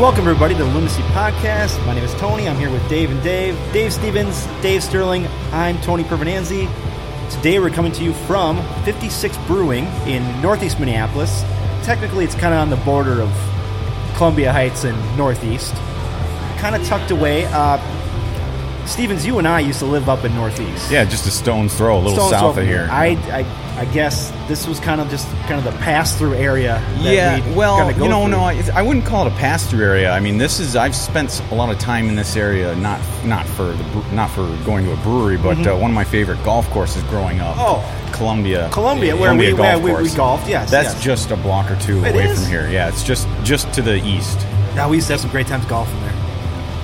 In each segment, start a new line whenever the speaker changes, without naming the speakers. welcome everybody to the Lunacy Podcast. My name is Tony. I'm here with Dave and Dave, Dave Stevens, Dave Sterling. I'm Tony Pervenanzi. Today we're coming to you from 56 Brewing in Northeast Minneapolis. Technically, it's kind of on the border of Columbia Heights and Northeast, kind of tucked away. Uh, Stevens, you and I used to live up in Northeast.
Yeah, just a stone's throw, a little
Stone's
south
throw
of
from
here.
I, I, I guess this was kind of just kind of the pass through area. That
yeah,
we'd
well,
kinda go
you know,
through.
no, I, I wouldn't call it a pass-through area. I mean, this is I've spent a lot of time in this area, not not for the, bre- not for going to a brewery, but uh, one of my favorite golf courses growing up.
Mm-hmm. Oh.
Columbia,
Columbia, where we- where we- we golfed, yes,
that's
yes.
just a block or two
It
away
is?
from here. Yeah, it's just just to the east.
Now we used to have some great times golfing there.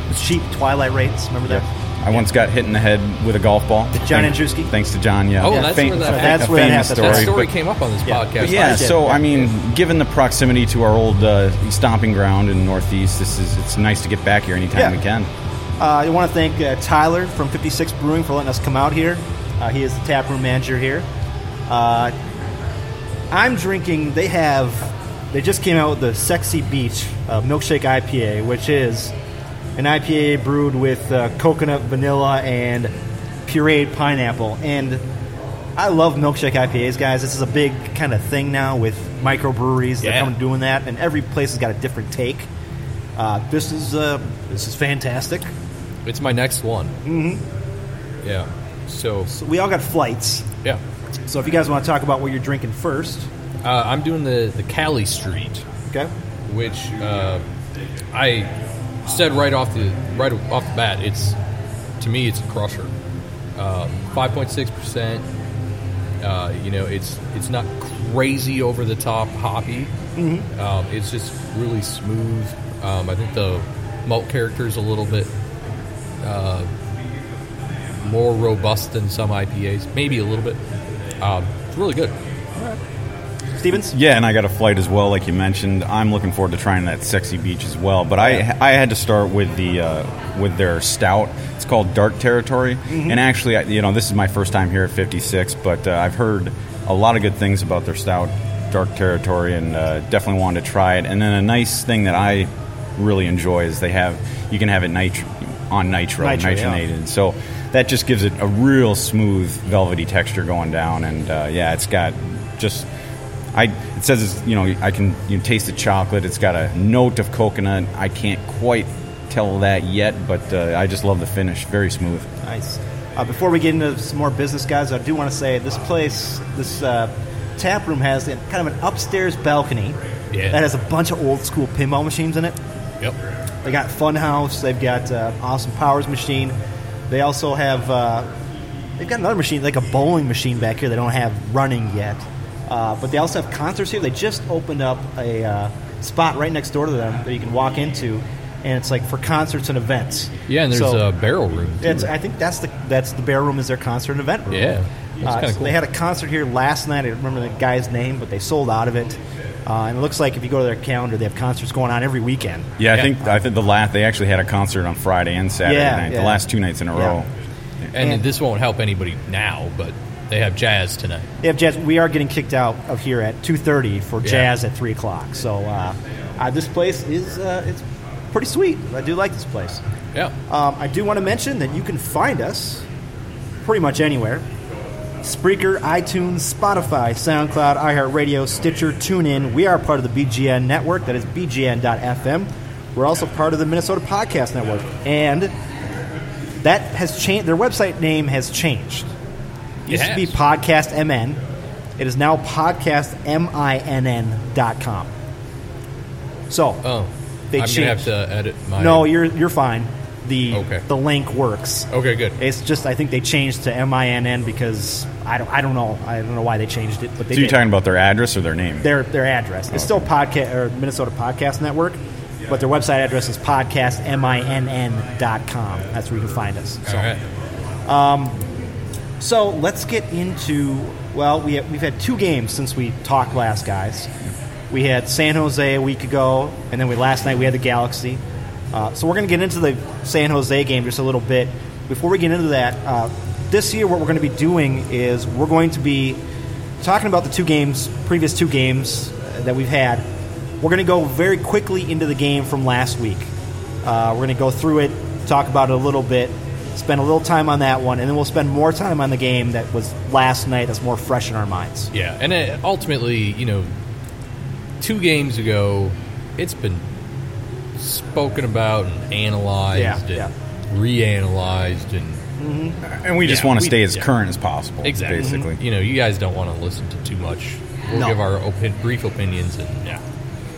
It was cheap twilight rates. Remember that?
I once got hit in the head with a golf ball.
John
Thank-
Andruski?
Thanks to John. Yeah.
Oh,
A
that's
faint-
where that-
a faint-
That's
a
where that
famous
happened. That
That story
but-
came up on this
Yeah.
podcast.
But
Yeah,
did.
so
I
I mean, given the proximity to our old uh, stomping ground in Northeast, this is it's nice to get back here anytime
Yeah.
we can.
Uh, I want to thank uh, Tyler from 56 Brewing for letting us come out here. Uh, he is the taproom manager here. Uh, I'm drinking. They have. They just came out with the Sexy Beach uh, Milkshake IPA, which is an IPA brewed with uh, coconut, vanilla, and pureed pineapple. And I love milkshake IPAs, guys. This is a big kind of thing now with microbreweries that
Yeah.
come doing that, and every place has got a different take. Uh, this is uh, this is fantastic.
It's my next one. Mm-hmm. Yeah. So,
So we all got flights.
yeah.
So if you guys want to talk about what you're drinking first,
Uh, I'm doing the, the Cali Street,
okay?
which uh, I said right off the right off the bat. It's to me, it's a crusher. Um, Five point six percent. uh, You know, it's it's not crazy over the top hoppy. Um, it's just really smooth. Um, I think the malt character is a little bit uh, more robust than some IPAs, maybe a little bit. Um, it's really good.
Stevens,
Yeah, and I got a flight as well, like you mentioned. I'm looking forward to trying that sexy beach as well. But I I had to start with the uh, with their stout. It's called Dark Territory, and actually, I- you know, this is my first time here at 56, but uh, I've heard a lot of good things about their stout, Dark Territory, and uh, definitely wanted to try it. And then a nice thing that I really enjoy is they have you can have it nit- on nitro,
Nitro, yeah.
nitronated, so. That just gives it a real smooth, velvety texture going down, and uh, yeah, it's got just I it says it's, you know I can you know, taste the chocolate. It's got a note of coconut. I can't quite tell that yet, but uh, I just love the finish. Very smooth.
nice. Uh, before we get into some more business, guys, I do want to say this place, this uh, tap room has a- kind of an upstairs balcony
Yeah.
that has a bunch of old school pinball machines in it.
Yep.
They got Funhouse. They've got uh, Awesome Powers machine. They also have uh, they've got another machine like a bowling machine back here. They don't have running yet, uh, but they also have concerts here. They just opened up a uh, spot right next door to them that you can walk into, and it's like for concerts and events.
Yeah, and there's uh,
So,
a barrel room. too.
It's, I think that's the that's the bear room is their concert and event room.
Yeah, that's
uh,
kinda
so
cool.
They had a concert here last night. I don't remember the guy's name, but they sold out of it. Uh, and it looks like if you go to their calendar, they have concerts going on every weekend.
Yeah.
Yeah, I think I think the last they actually had a concert on Friday and Saturday
Yeah,
night.
yeah.
The last two nights in a
Yeah.
row.
and,
and-
this won't help anybody now, but they have jazz tonight.
If jazz, we are getting kicked out of here at two thirty for
Yeah.
jazz at three o'clock. So uh, uh, this place is uh, it's pretty sweet. I do like this place.
Yeah.
Um, I do want to mention that you can find us pretty much anywhere: Spreaker, iTunes, Spotify, SoundCloud, iHeartRadio, Stitcher, TuneIn. We are part of the BGN network. That is BGN.FM. We're also part of the Minnesota Podcast Network, and that has changed. Their website name has changed used to be
Yes.
Podcast MN. It is now podcastminn.com. So,
oh,
they
I'm
changed.
gonna have to edit my.
no, you're you're fine. The
Okay.
the link works.
Okay, good.
It's just I think they changed to minn because I don't I don't know I don't know why they changed it, but they
So you're
did.
talking about their address or their name?
their their address. It's still podcast or Minnesota Podcast Network, but their website address is podcastminn.com. That's where you can find us.
All right.
So let's get into well, we have, we've had two games since we talked last, guys. We had San Jose a week ago, and then we last night we had the Galaxy. Uh, so we're going to get into the San Jose game just a little bit. Before we get into that, uh, this year what we're going to be doing is we're going to be talking about the two games, previous two games uh, that we've had, We're going to go very quickly into the game from last week. Uh, we're going to go through it, talk about it a little bit, spend a little time on that one, and then we'll spend more time on the game that was last night that's more fresh in our minds.
Yeah, and uh, ultimately, you know, two games ago, it's been spoken about and analyzed
Yeah,
and
yeah.
reanalyzed, and
And we just
Yeah,
want to
we-
stay as
yeah.
current as possible,
Exactly.
basically.
Mm-hmm. you know, you guys don't want to listen to too much. We'll
No.
give our opi- brief opinions, and yeah,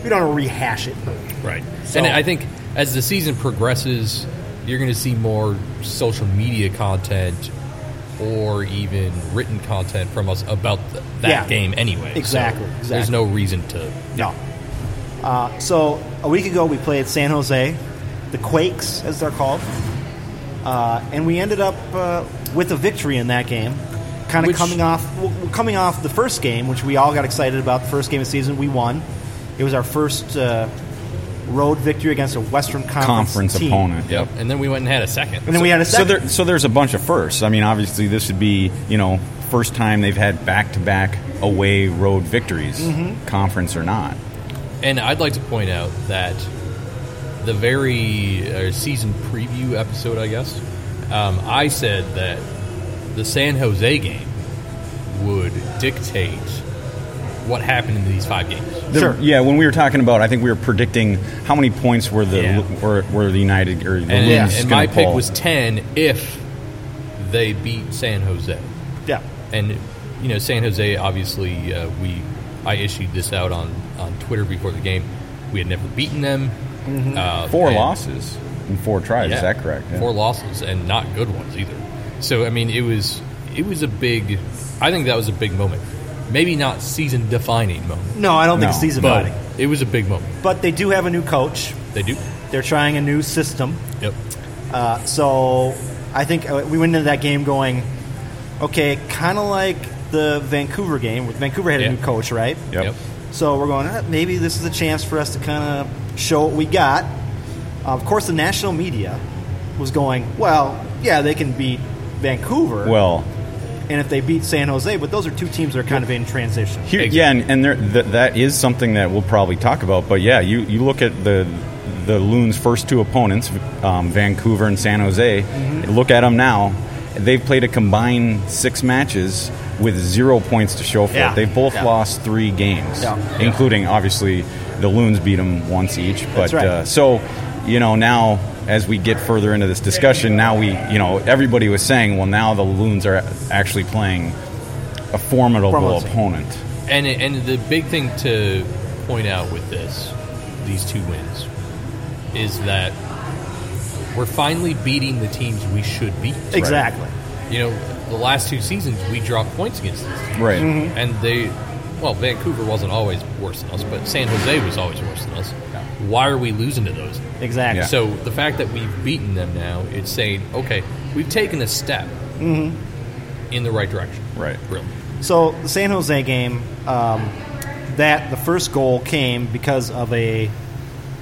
We don't want to rehash it.
right.
So-
and I think as the season progresses, you're going to see more social media content or even written content from us about th- that
Yeah.
game anyway. So
Exactly,
There's
exactly.
no reason to
No. Uh, so a week ago we played San Jose, the Quakes as they're called, uh, and we ended up uh, with a victory in that game. Kind of
Which-
coming off, w- w- coming off the first game, which we all got excited about. The first game of the season, we won. It was our first uh, road victory against a Western Conference,
Conference
team.
opponent.
Yep. And then we went and had a second.
And then we had a
So
second.
there, so there's a bunch of firsts. I mean, obviously, this would be you know first time they've had back to back away road victories,
Mm-hmm.
conference or not.
and I'd like to point out that the very uh, season preview episode, I guess, um, I said that the San Jose game would dictate what happened in these five games.
The-
Sure.
Yeah, when we were talking about, I think we were predicting how many points were the
Yeah.
were, were the United or the
And,
Yeah.
Wolves
and
gonna
my pick
pull.
was 10 if they beat San Jose.
yeah.
and you know San Jose obviously uh, we I issued this out on on Twitter before the game we had never beaten them Uh,
Mm-hmm. four
and-
losses and four tries.
yeah,
Is that correct? Yeah.
four losses and not good ones either so I mean it was it was a big I think that was a big moment maybe not season defining moment
No, I don't think
No,
it's season
but
binding.
it was a big moment
But they do have a new coach.
they do
They're trying a new system.
yep
Uh, so I think uh, we went into that game going, okay, kind of like the Vancouver game. With Vancouver had a
Yeah.
new coach, right?
Yep.
yep
So we're going, "Ah, maybe this is a chance for us to kind of show what we got. of course, the national media was going, well, yeah, they can beat Vancouver,
Well,
and if they beat San Jose, but those are two teams that are kind of in transition.
Here,
Exactly.
Yeah, and, and there, th- that is something that we'll probably talk about. But yeah, you, you look at the the Loons' first two opponents, um, Vancouver and San Jose.
Mm-hmm.
Look at them now; they've played a combined six matches with zero points to show for
Yeah.
it. They've both
Yeah.
lost three games,
Yeah.
including obviously the Loons beat them once each. But
That's right.
uh, so you know now. As we get further into this discussion, now we, you know, everybody was saying, well, now the Loons are actually playing a formidable
Formidable.
opponent.
And and the big thing to point out with this, these two wins, is that we're finally beating the teams we should beat.
Exactly.
You know, the last two seasons we dropped points against these teams,
Right.
Mm-hmm.
and they, well, Vancouver wasn't always worse than us, but San Jose was always worse than us. Why are we losing to those?
Exactly.
Yeah.
So the fact that we've beaten them now, it's saying, okay, we've taken a step in the right direction.
Mm-hmm. Right.
Really.
So the San Jose game, um, that the first goal came because of a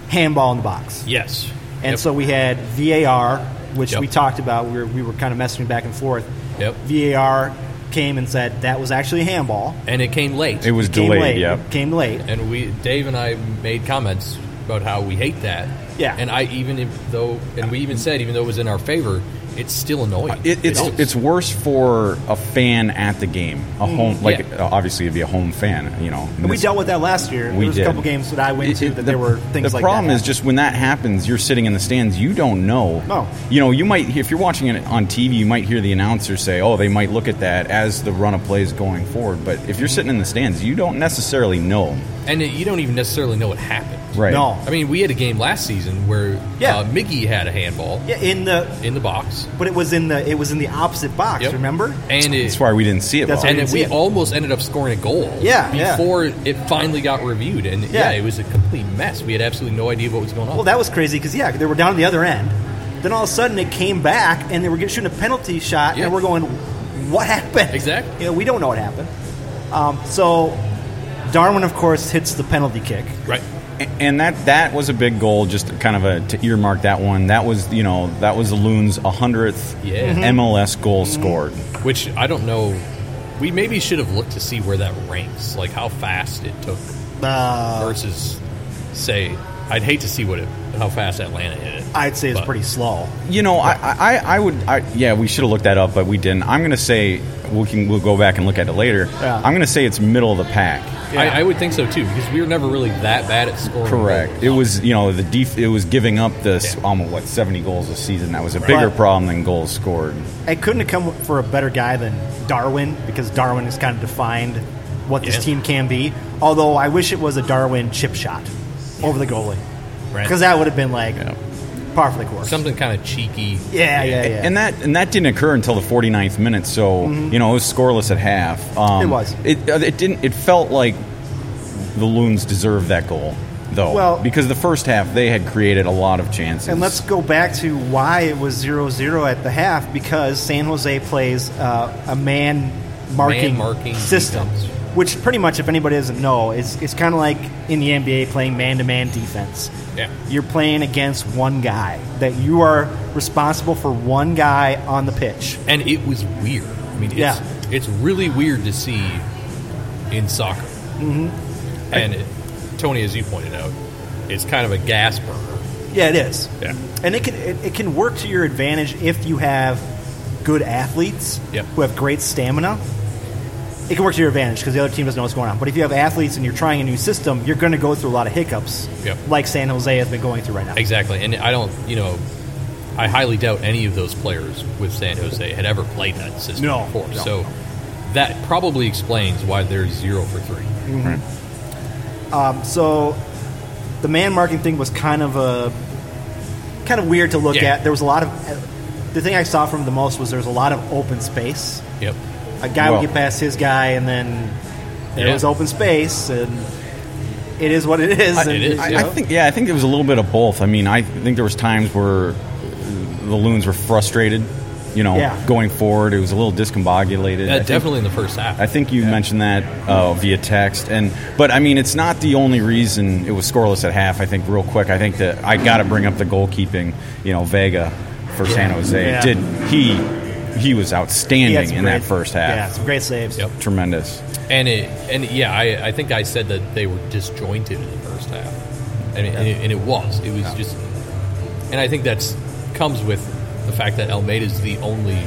handball in the box,
Yes.
and
Yep.
so we had VAR, which
Yep.
we talked about. We were, we were kind of messaging back and forth.
Yep.
VAR came and said that was actually a handball.
And it came late.
It was
Came
delayed.
late.
Yep.
Came late.
and we Dave and I made comments about how we hate that.
Yeah.
and I even if though, and we even said even though it was in our favor, it's still annoying.
It, it's
is.
it's worse for a fan at the game. A home like
Yeah.
uh, obviously it'd be a home fan. You know, and
Mm-hmm. And we
this-
dealt with that last year.
we
there was
did.
a couple games that I went to
It- it-
that there were things
The
like
problem
that.
is just when that happens, you're sitting in the stands. You don't know.
No.
You know, you might if you're watching it on TV, you might hear the announcer say, "Oh, they might look at that as the run of plays going forward." But if you're sitting in the stands, you don't necessarily know.
and it, you don't even necessarily know what happened.
Right.
No.
I mean, we had a game last season where
Yeah.
uh, Miggy had a handball
yeah, in the
in the box.
but it was in the it was in the opposite box.
Yep.
Remember?
And it,
That's why we didn't see it.
That's
well.
why
and
didn't
it, we
see it.
almost ended up scoring a goal.
Yeah, yeah.
Before it finally got reviewed, and yeah.
Yeah.
it was a complete mess. We had absolutely no idea what was going on.
Well, that was crazy because yeah, they were down at the other end. Then all of a sudden, it came back and they were getting- shooting a penalty shot,
Yeah.
and we're going, "What happened?"
Exactly.
You know, we don't know what happened. Um, so Darwin, of course, hits the penalty kick.
right.
And that that was a big goal, just kind of a to earmark that one. That was you know that was the Loons' hundredth
Yeah. Mm-hmm. Mhm.
MLS goal scored.
Which I don't know. We maybe should have looked to see where that ranks, like how fast it took
Uh,
versus say I'd hate to see what it, how fast Atlanta hit it.
I'd say it's
But-
pretty slow.
You know, I, I, I would. I, yeah, we should have looked that up, but we didn't. I'm going to say we can. We'll go back and look at it later.
Yeah.
I'm going to say it's middle of the pack.
I, I would think so too because we were never really that bad at scoring.
Correct.
goals.
It was you know the def- it was giving up the s
Yeah.
almost what 70 goals a season. That was a bigger
But-
problem than goals scored.
It couldn't have come for a better guy than Darwin because Darwin has kind of defined what this
Yeah.
team can be. Although I wish it was a Darwin chip shot over the goalie
Right.
because that would have been like par for the course.
something kind of cheeky.
yeah, yeah, yeah.
And that and that didn't occur until the 49th minute. So you know it was scoreless at half. Um,
Mm-hmm. It was.
It uh, it didn't. It felt like the loons deserved that goal though.
Well-
because the first half they had created a lot of chances.
And let's go back to why it was 0 0 at the half because San Jose plays uh, a man marking,
Man-marking
system,
defense.
which pretty much, if anybody doesn't know, it's, it's kind of like in the NBA playing man to man defense.
Yeah.
You're playing against one guy, that you are responsible for one guy on the pitch.
and it was weird. I mean, it's,
Yeah.
it's really weird to see in soccer. Mm-hmm. And it, Tony, as you pointed out, it's kind of a gas burner.
Yeah, it is.
Yeah.
and it can it, it can work to your advantage if you have good athletes
Yep.
who have great stamina. It can work to your advantage because the other team doesn't know what's going on. But if you have athletes and you're trying a new system, you're going to go through a lot of hiccups,
Yep.
like San Jose has been going through right now.
Exactly. And I don't, you know, I highly doubt any of those players with San Jose had ever played that system
No,
before.
no.
So that probably explains why they're zero for three.
So the man marking thing was kind of a kind of weird to look
Yeah.
at. There was a lot of the thing I saw from the most was there was a lot of open space.
Yep. Uh,
a guy
Well-
would get past his guy, and then there
Yeah.
was open space, and it is what it is.
I-
and
it is,
you
I, I
Yeah.
know.
think yeah, I think there was a little bit of both. I mean, I think there was times where the loons were frustrated, you know,
Yeah.
going forward. It was a little discombobulated. I
Yeah,
think-
definitely in the first half.
I think you mentioned that uh, via text, and but I mean it's not the only reason it was scoreless at half. I think real quick, I think that I got to bring up the goalkeeping. You know, Vega for San Jose
Yeah.
did he he was
He had
outstanding
some
in
great-
that first
Yeah,
half.
some great saves.
Yep.
Tremendous.
And it, and yeah, I, I think I said that they were disjointed in the first half, and it, and, it, and it was. It was just, and I think that's comes with the fact that Almeida is the only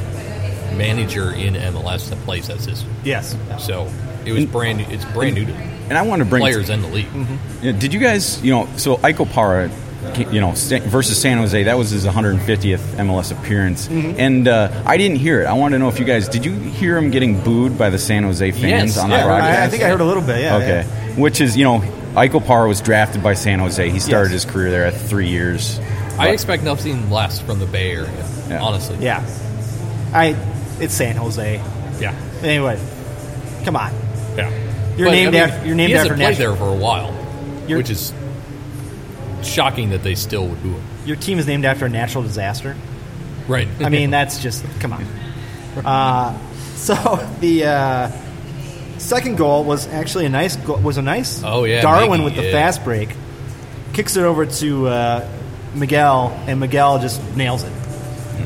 manager in MLS that plays that system.
Yes.
So it
Mm.
was brand. new It's brand new to
And I want to bring
players in the league.
Mm-hmm.
Yeah, did you guys, you know, so Ike Parra, you know, Sa- versus San Jose, that was his 150th MLS appearance.
Mm-hmm.
And uh, I didn't hear it. I want to know if you guys, did you hear him getting booed by the San Jose fans
Yes,
on
Yeah,
the
I-
broadcast?
I, think I heard a little bit. Yeah.
okay.
yeah.
Which is, you know, Ike Parra was drafted by San Jose. He started
Yes.
his career there at three years.
I
But-
expect nothing less from the Bay Area,
Yeah.
honestly.
Yeah. I. It's San Jose.
yeah,
Anyway, come on.
yeah.
You're named af- you're named
he hasn't
after
played
Nashville.
there for a while,
You're-
which is shocking that they still would boo him.
Your team is named after a natural disaster.
Right.
I mean, that's just come on. Uh, so the uh, second goal was actually a nice go- was a nice
Oh, yeah,
Darwin
Miggy,
with the
yeah.
fast break, kicks it over to uh, Miguel, and Miguel just nails it.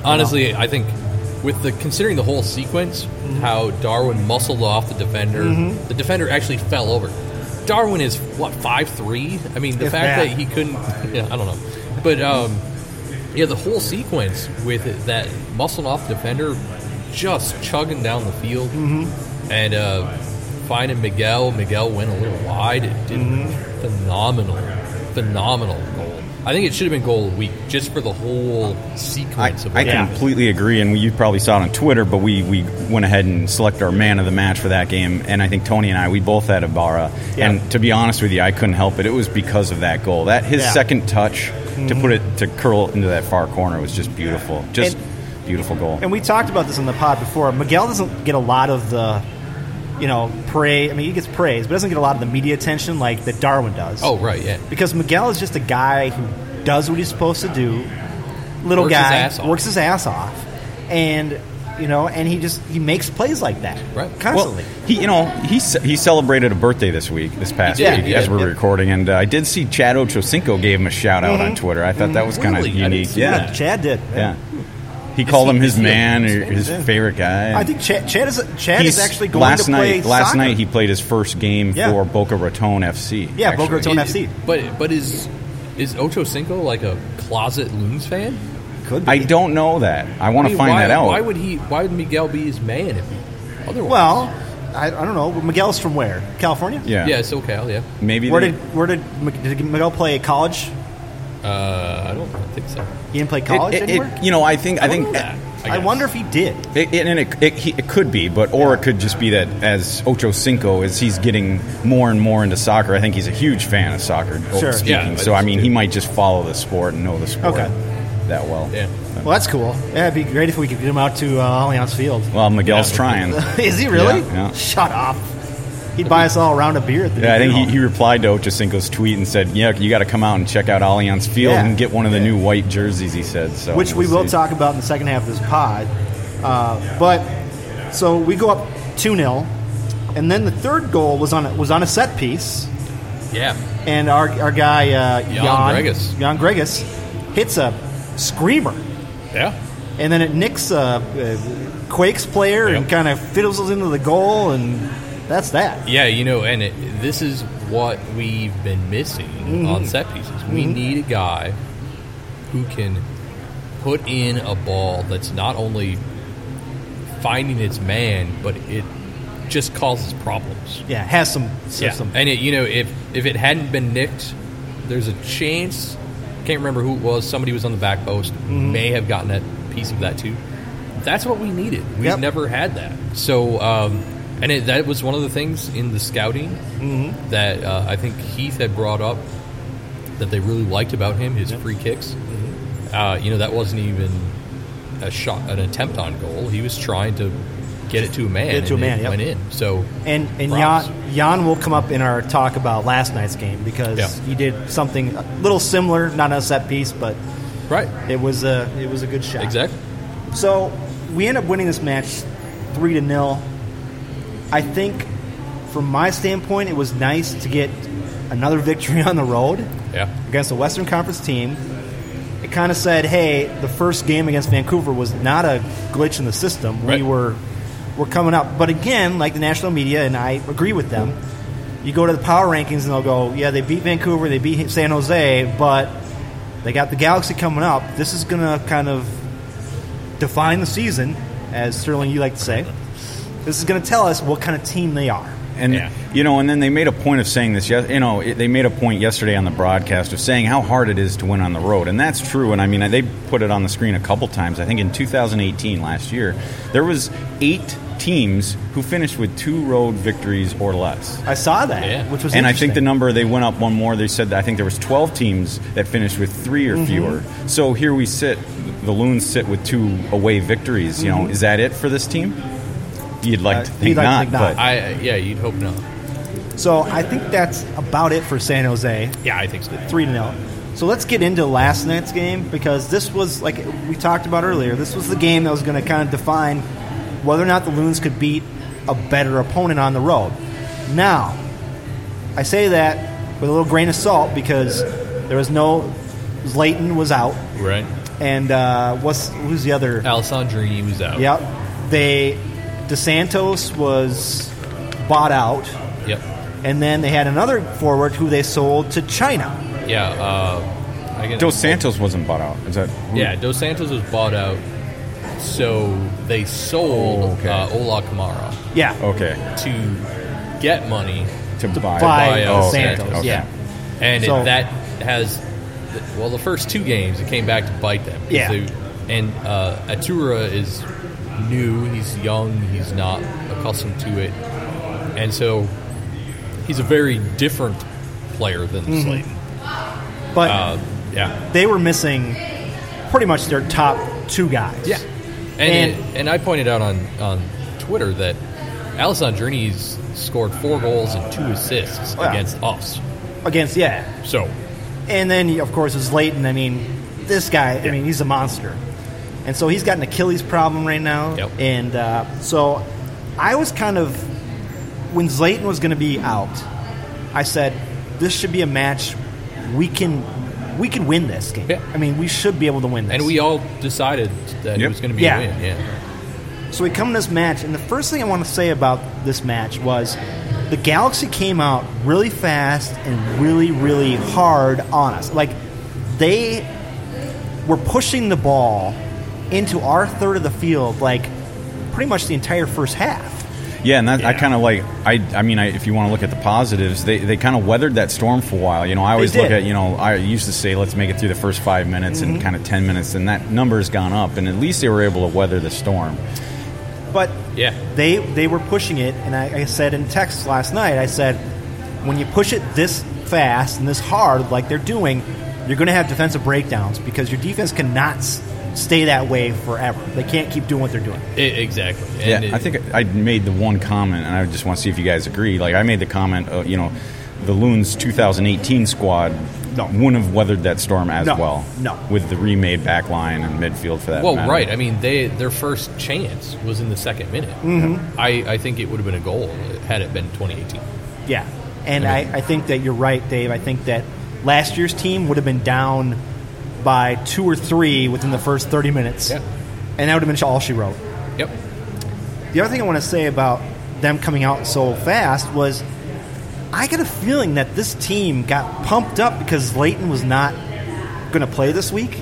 Honestly, I think with the considering the whole sequence,
Mm-hmm.
how Darwin muscled off the defender, the defender actually fell over. Darwin is what five three. I mean, the
If
fact
that.
that he couldn't, yeah, I don't know, but um, yeah, the whole sequence with it, that muscled off defender just chugging down the field and uh, finding Miguel. Miguel went a little wide. It did phenomenal, phenomenal goal. I think it should have been goal of the week just for the whole
I,
sequence of
I
what
Yeah.
completely agree, and you probably saw it on Twitter, but we, we went ahead and selected our man of the match for that game, and I think Tony and I, we both had Ibarra.
Yeah.
And to be honest with you, I couldn't help it. It was because of that goal. That His
Yeah. Mm-hmm.
second touch to put it, to curl it into that far corner was just beautiful. Just beautiful goal.
And we talked about this in the pod before. Miguel doesn't get a lot of the, you know, praise. I mean, he gets praise, but doesn't get a lot of the media attention like that Darwin does.
Oh right, yeah.
because Miguel is just a guy who does what he's supposed to do. Little
Works his
guy
ass off.
works his ass off, and you know, and he just he makes plays like that
Right.
constantly.
he, you know, he ce- he celebrated a birthday this week, this past
He did,
week,
he
as
did.
we were
Yep.
recording, and uh, I did see Chad Ochocinco gave him a shout out on Twitter. I thought that was kind of
Really? I didn't
unique.
see
Yeah,
that.
Chad did.
yeah. He called him his
he's-
man or
he's-
his favorite guy.
I think Chad, Chad is Chad
He's-
is actually going
last
to
night.
play
Last
soccer.
night he played his first game
Yeah.
for Boca Raton FC.
Yeah, Boca
actually.
Raton. Don't have seed.
But but is is Ocho Cinco like a closet Loons fan?
could be.
I don't know that. I want
I
to
mean,
find
why,
that out.
Why would he? Why would Miguel be his man? If otherwise,
well, I, I don't know. Miguel's from where? California.
yeah.
yeah, SoCal, yeah.
Maybe
Where
they-
did where did Mig- did Miguel play college?
Uh, I don't think so.
He didn't play college
it, it-
anywhere.
you know, I think I think
Oh, I,
guess.
wonder if he did.
It, it, and it, it, he- it could be, but or it could just be that as Ocho Cinco, as he's getting more and more into soccer, I think he's a huge fan of soccer.
Sure.
Speaking.
Yeah,
so I mean, he might just follow the sport and know the sport
Okay.
that well.
Yeah.
Well, that's cool. Yeah, it'd be great if we could get him out to uh, Allianz Field.
Well, Miguel's
Yeah.
trying.
is he really?
Yeah, yeah.
Shut up. He'd buy us all a round of beer. At the
Yeah, I think he, he
you
replied to Ocho Cinco's tweet and said, "Yeah, you got to come out and check out Allianz Field
Yeah.
and get one of the new white jerseys." He said, "So
which we
we'll
will
see.
talk about in the second half of this pod. Uh, but so we go up two 0 and then the third goal was on a- was on a set piece.
Yeah,
and our, our guy uh, Jan,
Gregus.
Jan Gregus hits a screamer,
yeah.
and then it nicks a, uh Quakes player and
Yep.
kind of fiddles it into the goal, and that's that.
Yeah, you know, and it, this is what we've been missing
Mm-hmm.
on set pieces. We need a guy who can put in a ball that's not only finding its man, but it just causes problems.
Yeah, has some
Yeah.
system.
And it, you know, if if it hadn't been nicked, there's a chance. Can't remember who it was. Somebody was on the back post.
Mm-hmm.
May have gotten that piece of that too. That's what we needed. We've
Yep.
never had that. So, um, and it, that was one of the things in the scouting
Mm-hmm.
that uh, I think Heath had brought up that they really liked about him his free kicks.
Mm-hmm.
Uh, you know, that wasn't even a shot, an attempt on goal. He was trying to get it to a man.
Get it to
and
a man,
It
yep.
Went in. So
And and
props.
Jan, Jan will come up in our talk about last night's game because
Yeah.
he did something a little similar, not a set piece, but
right.
it was a it was a good shot.
Exactly.
So we end up winning this match three to nil. I think, from my standpoint, it was nice to get another victory on the road
Yeah.
against a Western Conference team. It kind of said, "Hey, the first game against Vancouver was not a glitch in the system. We
Right.
were we're coming up." But again, like the national media, and I agree with them. You go to the power rankings, and they'll go, "Yeah, they beat Vancouver, they beat San Jose, but they got the Galaxy coming up. This is going to kind of define the season, as Sterling you like to say. This is going to tell us what kind of team they are.
And
Yeah.
you know, and then they made a point of saying this. yes- You know, it- they made a point yesterday on the broadcast of saying how hard it is to win on the road, and that's true. And I mean, they put it on the screen a couple times. I think in 2018, last year, there was eight teams who finished with two road victories or less.
I saw that,
Yeah.
which was
And I think the
interesting.
number they went up one more. They said that I think there was 12 teams that finished with three or
Mm-hmm.
fewer. So here we sit. The Loons sit with two away victories. You know, is that it for this team? You'd like
Mm-hmm. Uh,
to
you'd
think
like to
not,
think not.
but
I uh, yeah, you'd hope not.
so I think that's about it for San Jose.
Yeah, I think so.
three to nil. So let's get into last night's game because this was like we talked about earlier. This was the game that was going to kind of define whether or not the Loons could beat a better opponent on the road. Now, I say that with a little grain of salt because there was no Leighton was out,
Right.
and uh, what's who's the other?
Alessandrini was out.
Yep, they DeSantos was bought out,
Yep.
and then they had another forward who they sold to China.
Yeah. Uh, I get
Dos Santos wasn't bought out. Is that?
Yeah, Dos Santos was bought out, so they sold
Oh, okay.
uh, Ola Kamara
Yeah,
Okay.
to get money,
To, buy,
buy
Dos
Oh, okay.
Santos.
Okay.
Yeah,
and it-
So-
that has well, the first two games it came back to bite them. 'cause
Yeah.
they- and uh, Atura is new. He's young. He's not accustomed to it, and so he's a very different player than
Mm-hmm.
Slayton.
but
Uh, yeah.
they were missing pretty much their top two guys.
Yeah, and and, and I pointed out on on Twitter that Alessandrini's scored four goals and two assists
Yeah.
against us.
against yeah,
So
and then of course is Leighton. I mean, this guy. I mean, he's a monster, and so he's got an Achilles problem right now.
Yep.
And uh, so I was kind of when Zlayton was going to be out, I said this should be a match we can we could win this game.
Yeah.
I mean, we should be able to win this.
And we all decided that it
Yep.
was going to be
Yeah.
a win. Yeah.
So we come to this match, and the first thing I want to say about this match was the Galaxy came out really fast and really, really hard on us. Like, they were pushing the ball into our third of the field, like, pretty much the entire first half.
Yeah, and that, I kind of like I. I mean, I, if you want to look at the positives, they, they kind of weathered that storm for a while. You know, I always look
did. Mm-hmm.
at you know I used to say let's make it through the first five minutes and kind of ten minutes, and that number's gone up, and at least they were able to weather the storm.
But
Yeah.
they they were pushing it, and I, I said in text last night, I said, when you push it this fast and this hard, like they're doing, you're going to have defensive breakdowns because your defense cannot s- stay that way forever. They can't keep doing what they're doing.
E- exactly.
Yeah,
And it-
I think I made the one comment, and I just want to see if you guys agree. Like I made the comment, uh, you know, the Loons 2018 squad
No.
wouldn't have weathered that storm as
No,
well.
no.
with the remade back line and midfield for that.
Well,
matter.
right. I mean, they their first chance was in the second minute. I, I think it would have been a goal had it been 2018.
Yeah, and I, I think that you're right, Dave. I think that last year's team would have been down by two or three within the first 30 minutes,
Yeah.
and that would have been all she wrote.
Yep.
The other thing I want to say about them coming out so fast was I got a feeling that this team got pumped up because Leighton was not going to play this week.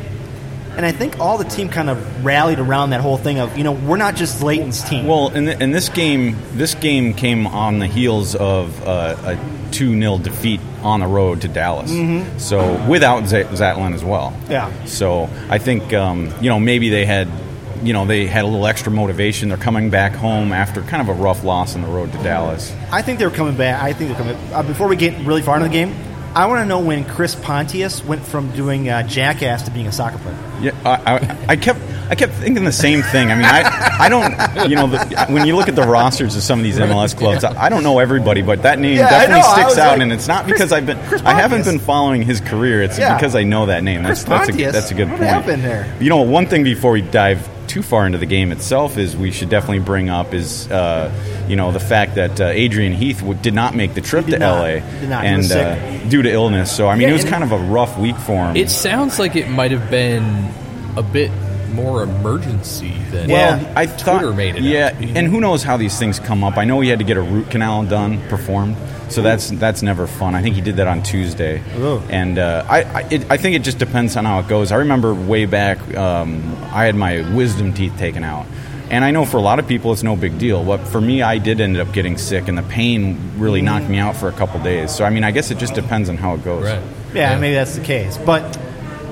And I think all the team kind of rallied around that whole thing of, you know, we're not just Leighton's team.
Well, and, th- and this game, this game came on the heels of uh, a two 0 defeat on the road to Dallas.
Mm-hmm.
So without Z- Zatlin as well.
Yeah.
So I think um, you know maybe they had. You know they had a little extra motivation. They're coming back home after kind of a rough loss on the road to Dallas.
I think they're coming back. I think they're coming. Uh, before we get really far into the game, I want to know when Chris Pontius went from doing uh, jackass to being a soccer player.
Yeah, I, I, I kept I kept thinking the same thing. I mean, I, I don't you know the, when you look at the rosters of some of these MLS clubs, I, I don't know everybody, but that name
Yeah, I
definitely
know. I
sticks
was
out,
like,
and it's not because I've been
Chris
I haven't
Pontius.
been following his career. It's
Yeah.
because I know that name. That's
Chris
that's a,
Pontius.
that's a good
What
point.
happened there?
You know, one thing before we dive too far into the game itself is we should definitely bring up is uh, you know the fact that uh, Adrian Heath w- did not make the trip
He
to
did not.
LA
He did not. He
and
was sick.
uh, due to illness. So I mean,
Yeah,
it was
and-
kind of a rough week for him.
It sounds like it might have been a bit more emergency than
Well,
Well, I thought,
Twitter made it.
Yeah,
out to be.
and who knows how these things come up? I know he had to get a root canal done, performed. So that's that's never fun. I think he did that on Tuesday,
Ooh.
and uh, I I, it, I think it just depends on how it goes. I remember way back, um, I had my wisdom teeth taken out, and I know for a lot of people it's no big deal. But for me, I did end up getting sick, and the pain really knocked me out for a couple days. So I mean, I guess it just depends on how it goes.
right?
Yeah, maybe that's the case. But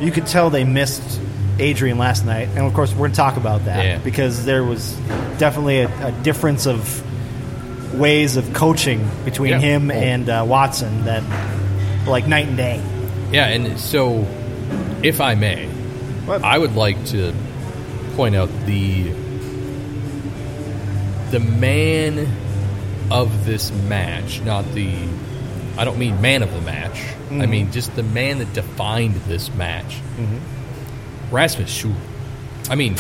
you could tell they missed Adrian last night, and of course we're going to talk about that
Yeah.
because there was definitely a, a difference of ways of coaching between
Yeah.
him
Oh.
and uh, Watson that like night and day.
Yeah, and so, if I may,
What?
I would like to point out the the man of this match, not the. I don't mean man of the match.
Mm-hmm.
I mean just the man that defined this match,
Mm-hmm.
Rasmus Schul. I mean,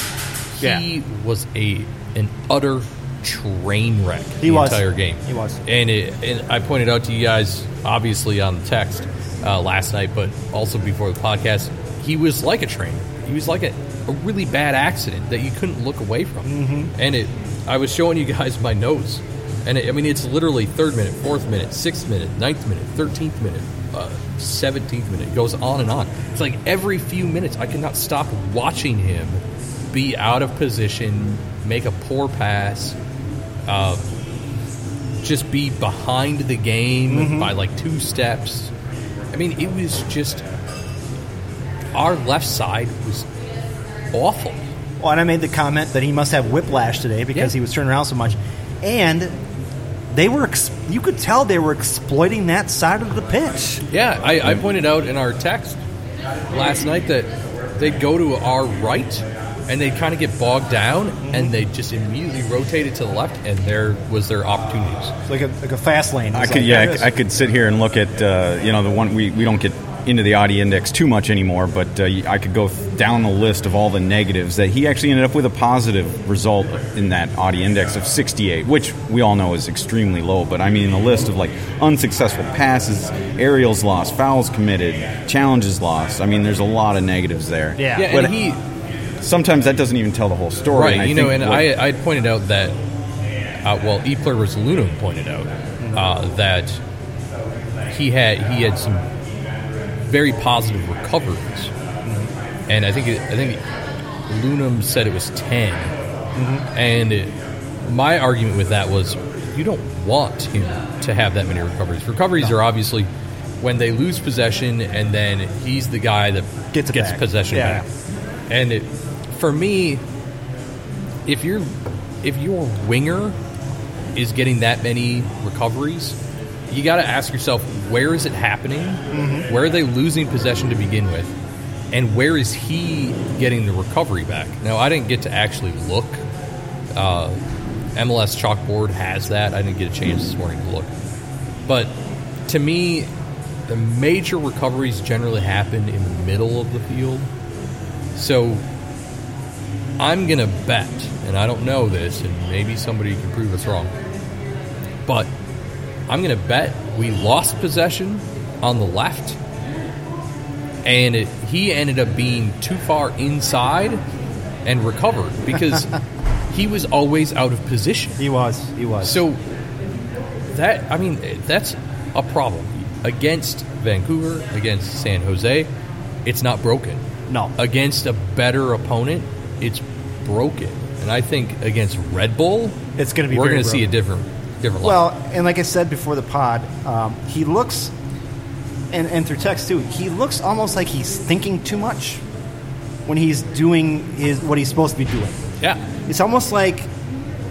he was a an utter train wreck
He
the
was.
entire game.
He was.
And, it, and I pointed out to you guys, obviously on text uh, last night, but also before the podcast, he was like a train. He was like a, a really bad accident that you couldn't look away from. Mm-hmm. And it, I was showing you guys my notes, and it, I mean it's literally third minute, fourth minute, sixth minute, ninth minute, thirteenth minute, uh, seventeenth minute. It goes on and on. It's like every few minutes, I could not stop watching him be out of position, make a poor pass, just be behind the game by like two steps. I mean, it was just our left side was awful.
Well, and I made the comment that he must have whiplash today because
Yeah.
he was turning around so much, and they were ex- you could tell they were exploiting that side of the pitch.
Yeah, I, I pointed out in our text last night that they go to our right and they kind of get bogged down and they just immediately rotate it to the left and there was their opportunities.
It's like a like a fast lane.
I
It's
could,
like,
yeah,
there
I
it
could,
is.
I could sit here and look at, uh, you know, the one we, we don't get into the Audi Index too much anymore, but uh, I could go th- down the list of all the negatives that he actually ended up with a positive result in that Audi Index of 68, which we all know is extremely low. But I mean, the list of like unsuccessful passes, aerials lost, fouls committed, challenges lost. I mean, there's a lot of negatives there.
Yeah.
Yeah,
But
and he
sometimes that doesn't even tell the whole story.
right,
and I
you know,
think
and
what-
I I had pointed out that uh, well, E. Pluribus Lunum pointed out
Mm-hmm.
uh, that he had he had some very positive recoveries, and I think it, I think Lunum said it was 10
Mm-hmm.
and it, my argument with that was you don't want him to have that many recoveries. Recoveries are obviously when they lose possession, and then he's the guy that
Gets it back.
possession
Yeah.
back. And it, for me, if you're if your winger is getting that many recoveries, you got to ask yourself where is it happening?
Mm-hmm.
Where are they losing possession to begin with? And where is he getting the recovery back? Now, I didn't get to actually look. Uh, MLS Chalkboard has that. I didn't get a chance this morning to look. But to me, the major recoveries generally happen in the middle of the field. So I'm going to bet, and I don't know this, and maybe somebody can prove us wrong, but I'm going to bet we lost possession on the left, and it, he ended up being too far inside and recovered because he was always out of position.
He was. He was.
So that I mean that's a problem against Vancouver, against San Jose. It's not broken.
No.
Against a better opponent, it's broken. And I think against Red Bull,
It's gonna be
we're
very
going to see a
broken.
different different
Well,
level.
and like I said before the pod, um, he looks, and, and through text too, he looks almost like he's thinking too much when he's doing his what he's supposed to be doing.
Yeah.
It's almost like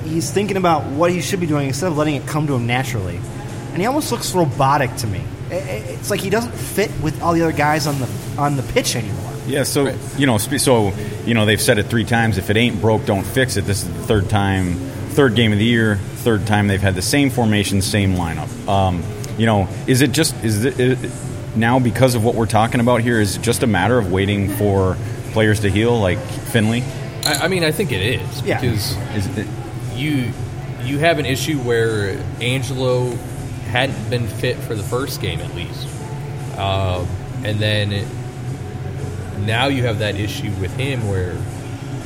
he's thinking about what he should be doing instead of letting it come to him naturally. And he almost looks robotic to me. I- I- It's like he doesn't fit with all the other guys on the on the pitch anymore.
Yeah, so you know, spe- so you know, they've said it three times. If it ain't broke, don't fix it. This is the third time, third game of the year, third time they've had the same formation, same lineup. Um, you know, is it just is it, it now because of what we're talking about here? Is it just a matter of waiting for players to heal, like Finley?
I, I mean, I think it is
Yeah.
because
Is it,
you you have an issue where Angelo hadn't been fit for the first game at least, um, and then now you have that issue with him where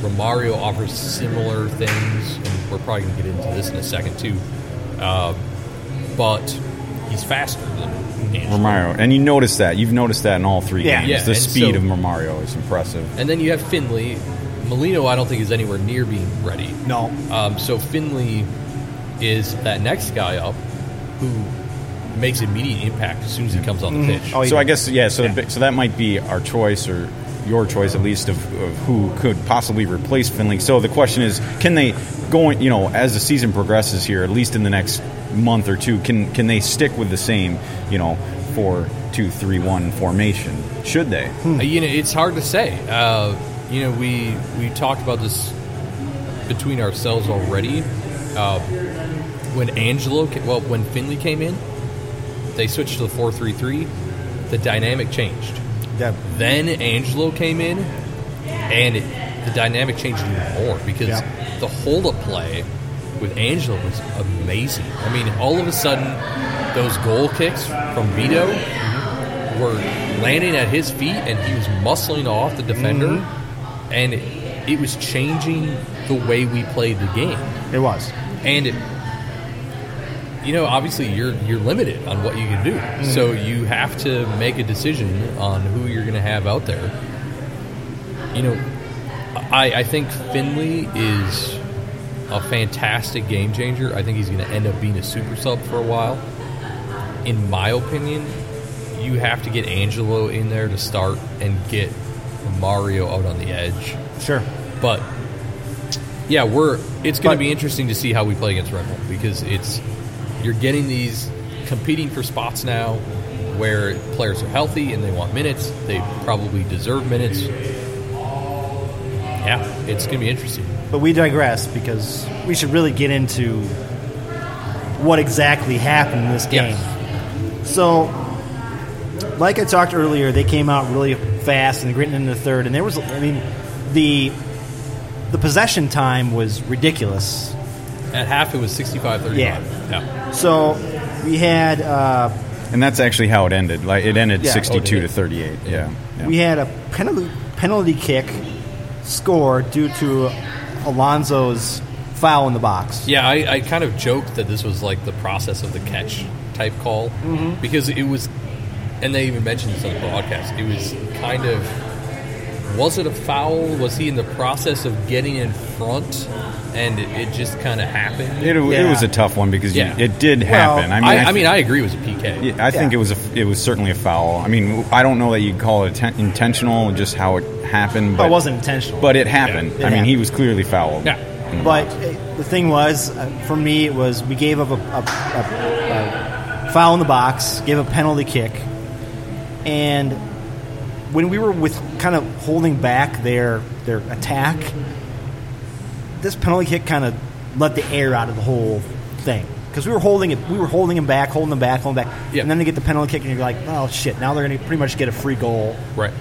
Romario offers similar things, and we're probably going to get into this in a second too. Um, but he's faster than Angelo.
Romario, and you notice that you've noticed that in all three
Yeah.
games.
Yeah,
the
and
speed
so-
of Romario is impressive.
and then you have Finley. Molino, I don't think is anywhere near being ready.
No.
Um, so Finley is that next guy up who makes immediate impact as soon as he comes on the pitch.
Oh, he
so I
did.
guess yeah. So The, so that might be our choice or your choice at least of, of who could possibly replace Finley. So the question is, can they going you know as the season progresses here, at least in the next month or two, can can they stick with the same you know four two three one formation? Should they?
Uh, You know, it's hard to say. Uh, you know, we we talked about this between ourselves already. Uh, when Angelo, ca- well, when Finley came in, they switched to the four three three. The dynamic changed.
Yeah.
Then Angelo came in, and it, the dynamic changed even more because
Yeah.
the hold up play with Angelo was amazing. I mean, all of a sudden, those goal kicks from Vito were landing at his feet, and he was muscling off the defender, and it, it was changing the way we played the game.
It was.
And it, you know, obviously you're you're limited on what you can do. So you have to make a decision on who you're going to have out there. You know, I I think Finley is a fantastic game changer. I think he's going to end up being a super sub for a while. In my opinion, you have to get Angelo in there to start and get Mario out on the edge.
Sure.
But yeah, we're it's going
But-
to be interesting to see how we play against Red Bull because it's you're getting these competing for spots now where players are healthy and they want minutes. They probably deserve minutes. Yeah, it's going to be interesting.
But we digress because we should really get into what exactly happened in this game.
Yes.
So like I talked earlier, they came out really fast and getting into the third, and there was, I mean, the the possession time was ridiculous.
At half, it was 65
Yeah.
35. Yeah.
So we had uh,
And that's actually how it ended. Like it ended
Yeah.
62
Oh,
to
did it?
38. Yeah. yeah.
we had a penalty penalty kick score due to Alonzo's foul in the box.
Yeah, I, I kind of joked that this was like the process of the catch type call because it was, and they even mentioned this on the broadcast. It was kind of, was it a foul? Was he in the process of getting in front, and it, it just kind of happened?
It, it
Yeah.
was a tough one because you-
Yeah.
it did happen. I mean,
I, I
th-
mean, I agree. It was a PK.
Yeah, I think
Yeah.
it was a, it was certainly a foul. I mean, I don't know that you'd call it atten- intentional, just how it happened. But
But it wasn't intentional.
But it happened.
Yeah. It
I mean, he
happened.
was clearly fouled.
Yeah.
In the
But
box.
uh, the thing was, uh, for me, it was we gave up a, a, a, a foul in the box, gave a penalty kick, and when we were with kind of holding back their their attack, this penalty kick kind of let the air out of the whole thing because we were holding it, we were holding them back, holding them back, holding them back,
Yeah.
and then they get the penalty kick, and you're like, oh shit, now they're going to pretty much get a free goal,
Right.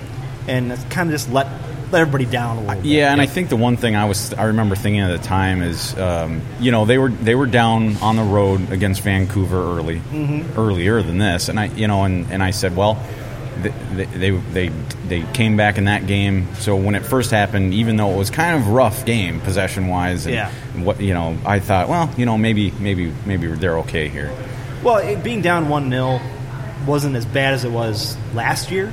and that's kind of just let let everybody down a little. bit.
Yeah, and I think the one thing I was I remember thinking at the time is, um, you know, they were they were down on the road against Vancouver early,
Mm-hmm.
earlier than this, and I, you know, and, and I said, well, th- th- they they they came back in that game. So when it first happened, even though it was kind of rough game possession wise, and
Yeah.
what you know, I thought, well, you know, maybe maybe maybe they're okay here.
Well, it, being down 1 0 wasn't as bad as it was last year.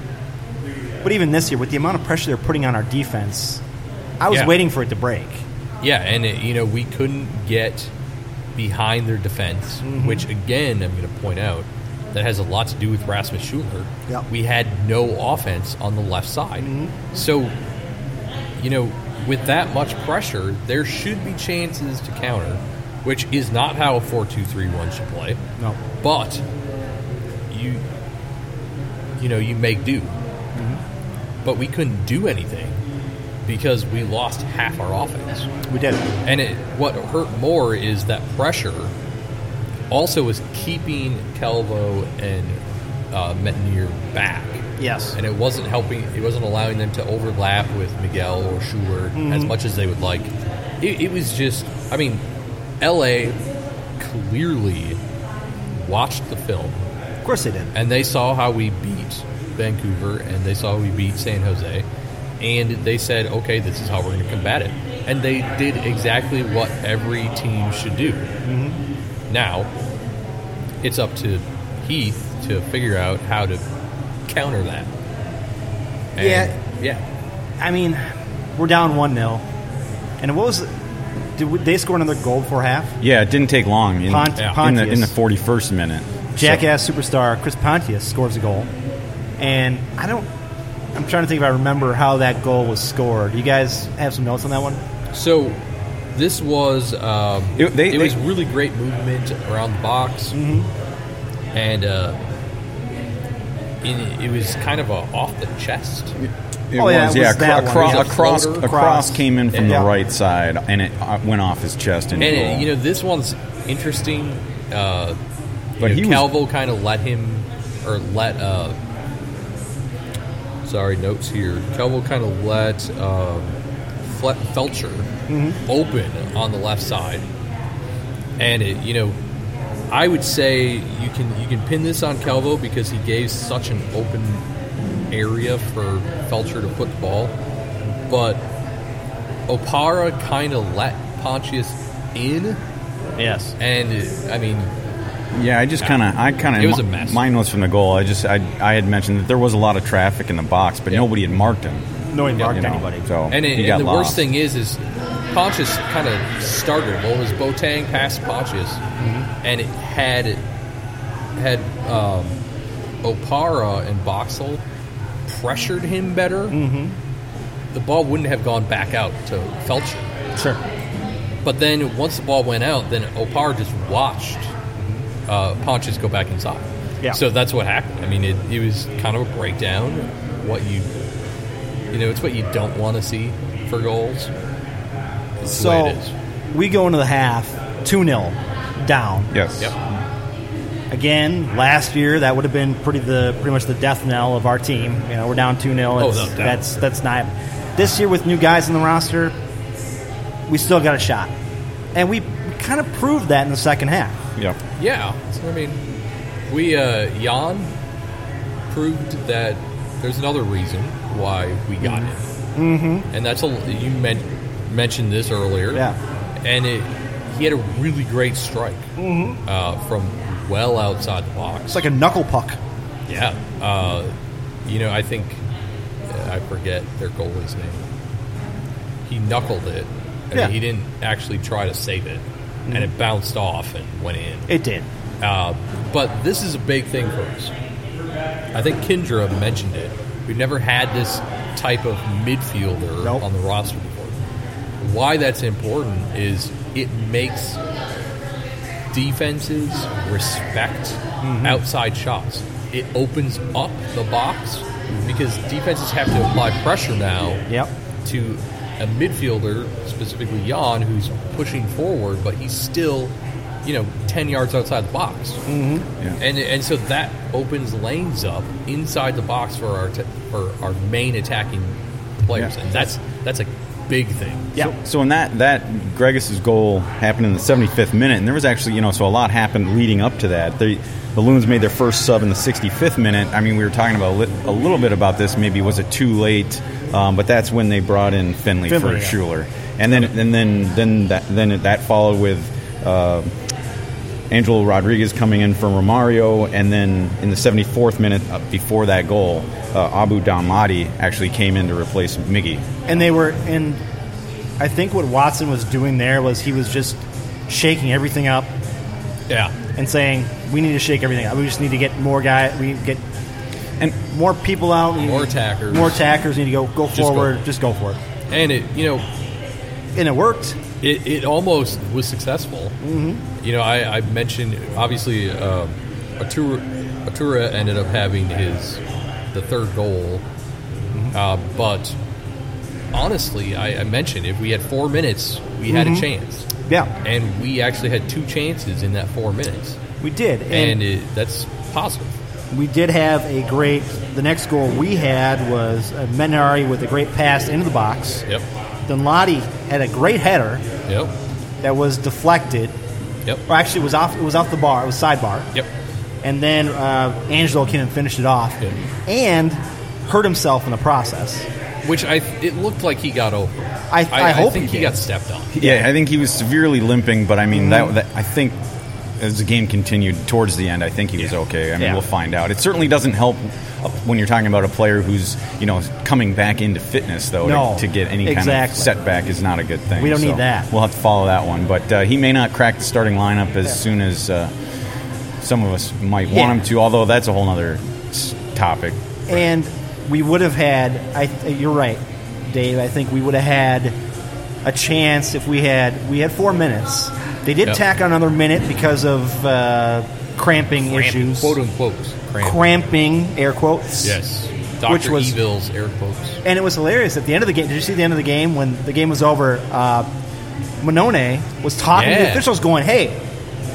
But even this year, with the amount of pressure they're putting on our defense, I was
Yeah.
waiting for it to break.
Yeah, and it, you know we couldn't get behind their defense, which again I'm going to point out that has a lot to do with Rasmus Schuler.
Yep.
We had no offense on the left side, so you know with that much pressure, there should be chances to counter, which is not how a four-two-three-one should play.
No.
But you you know you make do, but we couldn't do anything because we lost half our offense.
We did.
And it, what hurt more is that pressure also was keeping Calvo and uh, Metnier back.
Yes.
And it wasn't helping, it wasn't allowing them to overlap with Miguel or Schuler as much as they would like. It, it was just, I mean, LA clearly watched the film
Of course they did.
and they saw how we beat Vancouver and they saw we beat San Jose and they said okay this is how we're going to combat it and they did exactly what every team should do now it's up to Heath to figure out how to counter that And,
Yeah.
yeah
I mean, we're down 1 0. And what was. Did we, they score another goal before half?
Yeah, it didn't take long in,
Pont-
in the in the
Pontius.
forty first minute.
Jackass superstar Chris Pontius scores a goal. And I don't. I'm trying to think if I remember how that goal was scored. You guys have some notes on that one?
so this was um,
It-
it,
they- Mm-hmm.
was
they-
really great movement around the box and uh, in, it was kind of a off the chest
It
Oh,
was,
yeah, it was
yeah.
that
acro-
one.
acro-
It was a
across,
floater.
across,
Across.
came in from
Yeah.
the right side, and it uh, went off his chest and,
And
rolled.
it, you know, this one's interesting. Uh,
But
but
he
know,
was-
Calvo kind of let him, or let. Uh, sorry, notes here. Calvo kind of let um, Fle- Felcher
Mm-hmm.
open on the left side, and it, you know, I would say you can you can pin this on Calvo because he gave such an open area for Felcher to put the ball, but Opara kind of let Pontius in,
Yes.
and I mean,
yeah, I just kind of, I kind of,
It was a mess.
Mine was from the goal. I just, I, I had mentioned that there was a lot of traffic in the box, but
Yeah.
nobody had marked him.
No one
you
marked
know,
anybody.
So
and, it,
Oh, he got
and the
lost.
worst thing is, is Pontius kind of started. Well, it was Botang past Pontius,
Mm-hmm.
and it had had um, Opara and Boxel pressured him better.
Mm-hmm.
The ball wouldn't have gone back out to Felcher.
Sure.
But then once the ball went out, then Opar just watched uh, Pontius go back inside.
Yeah.
So that's what happened. I mean, it, it was kind of a breakdown. What you, you know, it's what you don't want to see for goals. It's the way
So
it is.
we go into the half 2 0 down.
Yes.
Yep.
Again, last year that would have been pretty the pretty much the death knell of our team. You know, we're down two 0
Oh, no doubt.
that's that's not. This year with new guys in the roster, we still got a shot, and we kind of proved that in the second half.
Yeah.
Yeah, so, I mean, we uh, Jan proved that there's another reason why we got it, mm-hmm. and that's a you men- mentioned this earlier.
Yeah.
and it he had a really great strike uh, from well outside the box.
It's like a knuckle puck.
Yeah. Uh, you know, I think uh, I forget their goalie's name. He knuckled it, and
Yeah.
he didn't actually try to save it, and it bounced off and went in.
It did.
Uh, but this is a big thing for us. I think Kendra mentioned it. We've never had this type of midfielder
Nope.
on the roster before. Why that's important is it makes defenses respect outside shots. It opens up the box because defenses have to apply pressure now
Yep.
to a midfielder, specifically Jan, who's pushing forward, but he's still, you know, 10 yards outside the box. Mm-hmm.
Yeah.
And, and so that opens lanes up inside the box for our t- for our main attacking players,
Yeah.
and that's that's a big thing.
Yeah.
So in that that Gregus' goal happened in the 75th minute, and there was actually you know so a lot happened leading up to that. The the Loons made their first sub in the 65th minute. I mean, we were talking about a, lit, a little bit about this. Maybe was it too late? Um, but that's when they brought in Finley,
Finley,
for
yeah.
Schuler, and then and then then that then that followed with. Uh, Angelo Rodriguez coming in for Romario, and then in the 74th minute, uh, before that goal, uh, Abu Damadi actually came in to replace Miggy.
And they were, and I think what Watson was doing there was he was just shaking everything up
Yeah,
and saying, "We need to shake everything up. We just need to get more guy. We need to get
And
more people out. We
More
need-
attackers.
More attackers. We need to go go
go.
forward. Just go for it."
and it you know
And it worked.
it, it almost was successful. Mm-hmm. You know, I, I mentioned obviously um, Atura, Atura ended up having his the third goal,
Mm-hmm.
uh, but honestly, I, I mentioned if we had four minutes, we had
Mm-hmm.
a chance,
Yeah,
and we actually had two chances in that four minutes,
we did.
and, it, that's positive.
we did have a great. The next goal we had was uh, Menari with a great pass into the box.
Yep,
Then Lottie had a great header
yep,
that was deflected,
yep,
or actually it was off. It was off the bar. It was sidebar.
yep.
And then uh, Angelo came and finished it off,
Yeah.
and hurt himself in the process.
Which I it looked like he got over.
I- I hope
think
he
he
did.
got stepped on.
Yeah, I think he was severely limping, but I mean that, that. I think as the game continued towards the end, I think he was okay. I mean,
Yeah.
we'll find out. It certainly doesn't help uh, when you're talking about a player who's you know coming back into fitness though. to-
No,
to, get any kind of
exactly.
setback is not a good thing.
We don't need
so
that.
We'll have to follow that one, but uh, he may not crack the starting lineup as soon as uh, some of us might
Yeah.
want him to. Although that's a whole other topic.
And we would have had. I th- you're right, Dave. I think we would have had a chance if we had. We had four minutes. They did
Yep.
tack on another minute because of uh, cramping, issues.
quote unquote cramp.
cramping, air quotes.
Yes. Dr.
Which was-
Evil's air quotes.
And it was hilarious at the end of the game. Did you see the end of the game when the game was over? Uh, Monone was talking to the
Yeah.
officials, going, "Hey,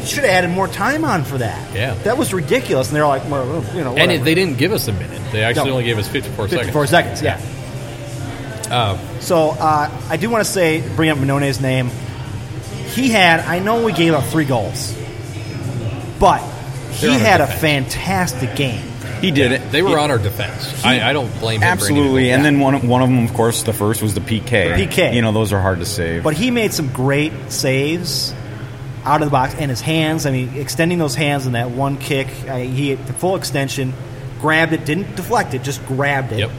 you should have added more time on for that.
Yeah.
that was ridiculous." And they're like, well, "You
And
know, whatever.
it, they didn't give us a minute. They actually
No.
only gave us 54,
54
seconds. Um,
seconds. Yeah. so uh, I do want to say, bring up Minone's name. He had, I know we gave up three goals, but
They're
he
on our
had a
defense.
fantastic game.
He did it.
They were
He-
on our defense. I, I don't blame him. for any of
Absolutely,
it.
and then one one of them, of course, the first was the PK.
PK.
you know, those are hard to save.
But he made some great saves out of the box, and his hands. I mean, extending those hands in that one kick, I, he had the full extension, grabbed it, didn't deflect it, just grabbed it.
Yep.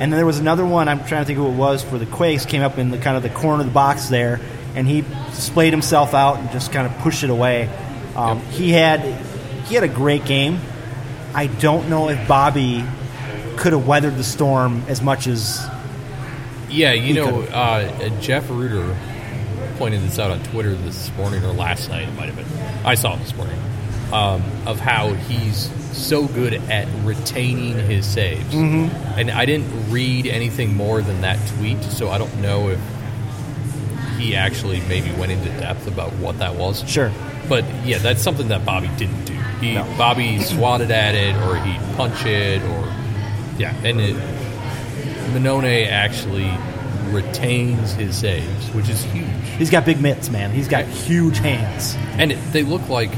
And then there was another one. I'm trying to think who it was for the Quakes. Came up in the kind of the corner of the box there, and he splayed himself out and just kind of pushed it away. Um, He had he had a great game. I don't know if Bobby could have weathered the storm as much as
Yeah, you know,
could've-
uh, Jeff Reuter pointed this out on Twitter this morning or last night. It might have been. I saw it this morning um, of how he's so good at retaining his saves, and I didn't read anything more than that tweet, so I don't know if he actually maybe went into depth about what that was.
Sure.
but yeah, that's something that Bobby didn't do. He
No.
Bobby swatted at it, or he'd punch it, or yeah. And it, Minone actually retains his saves, which is huge.
He's got big mitts, man. He's got huge hands.
And it, they look like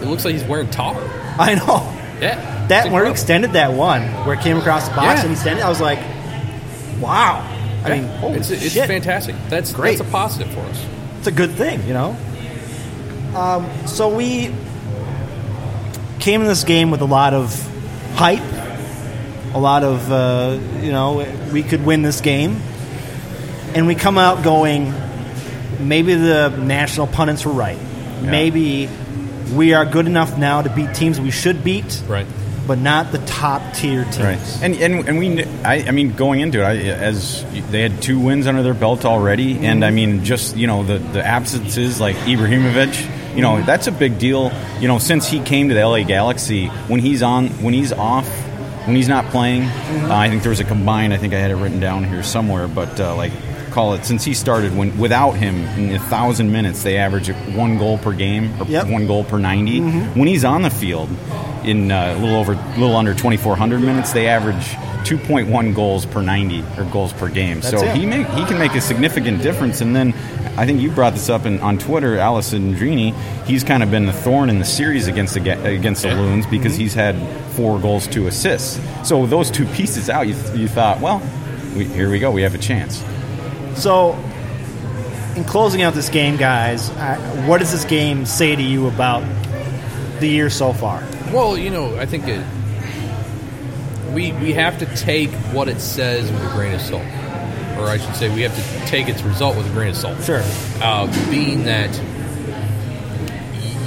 it looks like he's wearing tar.
I know.
Yeah,
That where
works.
he extended that one, where it came across the box
Yeah.
and he extended, it, I was like, wow. I mean, holy
it's, it's
shit.
fantastic. That's
Great.
that's a positive for us.
it's a good thing, you know. Um, so we came in this game with a lot of hype, a lot of uh, you know we could win this game, and we come out going, maybe the national pundits were right,
Yeah.
maybe we are good enough now to beat teams we should beat,
Right.
but not the top tier teams.
Right. And and, and we, kn- I, I mean, going into it, I, as they had two wins under their belt already, and I mean, just you know, the the absences like Ibrahimovic, you know, that's a big deal. You know, since he came to the LA Galaxy, when he's on, when he's off. When he's not playing, uh, I think there was a combined. I think I had it written down here somewhere, but uh, like call it since he started. When without him, in a thousand minutes, they average one goal per game or
Yep.
one one goal per 90.
Mm-hmm.
When he's on the field, in uh, a little over, little under 2,400 minutes, they average 2.1 goals per 90 or goals per game.
That's
so
it.
he make, he can make a significant difference. And then I think you brought this up in, on Twitter, Allison Drini. He's kind of been the thorn in the series against the Ga- against the
Yeah.
Loons because
Mm-hmm.
he's had four goals, two assists. So with those two pieces out, you, you thought, well, we, here we go, we have a chance.
So, in closing out this game, guys, I, what does this game say to you about the year so far?
Well, you know, I think it, we we have to take what it says with a grain of salt, or I should say, we have to take its result with a grain of salt.
Sure.
Uh, being that,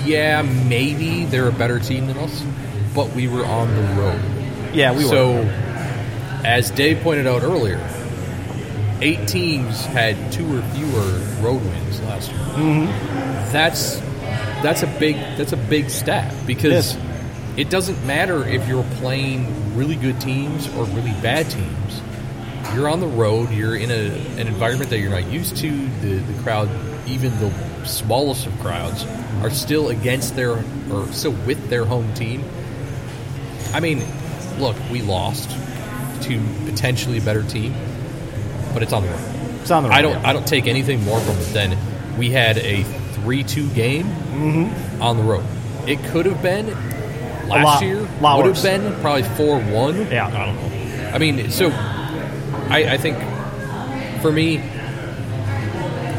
yeah, maybe they're a better team than us, but we were on the road.
Yeah, we
so,
were.
as Dave pointed out earlier, eight teams had two or fewer road wins last year. Mm-hmm. That's that's a big that's a big stat because
Yes.
it doesn't matter if you're playing really good teams or really bad teams. You're on the road. You're in a, an environment that you're not used to. The, the crowd, even the smallest of crowds, are still against their or still with their home team. I mean, look, we lost to potentially a better team, but it's on the road.
It's on the
I don't.
radio.
I don't take anything more from it than we had a three-two game on the road. It could have been last
Mm-hmm. lot-
year.
lot
would
worse.
have been probably four-one.
Yeah.
I don't know. I mean, so I, I think for me,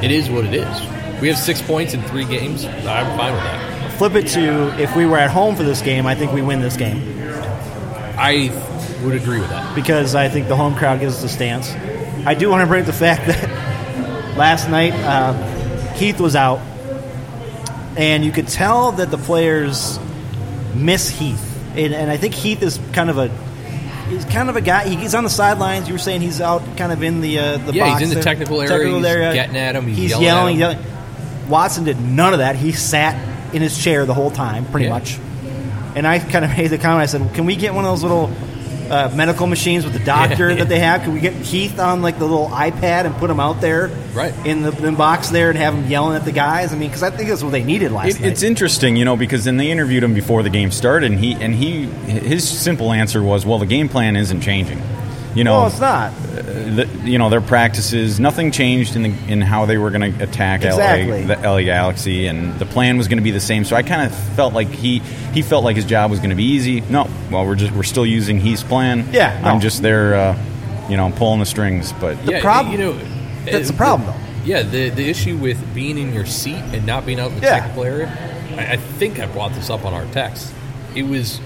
it is what it is. We have six points in three games. I'm fine with that.
Flip it to if we were at home for this game, I think we win this game
I would agree with that.
because I think the home crowd gives us a stance. I do want to bring up the fact that last night uh, Keith was out, and you could tell that the players miss Heath, and, and I think Heath is kind of a he's kind of a guy. He's on the sidelines. You were saying he's out, kind of in the uh, the
Yeah, he's
box
in the
there.
technical area. He's getting at him. He's yelling at
yelling,
him.
yelling. Watson did none of that. He sat in his chair the whole time, pretty
Yeah.
much. And I kind of made the comment. I said, "Can we get one of those little uh, medical machines with the doctor
Yeah.
that they have? Can we get Heath on like the little iPad and put him out there,
Right.
in the, the box there, and have him yelling at the guys? I mean, because I think that's what they needed last
It,
night.
it's interesting, you know, because then they interviewed him before the game started, and he and he his simple answer was, "Well, the game plan isn't changing." You know,
no, Oh, it's not.
the, you know their practices. Nothing changed in the, in how they were going to attack
Exactly.
LA, the LA Galaxy, and the plan was going to be the same. So I kind of felt like he he felt like his job was going to be easy. No, well we're just we're still using his plan.
Yeah, no.
I'm just there, uh, you know, pulling the strings. But
The
yeah,
problem-
you know,
that's
uh,
the problem, though.
Yeah, the the issue with being in your seat and not being out in the
Yeah.
technical area, I, I think I brought this up on our text. It was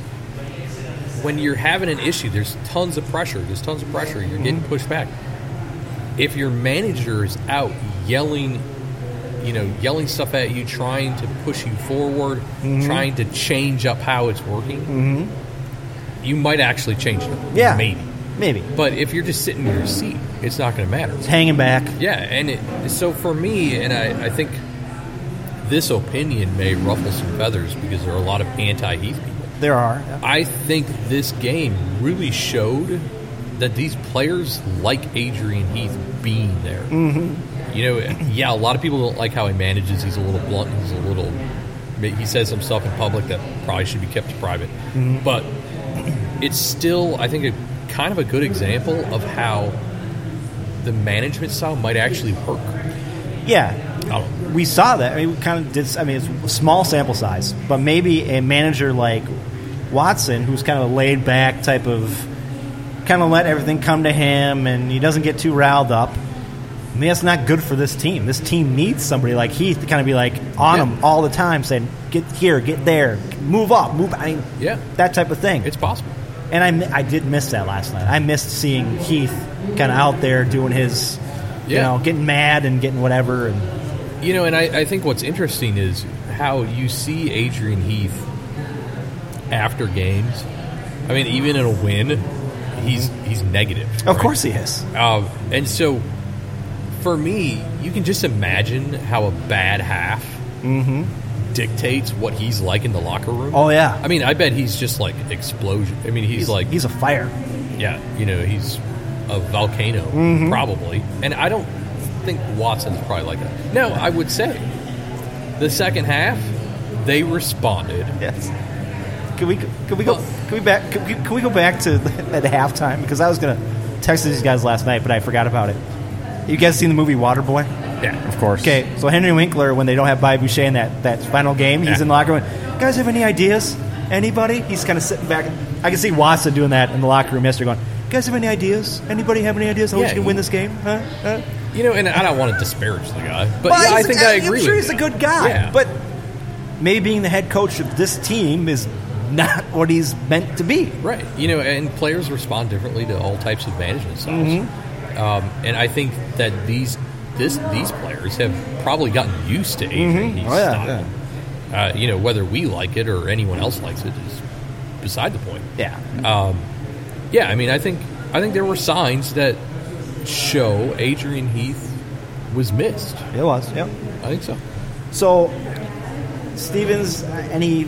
when you're having an issue. There's tons of pressure. There's tons of pressure. You're
Mm-hmm.
getting pushed back. If your manager is out yelling, you know, yelling stuff at you, trying to push you forward,
Mm-hmm.
trying to change up how it's working, you might actually change it.
Mm-hmm. Yeah,
maybe.
maybe
But if you're just sitting in your seat, it's not going to matter.
it's hanging back.
Yeah, and it, so for me, and I, I think this opinion may ruffle some feathers because there are a lot of anti Heath people.
There are.
I think this game really showed that these players like Adrian Heath being there. Mm-hmm. You know, yeah, a lot of people don't like how he manages. He's a little blunt. He's a little ma- he says some stuff in public that probably should be kept private. But it's still, I think, a kind of a good example of how the management style might actually work.
Yeah,
I don't know.
we saw that. I mean, we kind of did. I mean, it's a small sample size, but maybe a manager like Watson, who's kind of a laid back type of, kind of let everything come to him, and he doesn't get too riled up. I mean, that's not good for this team. This team needs somebody like Heath to kind of be like on
Yeah.
him all the time, saying, "Get here, get there, move up, move." I mean,
Yeah.
that type of thing.
It's possible.
and I, mi- I did miss that last night. I missed seeing Heath kind of out there doing his, you
Yeah.
know, getting mad and getting whatever. And
You know, and I, I think what's interesting is how you see Adrian Heath after games. I mean, even in a win, he's he's negative.
of
right?
course he is.
Uh, and so, for me, you can just imagine how a bad half dictates what he's like in the locker room.
Mm-hmm. Oh yeah.
I mean, I bet he's just like explosion. I mean, he's, like
he's a fire.
yeah, you know, he's a volcano,
Mm-hmm.
probably. And I don't think Watson's probably like that. No, I would say the second half, they responded.
Yes. Can we can we go
Well-
can we back can we, can we go back to at halftime because I was gonna text these guys last night but I forgot about it. You guys seen the movie Waterboy?
Yeah.
Of course.
Okay, so Henry Winkler when they don't have Bobby Boucher in that, that final game, he's
Yeah.
in the locker room. Guys, have any ideas? Anybody? He's kind of sitting back. I can see Watson doing that in the locker room yesterday, going, "Guys, have any ideas? Anybody have any ideas how we
Yeah,
can
he-
win this game?" Huh? Huh?
You know, and I don't want to disparage the guy, but
Well,
yeah, I
he's a-
think I agree
I'm sure
with
he's a
you.
good guy,
Yeah.
but maybe being the head coach of this team is not what he's meant to be.
Right. You know, and players respond differently to all types of management styles.
Mm-hmm.
Um, and I think that these this these players have probably gotten used to Adrian Heath's
Oh, yeah,
style. Uh, you know, whether we like it or anyone else likes it is beside the point.
Yeah,
Yeah, I mean, I think I think there were signs that show Adrian Heath was missed.
it was. Yep.
I think so.
So Stevens, any?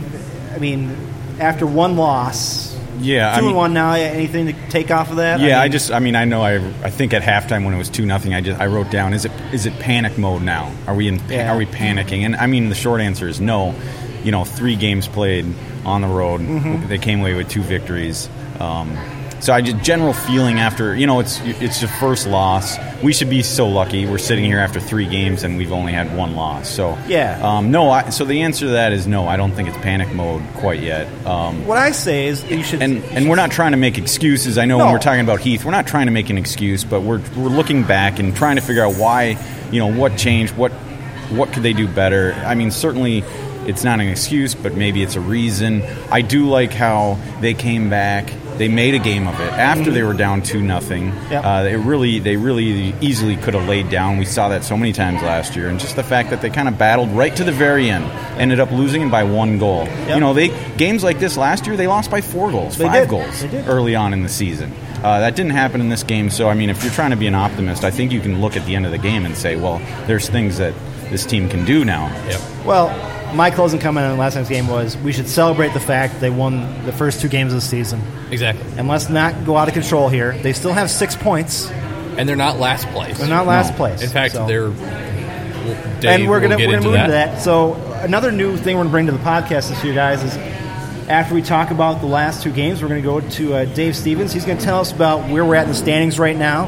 I mean, after one loss,
Yeah.
two
I mean,
and one now. Anything to take off of that?
Yeah, I,
mean,
just. I mean, I know. I. I think at halftime when it was two nothing, I just. I wrote down. Is it. Is it panic mode now? Are we in? pa-
Yeah.
Are we panicking? And I mean, the short answer is no. You know, three games played on the road.
Mm-hmm.
They came away with two victories. Um, so I just general feeling after. You know, it's it's the first loss. We should be so lucky. We're sitting here after three games and we've only had one loss. So
Yeah.
Um, no. I, so the answer to that is no. I don't think it's panic mode quite yet. Um,
What I say is you should.
and and we're not trying to make excuses. I know
No.
when we're talking about Heath, we're not trying to make an excuse, but we're we're looking back and trying to figure out why, you know, what changed, what what could they do better. I mean, certainly it's not an excuse, but maybe it's a reason. I do like how they came back. They made a game of it after they were down two nothing.
Yep.
Uh, they really they really easily could have laid down. We saw that so many times last year, and just the fact that they kind of battled right to the very end, ended up losing by one goal.
Yep.
You know, they games like this last year they lost by four goals,
They
five
did.
goals
They did.
early on in the season. Uh, that didn't happen in this game. So I mean, if you're trying to be an optimist, I think you can look at the end of the game and say, well, there's things that this team can do now.
Yep.
well, my closing comment on last night's game was we should celebrate the fact they won the first two games of the season,
Exactly.
and let's not go out of control here. They still have six points.
And they're not last place.
They're not last
No.
place.
In fact,
so-
they're. Well, Dave
and we're
will
gonna
get
we're gonna
into
move
that.
into that. So another new thing we're gonna bring to the podcast this year, guys, is after we talk about the last two games, we're gonna go to uh, Dave Stevens. He's gonna tell us about where we're at in the standings right now,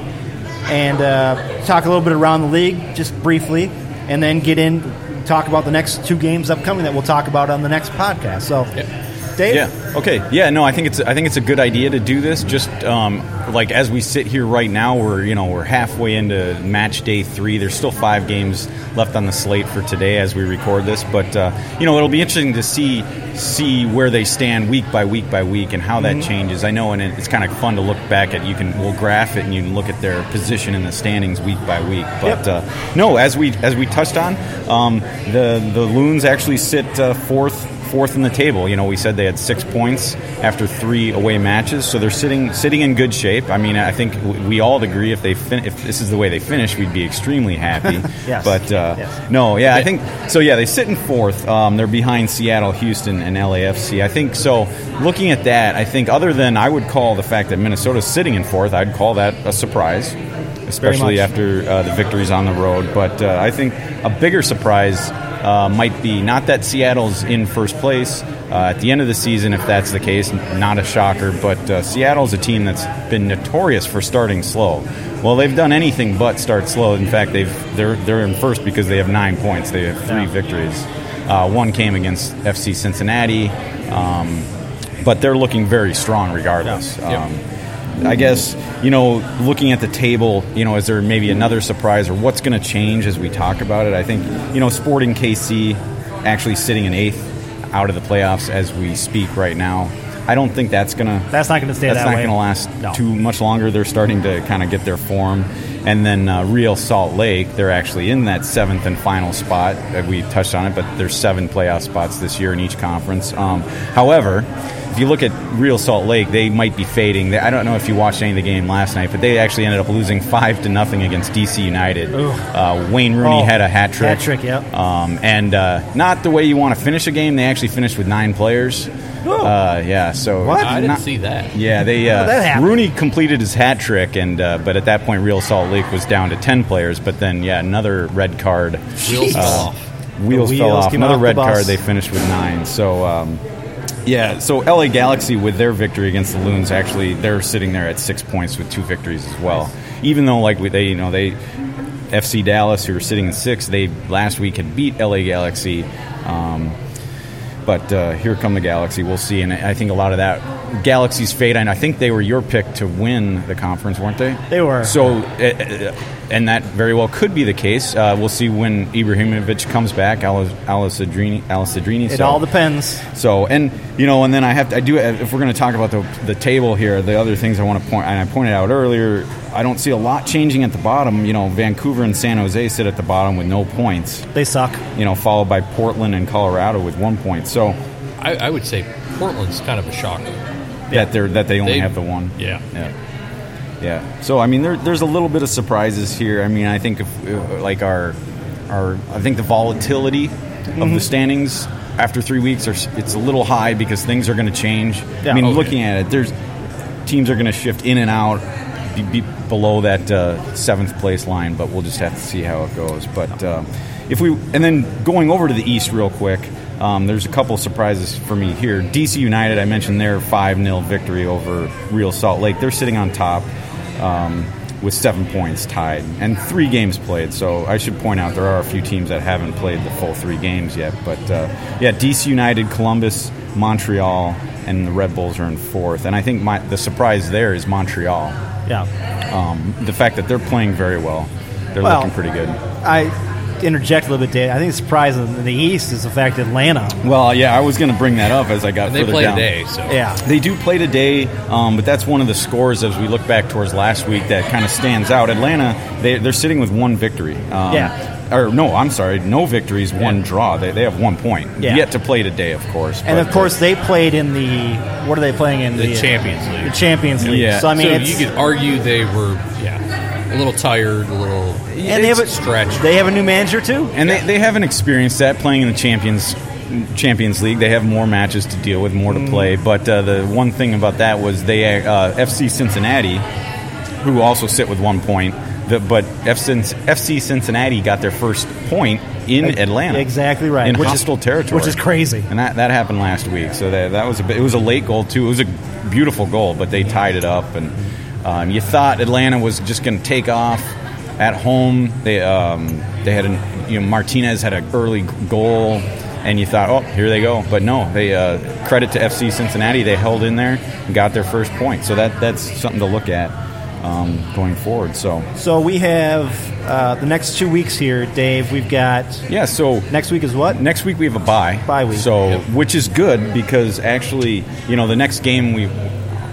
and uh, talk a little bit around the league just briefly, and then get in talk about the next two games upcoming that we'll talk about on the next podcast. So,
Yeah.
Dave,
Yeah. Okay. Yeah. No, I think it's I think it's a good idea to do this. Just um, like as we sit here right now, we're you know we're halfway into match day three. There's still five games left on the slate for today as we record this. But uh, you know it'll be interesting to see see where they stand week by week by week and how that changes. I know, and it- it's kind of fun to look back at. You can we'll graph it and you can look at their position in the standings week by week. But
Yep.
uh, no, as we as we touched on, um, the the loons actually sit uh, fourth fourth in the table. You know, we said they had six points after three away matches, so they're sitting sitting in good shape. I mean, I think w- we all agree if they fin- if this is the way they finish, we'd be extremely happy.
Yes.
But uh,
Yes.
no, yeah, I think so. Yeah, they sit in fourth. Um, they're behind Seattle, Houston, and LAFC. I think so. Looking at that, I think other than I would call the fact that Minnesota's sitting in fourth, I'd call that a surprise, especially
much.
after after uh, the victories on the road. But uh, I think a bigger surprise uh, might be not that Seattle's in first place uh, at the end of the season, if that's the case, not a shocker. But uh, Seattle's a team that's been notorious for starting slow. Well, they've done anything but start slow. In fact, they've they're they're in first because they have nine points. They have three victories. Uh, one came against FC Cincinnati, um, but they're looking very strong regardless.
Yeah.
Um, I guess you know, looking at the table, you know, is there maybe another surprise or what's going to change as we talk about it? I think you know, Sporting KC actually sitting in eighth out of the playoffs as we speak right now. I don't think that's going to
That's not going to stay
that's
that
not
way.
going to last
No.
too much longer. They're starting to kind of get their form, and then uh, Real Salt Lake, they're actually in that seventh and final spot. Uh, We touched on it, but there's seven playoff spots this year in each conference. Um, however, if you look at Real Salt Lake, they might be fading. They- I don't know if you watched any of the game last night, but they actually ended up losing five to nothing against DC United. Uh, Wayne Rooney
Oh,
had a hat trick.
hat trick, yep.
Um, and uh, not the way you want to finish a game. They actually finished with nine players. Uh, yeah, so
What?
I didn't
not-
see that.
yeah, they uh,
that happened?
Rooney completed his hat trick, and uh, but at that point, Real Salt Lake was down to ten players. But then, yeah, another red card.
Wheels fell off.
Wheels,
The
fell
wheels
off.
came
Another
off the
red
bus.
card. They finished with nine. So. Um, yeah, so LA Galaxy with their victory against the Loons, actually they're sitting there at six points with two victories as well. Even though like we, they, you know, they FC Dallas who were sitting in six, they last week had beat LA Galaxy. Um, but uh, here come the Galaxy. We'll see, and I think a lot of that Galaxy's fate. And I think they were your pick to win the conference, weren't they?
They were.
So, uh, uh, and that very well could be the case. Uh, we'll see when Ibrahimovic comes back. Alisadrini. Alisadrini.
It all depends.
So, and you know, and then I have to, I do. If we're going to talk about the the table here, the other things I want to point, and I pointed out earlier, I don't see a lot changing at the bottom. You know, Vancouver and San Jose sit at the bottom with no points.
They suck.
You know, followed by Portland and Colorado with one point. So
I, I would say Portland's kind of a shocker.
that they're that they only
They-
have the one.
Yeah.
Yeah. Yeah. So I mean, there, there's a little bit of surprises here. I mean, I think if, uh, like our our I think the volatility of
Mm-hmm.
the standings after three weeks are s- it's a little high because things are going to change.
Yeah.
I mean,
Oh, yeah.
looking at it, there's teams are going to shift in and out. Be, be below that uh, seventh place line, but we'll just have to see how it goes. But uh, if we and then going over to the East real quick, um, there's a couple surprises for me here. DC United, I mentioned their five 0 victory over Real Salt Lake. They're sitting on top um, with seven points tied and three games played. So I should point out there are a few teams that haven't played the full three games yet. But uh, yeah, DC United, Columbus, Montreal, and the Red Bulls are in fourth. And I think my, the surprise there is Montreal.
Yeah.
Um, the fact that they're playing very well, they're
Well-
looking pretty good.
I interject a little bit, Dave. I think the surprise in the East is the fact that Atlanta.
Well, yeah, I was going to bring that up as I got
And they
further
play
down.
today, so
Yeah.
They do play today, um, but that's one of the scores as we look back towards last week that kind of stands out. Atlanta, they, they're sitting with one victory. Um,
Yeah.
Or no, I'm sorry, no victories, one draw. They, they have one point.
Yeah.
Yet to play today, of course.
And
but,
of course, they played in the. What are they playing in?
uh,
the Champions
The
League.
Champions League.
Yeah.
So I mean,
so
it's,
you could argue they were, yeah, a little tired, a little
and they have a
stretched.
They have a new manager too.
And they, they haven't experienced that playing in the Champions Champions League. They have more matches to deal with, more to
Mm.
play. But uh, the one thing about that was they uh, FC Cincinnati, who also sit with one point, the, but FC, FC Cincinnati got their first point in Atlanta.
exactly right.
In
Which is-
hostile territory.
which is crazy.
And that, that happened last week. So that, that was a, bit- it was a late goal too. It was a beautiful goal, but they tied it up. And um, you thought Atlanta was just going to take off at home. They um, they had an, you know Martinez had an early goal, and you thought, oh, here they go. But no, they uh, credit to FC Cincinnati. They held in there and got their first point. So that that's something to look at um, going forward. So
So we have uh, the next two weeks here, Dave. We've got
yeah, so
next week is what?
Next week we have a bye.
Bye week.
So, which is good because actually, you know, the next game we,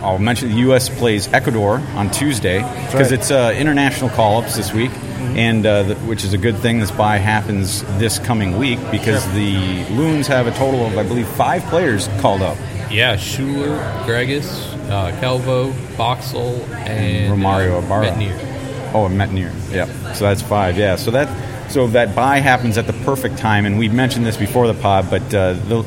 I'll mention the U.S. plays Ecuador on Tuesday because
right. Mm-hmm.
it's uh, international call-ups this week, and uh, the, which is a good thing. This bye happens this coming week because the Loons have a total of, I believe, five players called up.
yeah, Schuler, Gregus, uh, Calvo, Boxel, and
Romario
uh,
Ibarra.
Metnier.
Oh, and Metnier. Yeah. So that's five. Yeah. So that so that buy happens at the perfect time, and we mentioned this before the pod, but uh, the.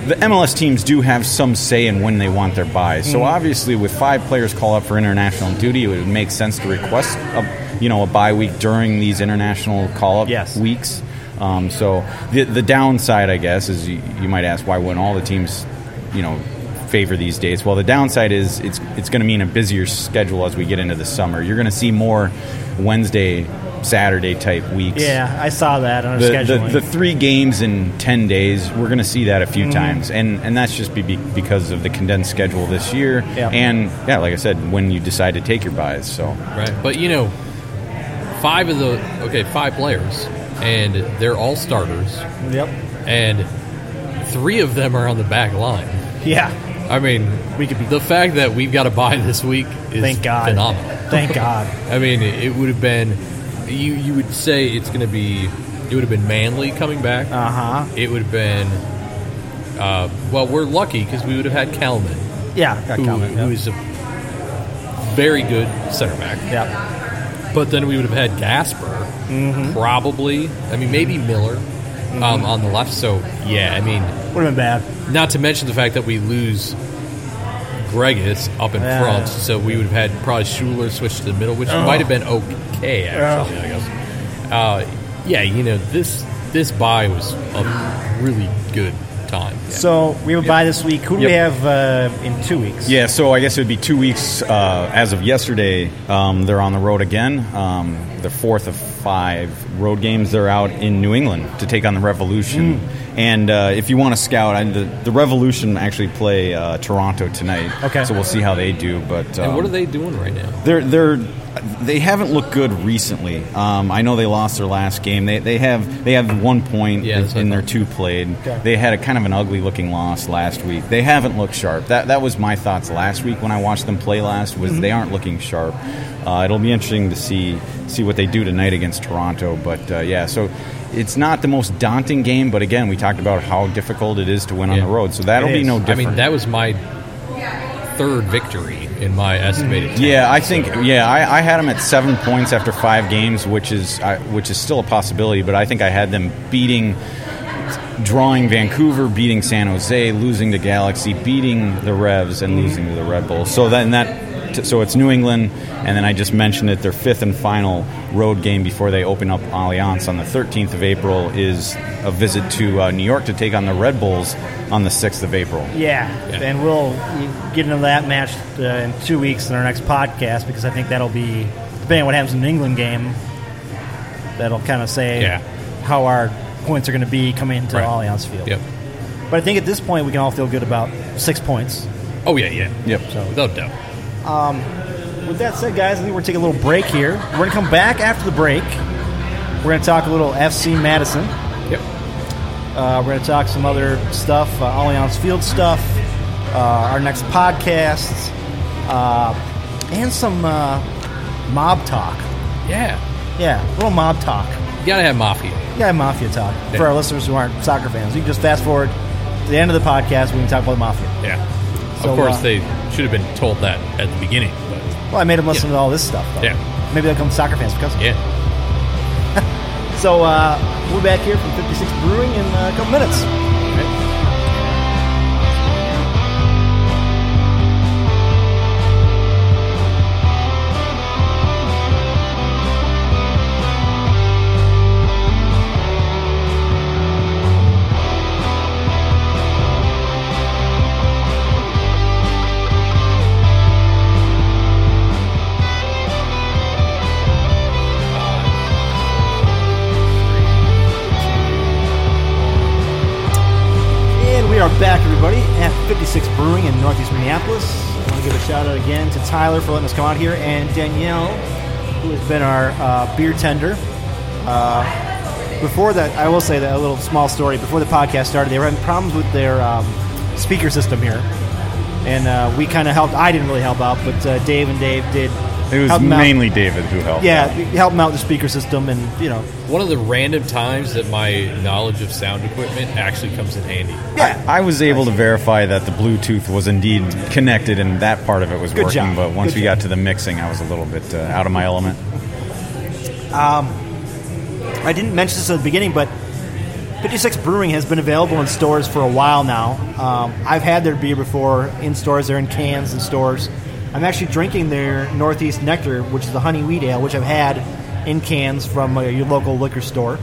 The MLS teams do have some say in when they want their buys. So
Mm-hmm.
obviously, with five players call up for international duty, it would make sense to request a, you know, a bye week during these international call up
Yes.
weeks. Um, so the the downside, I guess, is you, you might ask why wouldn't all the teams, you know, favor these dates? Well, the downside is it's it's going to mean a busier schedule as we get into the summer. You're going to see more Wednesday, Saturday type weeks.
Yeah, I saw that on our
The, the,
scheduling. Mm-hmm.
the three games in 10 days, we're going to see that a few times. And and that's just be, be- because of the condensed schedule this year.
Yeah.
And, yeah, like I said, when you decide to take your buys. So,
Right. But you know, five of the okay, five players, and they're all starters,
yep.
and three of them are on the back line.
Yeah.
I mean,
We could be-
the fact that we've got to buy this week is
Thank God.
phenomenal.
Thank God.
I mean, it, it would have been you. You would say it's going to be. It would have been Manly coming back.
Uh huh.
It would have been. Uh, well, we're lucky because we would have had Kalman,
Yeah. Got
who,
Calvin,
who
yep.
is a very good center back.
Yeah.
But then we would have had Gasper,
Mm-hmm.
probably. I mean, maybe Miller um, on the left. So yeah, I mean,
Would have been bad.
not to mention the fact that we lose Gregis up in
Yeah.
front, so we would have had probably Schuler switch to the middle, which might have been
Oh.
okay actually. I guess. Uh, yeah, you know this this buy was a really good time.
So we have a bye this week. Who do we
Yep.
have uh, in two weeks?
Yeah, so I guess it would be two weeks uh, as of yesterday. Um, they're on the road again. Um, the fourth of five road games. They're out in New England to take on the Revolution. And uh, if you want to scout, I, the, the Revolution actually play uh, Toronto tonight.
Okay.
So we'll see how they do. But um,
and what are they doing right now?
They're they're they haven't looked good recently. Um, I know they lost their last game. They, they have they have one point
Yeah, that's what I
in their
thought.
two played.
Okay.
They had a kind of an ugly looking loss last week. They haven't looked sharp. That that was my thoughts last week when I watched them play last was they aren't looking sharp. Uh, it'll be interesting to see see what they do tonight against Toronto. But uh, yeah, so. It's not the most daunting game, but again, we talked about how difficult it is to win on
Yeah.
the road, so that'll
It
be
is.
no
I
different.
I mean, that was my third victory in my estimated. time.
Yeah, I think yeah, I, I had them at seven points after five games, which is I, which is still a possibility. But I think I had them beating, drawing Vancouver, beating San Jose, losing to Galaxy, beating the Revs, and losing to the Red Bulls. So then that t- so it's New England, and then I just mentioned it. Their fifth and final road game before they open up Allianz on the 13th of April is a visit to uh, New York to take on the Red Bulls on the 6th of April.
Yeah.
Yeah.
And we'll get into that match uh, in two weeks in our next podcast because I think that'll be, depending on what happens in the England game, that'll kind of say
Yeah.
how our points are going to be coming into
Right.
Allianz Field.
Yep.
But I think at this point we can all feel good about six points.
Oh yeah, yeah.
Yep.
Without doubt.
With that said, guys, I think we're taking a little break here. We're going to come back after the break. We're going to talk a little FC Madison.
Yep.
Uh, we're going to talk some other stuff, uh, Allianz Field stuff, uh, our next podcasts, uh, and some uh, mob talk.
Yeah.
Yeah, a little mob talk.
You gotta have mafia.
Yeah, mafia talk for our listeners who aren't soccer fans. You can just fast forward to the end of the podcast. We can talk about the mafia.
Yeah.
So,
of course,
uh,
they should have been told that at the beginning. But
Well, I made them listen to all this stuff. Though.
Yeah.
Maybe they'll become soccer fans because of it.
yeah.
So uh, we're back here from 56 Brewing in uh, a couple minutes. And we are back, everybody, at 56 Brewing in Northeast Minneapolis. I want to give a shout out again to Tyler for letting us come out here, and Danielle, who has been our uh, beer tender. Uh, before that, I will say that a little small story. Before the podcast started, they were having problems with their um, speaker system here, and uh, we kind of helped. I didn't really help out, but uh, Dave and Dave did.
It was
help them out.
mainly David who helped.
yeah, help them out with the speaker system, and you know,
One of the random times that my knowledge of sound equipment actually comes in handy.
yeah,
I was able to verify that the Bluetooth was indeed connected and that part of it was
Good
working,
job.
but once
Good
we
job.
got to the mixing, I was a little bit uh, out of my element.
I didn't mention this at the beginning, but 56 Brewing has been available in stores for a while now. Um, I've had their beer before in stores. They're in cans in stores. I'm actually drinking their Northeast Nectar, which is the honey wheat ale, which I've had in cans from uh, your local liquor store.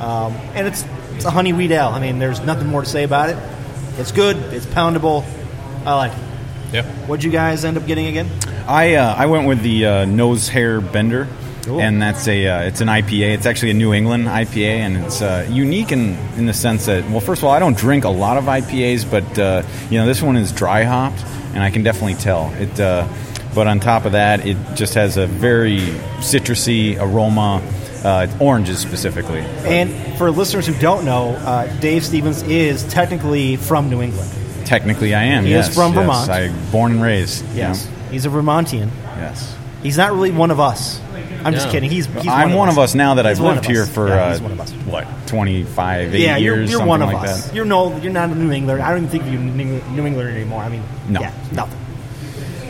Um, and it's, it's a honey wheat ale. I mean, there's nothing more to say about it. It's good. It's poundable. I like it.
Yeah.
What'd you guys end up getting again?
I uh, I went with the uh, nose hair bender,
Cool.
and that's a uh, it's an IPA. It's actually a New England IPA, and it's uh, unique in in the sense that well, first of all, I don't drink a lot of IPAs, but uh, you know this one is dry hopped, and I can definitely tell it. Uh, but on top of that, it just has a very citrusy aroma, uh, oranges specifically.
And for listeners who don't know, uh, Dave Stevens is technically from New England.
Technically, I am.
He is
yes,
from
yes.
Vermont.
I born and raised. you
Yes.
know,
He's a Vermontian.
Yes.
He's not really one of us. I'm just
No.
kidding. He's, he's
I'm one of us now that
He's
I've
one
lived
of
here
us.
for
Yeah,
uh,
he's one of us.
what 25, 8
yeah,
years,
you're, you're
something
one of
like
us.
that.
You're no, you're not a New Englander. I don't even think you're New New Englander anymore. I mean,
No.
yeah, nothing.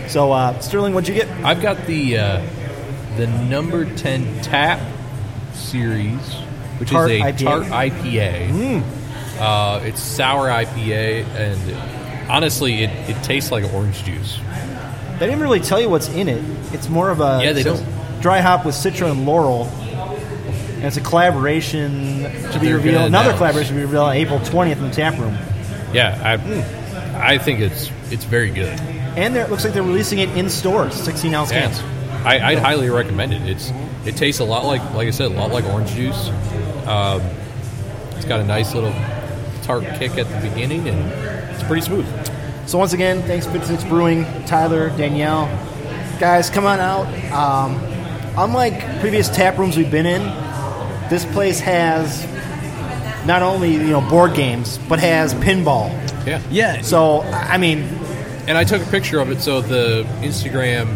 So, uh, Sterling, what'd you get?
I've got the uh, the number ten tap series, which
Tart
is a
IPA.
tart IPA. Uh, it's sour IPA, and honestly, it, it tastes like orange juice.
They didn't really tell you what's in it. It's more of a
Yeah, they
it's a
don't.
dry hop with Citra and Laurel. And it's a collaboration to be
They're
revealed.
gonna
Another
announce.
collaboration to be revealed on April 20th in the tap room.
Yeah, I I think it's it's very good.
And they're- it looks like they're releasing it in stores, 16 ounce
Yeah,
cans.
I, I'd highly recommend it. It's it tastes a lot like like I said, a lot like orange juice. Um, it's got a nice little tart kick at the beginning, and it's pretty smooth.
So once again, thanks 56 Brewing, Tyler, Danielle. Guys, come on out. Um, unlike previous tap rooms we've been in, this place has not only you know board games, but has pinball.
Yeah,
Yeah.
So
So
I I mean,
and I took a picture of it, so the Instagram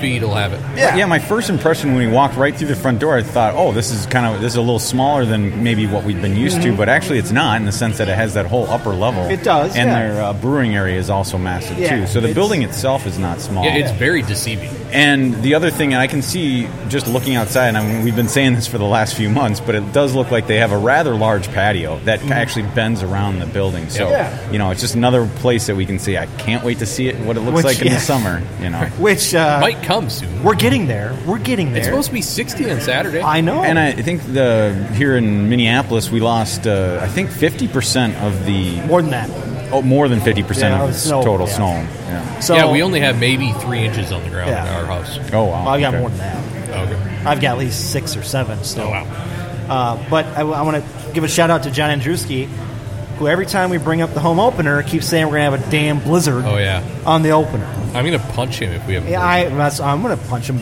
feed will have it.
yeah. my first impression when we walked right through the front door, I thought, "Oh, this is kind of this is a little smaller than maybe what we've been used to." But actually, it's not in the sense that it has that whole upper level.
Mm-hmm. It does,
And
yeah.
their uh, brewing area is also massive
Yeah,
too. So the
it's-
building itself is not small.
Yeah, it's very deceiving.
And the other thing, and I can see just looking outside, and I mean, we've been saying this for the last few months, but it does look like they have a rather large patio that actually bends around the building. So,
Mm-hmm. Yeah.
you know, it's just another place that we can see. I can't wait to see it, what it looks
Which-
like in
yeah.
the summer, you know.
which uh,
Might come soon.
we're getting there. We're getting there.
It's supposed to be 60 on Saturday.
I know.
And I think the here in Minneapolis, we lost, uh, I think, 50% of the,
more than that.
oh, more than 50%
Yeah,
of
of
the
snow,
total
yeah.
snow. Yeah.
So
yeah, we only have maybe three inches on the ground
Yeah.
in our house.
Oh, wow.
Well, I got
Okay.
more than that.
Oh, Okay.
I've got at least six or seven still.
Oh wow.
Uh, but I, want to give a shout out to John Andrewski, who every time we bring up the home opener keeps saying we're gonna have a damn blizzard
Oh yeah.
on the opener.
I'm gonna punch him if we have.
Yeah, I, that's, I'm gonna punch him.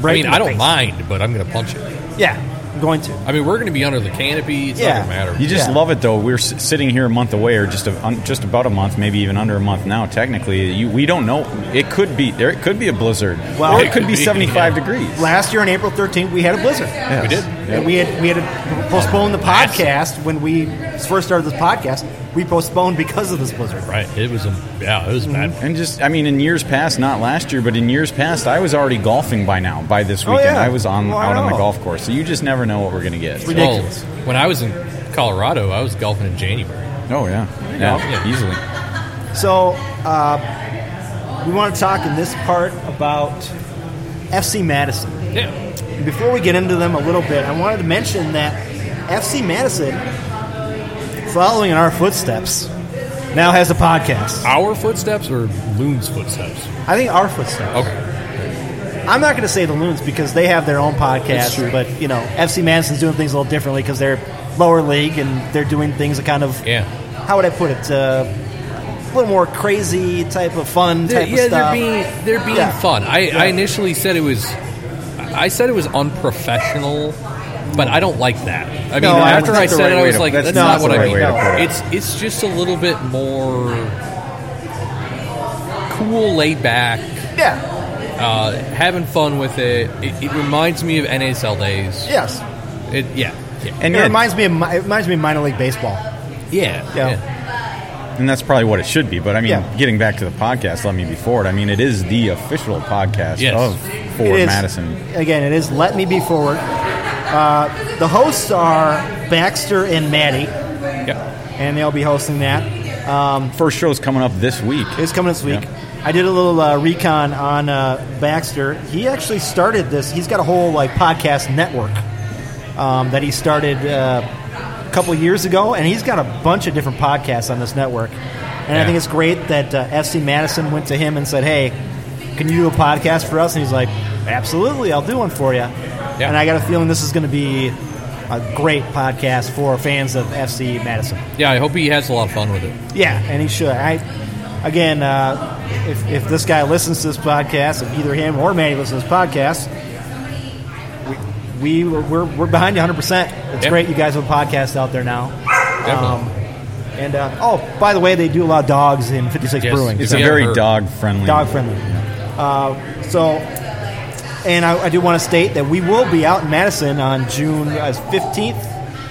Right
I mean,
in the
I don't
face.
mind, but I'm gonna punch him.
Yeah, I'm going to.
I mean, we're gonna be under the canopy. It's not
Yeah.
gonna matter.
You just
Yeah.
love it, though. We're s- sitting here a month away, or just a, un, just about a month, maybe even under a month now. Technically, you, we don't know. It could be there. It could be a blizzard.
Well-
or it could be
Yeah.
seventy-five degrees.
Last year on April 13th, we had a blizzard.
Yes.
We did.
And we had we had to postpone the podcast when we first started this podcast. We postponed because of this blizzard.
Right. It was a yeah. It was
Mm-hmm.
bad.
And just, I mean, in years past, not last year, but in years past, I was already golfing by now. By this
Oh,
weekend,
yeah.
I was on
Well, I
out on the
know.
golf course. So you just never know what we're gonna get. So-
Ridic- Ridiculous.
Well, when I was in Colorado, I was golfing in January.
Oh yeah, yeah,
Yeah.
easily.
So uh, we want to talk in this part about FC Madison.
Yeah.
Before we get into them a little bit, I wanted to mention that FC Madison, following in our footsteps, now has a podcast.
Our footsteps or Loon's footsteps?
I think our footsteps.
Okay.
I'm not going to say the Loons because they have their own podcast, but you know, FC Madison's doing things a little differently because they're lower league and they're doing things that kind of
Yeah.
how would I put it? Uh, a little more crazy type of fun type of
yeah,
stuff.
they're being they're being
Yeah.
fun. I, I initially said it was, I said it was unprofessional, but I don't like that. I mean,
No, I
after
don't
I
think
said
the right
it, I
way
was
to-
like,
that's
that's,
not
not,
the
what I
right
mean.
way to put it.
It's it's just a little bit more cool, laid back.
yeah,
uh, having fun with it. it. It reminds me of NASL days.
yes.
It, yeah. Yeah.
And
It
yeah,
reminds me of mi- it reminds me of minor league baseball.
Yeah.
Yeah.
and that's probably what it should be. But I mean,
Yeah.
getting back to the podcast, let me be forward. I mean, it is the official podcast
Yes.
of
It
Ford
is-
Madison.
Again, it is Let Me Be Forward. Uh, the hosts are Baxter and Maddie,
Yeah. Yeah.
and they'll be hosting that. Um,
First show's coming up this week.
it's coming this week.
Yeah.
I did a little uh, recon on uh, Baxter. He actually started this. He's got a whole like podcast network um, that he started uh, a couple years ago, and he's got a bunch of different podcasts on this network. And I
Yeah.
think it's great that uh, FC Madison went to him and said, "Hey, can you do a podcast for us?" And he's like, "Absolutely, I'll do one for you." And I got a feeling this is going to be a great podcast for fans of FC Madison.
Yeah, I hope he has a lot of fun with it.
Yeah, and he should. I again, uh, if if this guy listens to this podcast, if either him or Manny listens to this podcast, we we we're we're behind you 100. percent It's
Yeah.
great you guys have a podcast out there now. Um,
Definitely.
And uh, oh, by the way, they do allow dogs in 56
Yes.
Brewing.
It's
Yeah,
a very
her-
dog friendly.
dog friendly. Uh, so, and I, I do want to state that we will be out in Madison on June uh, 15th,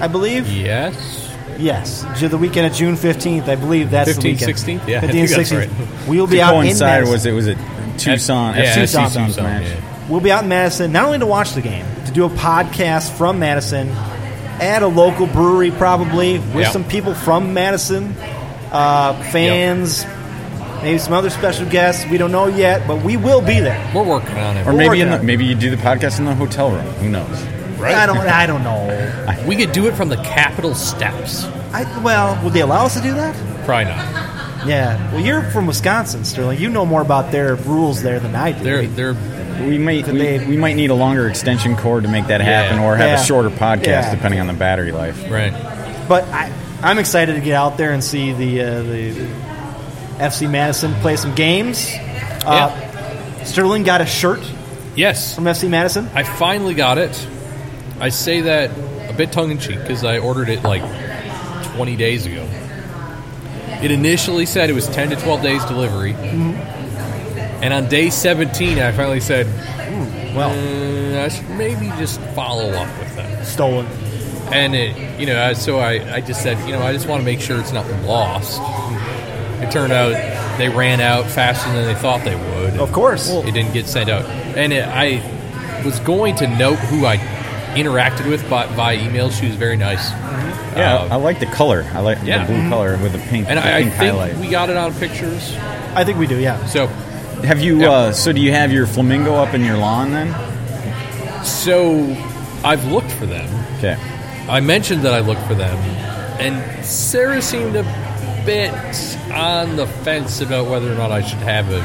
I believe.
yes.
Yes, Ju- the weekend of June 15th, I believe that's the
15th,
weekend.
16th? Yeah, I
15th,
think that's
16th.
right.
We will
To
be out in
coincide
Madison.
was it was it Tucson
yeah,
FC
Tucson,
Tucson's
Tucson,
match.
yeah.
We'll be out in Madison not only to watch the game, to do a podcast from Madison at a local brewery, probably with
Yeah.
some people from Madison, uh, fans, maybe some other special guests. We don't know yet, but we will be there.
We're working on it.
Or maybe
working
in the,
on it.
maybe you do the podcast in the hotel room. Who knows?
I don't. I don't know.
we could do it from the Capitol steps.
I, well, would they allow us to do that?
Probably not.
Yeah. Well, you're from Wisconsin, Sterling. You know more about their rules there than I do.
They're they're
We might
Could
we,
they-
we might need a longer extension cord to make that
Yeah.
happen, or have
Yeah.
a shorter podcast
Yeah.
depending on the battery life.
right.
But I, I'm excited to get out there and see the uh, the FC Madison play some games. Uh, Sterling got a shirt
Yes.
from FC Madison.
I finally got it. I say that a bit tongue in cheek because I ordered it like 20 days ago. It initially said it was 10 to 12 days delivery. And on day 17, I finally said,
Well,
"Uh, I should maybe just follow up with that.
stolen.
And it, you know, I- so I, I just said, you know, I just want to make sure it's not lost. It turned out they ran out faster than they thought they would.
Of course.
It didn't get sent out. And it, I was going to note who I interacted with by, by email. She was very nice.
Mm-hmm. Yeah,
Uh,
I like the color. I like
yeah.
the blue color with the pink,
and
the
I, I
pink
think
highlight.
we got it on pictures.
I think we do. Yeah.
So,
have you?
Yeah.
Uh, so do you have your flamingo up in your lawn then?
so I've looked for them.
Okay.
I mentioned that I looked for them, and Sarah seemed a bit on the fence about whether or not I should have a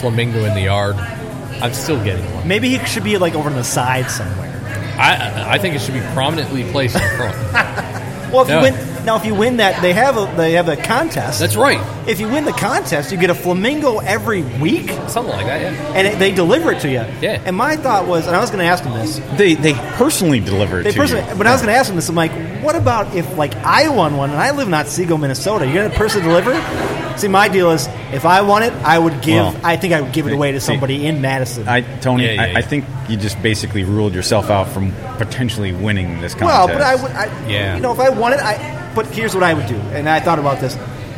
flamingo in the yard. I'm still getting one.
Maybe he should be like over on the side somewhere.
I I think it should be prominently placed in front.
Well, if
No.
you win now, if you win that, they have a they have a contest.
That's right.
if you win the contest, you get a flamingo every week,
Something like that. Yeah.
and it, they deliver it to you.
Yeah.
And my thought was, and I was going to ask him this.
They they personally deliver it
They
to
personally,
you.
but I was going to ask him this. I'm like, what about if like I won one and I live in Otsego, Minnesota? You're going to person deliver? it? See, my deal is if I won it, I would give.
Well,
I think I would give it away to
see-
somebody in Madison.
I Tony,
Yeah, yeah,
I,
yeah.
I think you just basically ruled yourself out from potentially winning this
well,
contest.
but I would. I,
Yeah.
You know, if I won it, I. But here's what I would do, and I thought about this.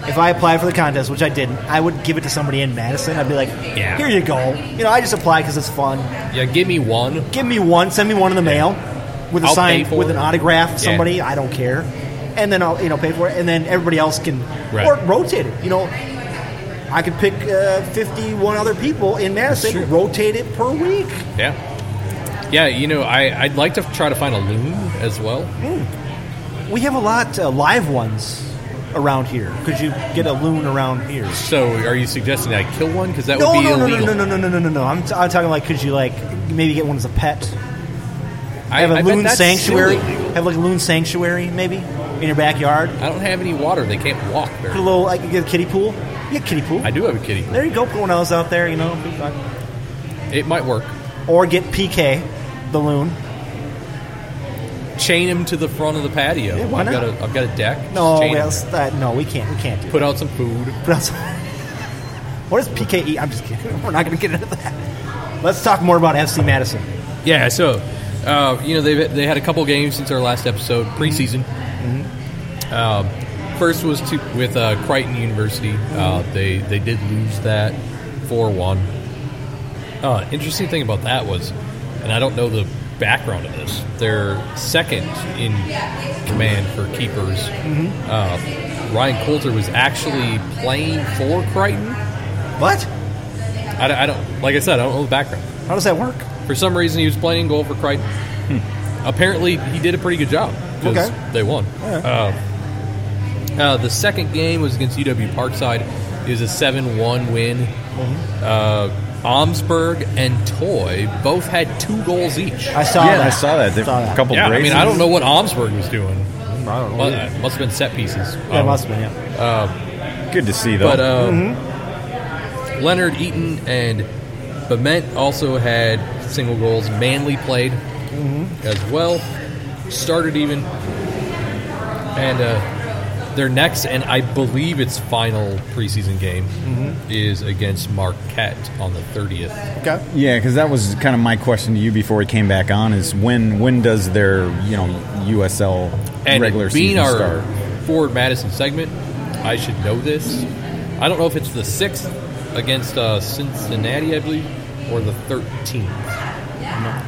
If I applied for the contest, which I didn't, I would give it to somebody in Madison. I'd be like,
Yeah.
here you go. You know, I just applied because it's fun.
Yeah. Give me one.
give me one, send me one in the mail with a
I'll pay
sign,
for
with
it.
an autograph,
Yeah.
somebody, I don't care. And then I'll, you know, pay for it. And then everybody else can,
Right.
or rotate it. You know, I could pick uh, 51 other people in Madison, rotate it per week.
Yeah. Yeah. You know, I I'd like to try to find a loon as well.
We have a lot uh, live ones around here. Could you get a loon around here?
So, are you suggesting I kill one? Because that
No,
would be
no, no, no,
illegal.
no, no, no, no, no, no, no. I'm, t- I'm talking like, could you like maybe get one as a pet?
I
Have a
I bet
loon
that's
sanctuary.
silly.
Have like a loon sanctuary maybe in your backyard.
I don't have any water. They can't walk
Put a
very.
little like you get a kiddie pool. Yeah, kiddie pool.
I do have a kitty.
There you go, put I was out there, you know. be fun.
It might work.
Or get PK, the loon.
Chain him to the front of the patio.
Yeah, why
I've
not?
got a I've got a deck.
No,
Just chain
we-
him.
uh, no, we can't. We can't do
Put out some food.
that. But also- what does PK eat? I'm just kidding. We're not going to get into that. Let's talk more about FC Madison.
Yeah, so uh, you know they they had a couple games since our last episode preseason.
Mm-hmm.
Um, first was to, with uh, Crichton University. Uh,
Mm-hmm.
they they did lose that four one. Uh, interesting thing about that was, and I don't know the background of this. They're second in command for keepers.
Mm-hmm.
Uh, Ryan Coulter was actually playing for Crichton.
What?
I, don't- I don't like I said I don't know the background.
How does that work?
For some reason, he was playing goal for Crichton. Apparently, he did a pretty good job. because
Hmm. Okay.
they won. Uh, uh, the second game was against UW Parkside. It was a 7 1 win.
Mm-hmm.
Uh, Omsberg and Toy both had two goals each.
I saw
yeah,
that.
I saw that. They-
Saw that.
A couple
yeah, I mean,
races.
I don't know what Omsberg was doing.
I don't know.
Must, must have been set pieces.
Yeah, it
Um,
must have been. Yeah.
Good to see though.
But uh, Leonard Eaton and Bement also had single goals. Manly played as well. Started even, and uh, their next and I believe its final preseason game is against Marquette on the thirtieth.
Okay.
yeah, because that was kind of my question to you before we came back on: is when when does their you know USL
And
regular
being
season
our
start?
Ford Madison segment, I should know this. I don't know if it's the sixth against uh, Cincinnati, I believe, or the thirteenth.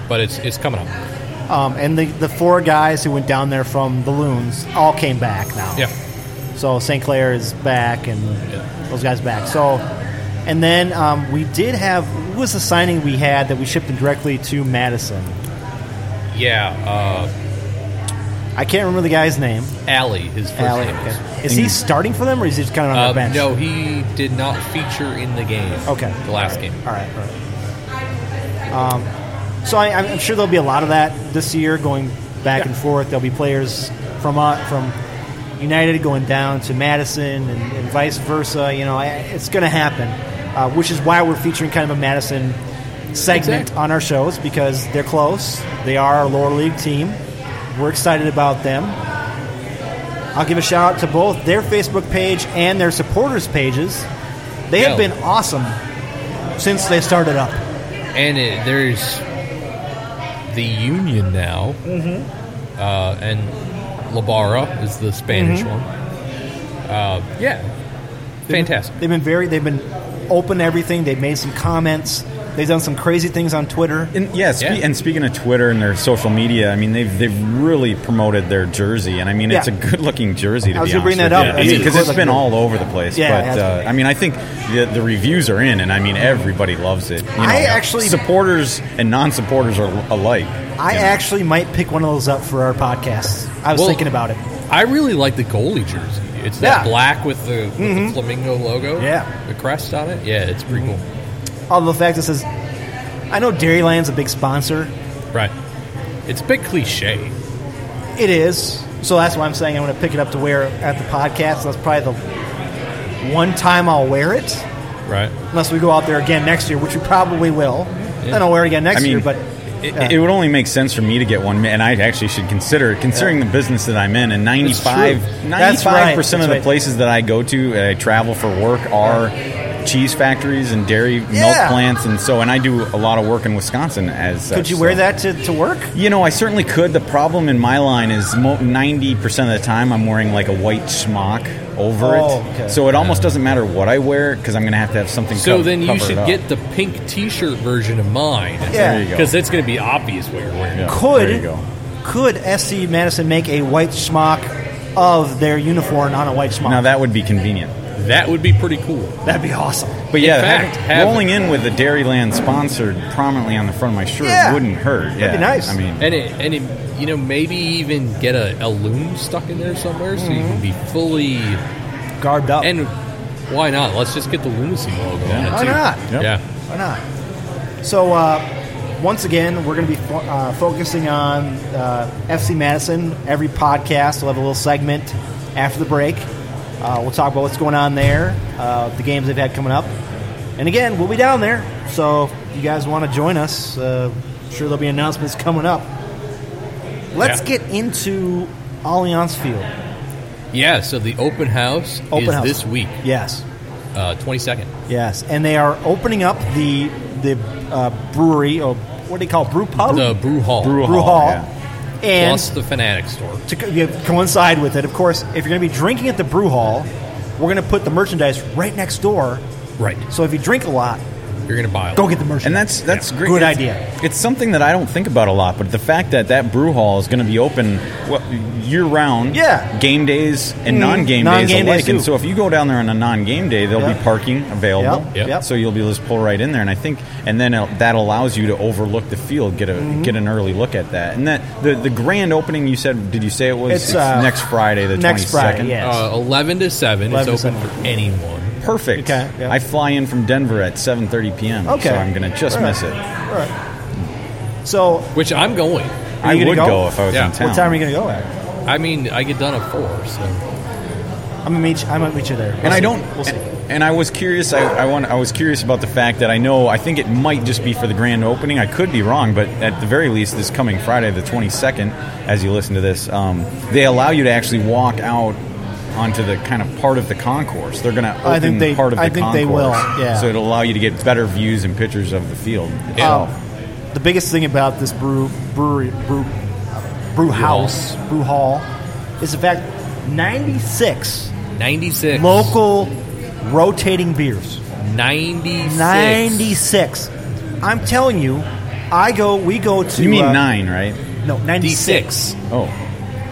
But it's it's coming up.
Um, and the, the four guys who went down there from the Loons all came back now.
Yeah.
So St. Clair is back, and
Yeah.
those guys back. So, and then um, we did have what was the signing we had that we shipped directly to Madison?
Yeah.
I can't remember the guy's name.
Uh, Allie, his first
Alec.
name is.
Okay. Is he starting for them, or is he just kind of on
Uh,
the bench?
no, he did not feature in the game.
Okay.
The last game.
All right. All right. Um, so I, I'm I'm sure there'll be a lot of that this year, going back and forth. There'll be players from uh, from United going down to Madison and, and vice versa. You know, I- it's going to happen, uh, which is why we're featuring kind of a Madison segment
Exactly.
on our shows because they're close. They are our lower league team. We're excited about them. I'll give a shout out to both their Facebook page and their supporters pages. They have
Yeah.
been awesome since they started up.
And it, there's the Union now,
Mm-hmm.
uh, and Labara is the Spanish one. Uh, yeah. Fantastic.
They've been very, they've been open to everything. They've made some comments. They've done some crazy things on Twitter.
And yeah, spe-
Yeah.
and speaking of Twitter and their social media, I mean they've they've really promoted their jersey, and I mean it's
Yeah.
a good looking jersey. To
I was
be
gonna bring
honest
that up.
with you. I
It's
mean
a
because
good
it's been
looking-
all over the place.
Yeah, it has
but uh,
been.
I mean I think the, the reviews are in, and I mean everybody loves it. You know,
I actually-
supporters and non-supporters are alike.
I actually might pick one of those up for our podcast. I was
Well-
thinking about it.
I really like the goalie jersey. It's that
Yeah.
black with, the, with
Mm-hmm.
the flamingo logo.
Yeah.
The crest on it. Yeah, it's pretty
Mm-hmm.
Although the fact that it says, I know Dairyland's a big sponsor.
cool. Right. It's a bit cliche.
It is. So that's why I'm saying I'm going to pick it up to wear at the podcast. That's probably the one time I'll wear it.
Right.
Unless we go out there again next year, which we probably will. Then I'll wear it again next
I mean,
year. But
it,
yeah.
it would only make sense for me to get one, and I actually should consider it, considering the business that I'm in. And 95
true. That's right.
percent of
That's
the
right.
places that I go to, and I travel for work, are cheese factories and dairy milk
Yeah.
plants, and so. And I do a lot of work in Wisconsin as.
could
such,
you wear
so-
that to, to work?
You know, I certainly could. The problem in my line is ninety percent of the time I'm wearing like a white smock over
Oh,
it,
okay.
so it almost doesn't matter what I wear because I'm going to have to have something.
So
co-
then you
cover it
should
up.
get the pink T-shirt version of mine.
Yeah. There
you go.
because it's going to be obvious what you're wearing.
Yeah,
Could
there you go.
could SC Madison make a white smock of their uniform on a white smock?
Now that would be convenient.
That would be pretty cool.
would be awesome.
But
In
yeah,
fact,
having-
have-
rolling in with the Dairyland sponsored prominently on the front of my shirt
Yeah.
wouldn't hurt. Yeah,
That'd be nice.
I mean,
And it, and it, you know, maybe even get a, a loom stuck in there somewhere so you can be fully.
Garbed up.
And why not? Let's just get the lunacy logo on it
Why
too.
not?
Yep.
Yeah,
Why not? So uh, once again, we're going to be fo- uh, focusing on uh, FC Madison. Every podcast will have a little segment after the break. Uh, we'll talk about what's going on there, uh, the games they've had coming up, and again, we'll be down there. So if you guys want to join us? Uh, sure, there'll be announcements coming up. Let's
Yeah.
get into Allianz Field.
yeah. So the open house
Open
is
house.
this week, uh,
Yes,
twenty second.
yes, and they are opening up the the uh, brewery or what do they call it? brew pub?
the brew hall,
Brew
Oh. brew hall,
Hall,
and
plus the fanatic store.
to co- you know, coincide with it, of course, if you're going to be drinking at the brew hall, we're going to put the merchandise right next door.
Right.
So if you drink a lot,
You're gonna buy it.
Go get the merch.
And that's that's great.
Good
It's-
idea.
It's something that I don't think about a lot, but the fact that that brew hall is going to be open well, year round,
Yeah. Mm.
game days and non-game, days
Non-game days,
alike. and
too.
so if you go down there on a non-game day, there'll
Yeah.
be parking available.
Yep,
yep.
So you'll be able to just pull right in there, and I think, and then it- that allows you to overlook the field, get a
Mm-hmm.
get an early look at that, and that the the grand opening. You said, did you say it was
It's, uh,
next Friday, the
next
22nd?
Friday, yes.
Uh, Eleven to seven.
11
it's
to
open for anyone.
Perfect.
Okay, yeah.
I fly in from Denver at 7:30 p.m.
Okay.
So I'm going to just
All right.
miss it.
All right. So,
Which I'm going.
Are
I
you
would
gonna
go?
go?
if I was
Yeah.
in
What
town.
what time are you going to go at?
I mean, I get done at four. So
I'm gonna meet you. I might meet you there.
and I don't.
We'll see.
And, and I was curious. I, I want. I was curious about the fact that I know. I think it might just be for the grand opening. I could be wrong, but at the very least, this coming Friday, the twenty second, as you listen to this, um, they allow you to actually walk out onto the kind of part of the concourse. They're going to open
I think they-
part of the
I think they
concourse,
will, yeah.
So it'll allow you to get better views and pictures of the field.
Uh,
itself.
the biggest thing about this brew brewery brew brew house brew hall is the fact 96
ninety six.
local rotating beers
ninety
96 i'm telling you i go we go to
you mean
uh,
nine, right?
no
D
96
six.
Oh,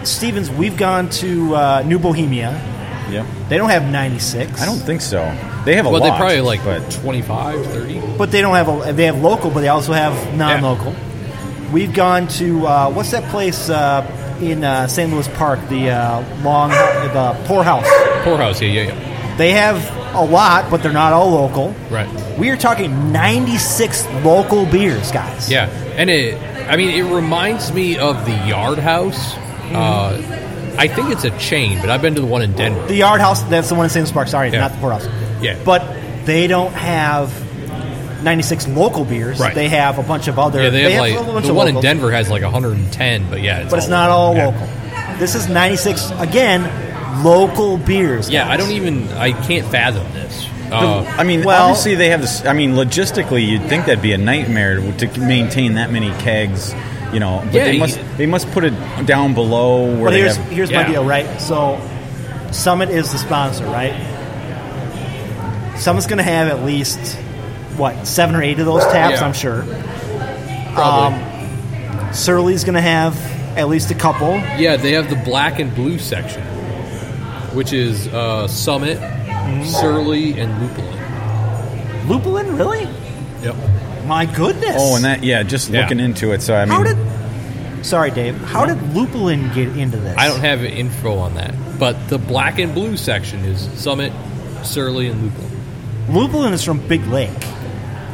stevens we've gone to uh, new bohemia
yeah.
they don't have 96
I don't think so. They have a
Well,
lot.
they probably like
but
25, 30.
but they don't have a, they have local but they also have non-local we've gone to uh, what's that place uh, in uh, st louis park the uh, long the poorhouse
Poorhouse. Yeah, yeah,
They have a lot, but they're not all local.
yeah. Right.
We are talking 96 local beers, guys.
Yeah, and it. I mean, it reminds me of the Yard House.
Hmm.
Uh, I think it's a chain, but I've been to the one in Denver.
The Yard House, that's the one in St. Louis Park. Sorry,
Yeah.
not the Porthouse.
Yeah.
But they don't have 96 local beers.
Right.
They have a bunch of other.
yeah, they have,
a
like
bunch
the
of
one in
locals,
Denver has like 110, but yeah, it's
But it's not all
yeah.
local. This is 96, again, local beers.
Yeah, I
guys.
don't even. I can't fathom this. Uh,
I mean,
Well-
obviously they have this. I mean, logistically, you'd think that'd be a nightmare to, to maintain that many kegs. You know, but
Yeah,
they
you-
must they must put it down below where
But
they
here's,
have.
here's my
yeah.
deal, right? So, Summit is the sponsor, right? Summit's going to have at least, what, seven or eight of those taps,
Yeah.
I'm sure. Um,
probably.
Surly's going to have at least a couple.
yeah, they have the black and blue section, which is uh, Summit,
Hmm.
Surly, and Lupulin.
Lupulin, really?
Yep.
My goodness.
Oh, and that yeah, just
Yeah.
looking into it. So I mean,
How did. Sorry, Dave. How did Lupulin get into this?
I don't have info on that, but the black and blue section is Summit, Surly, and Lupulin.
Lupulin is from Big Lake.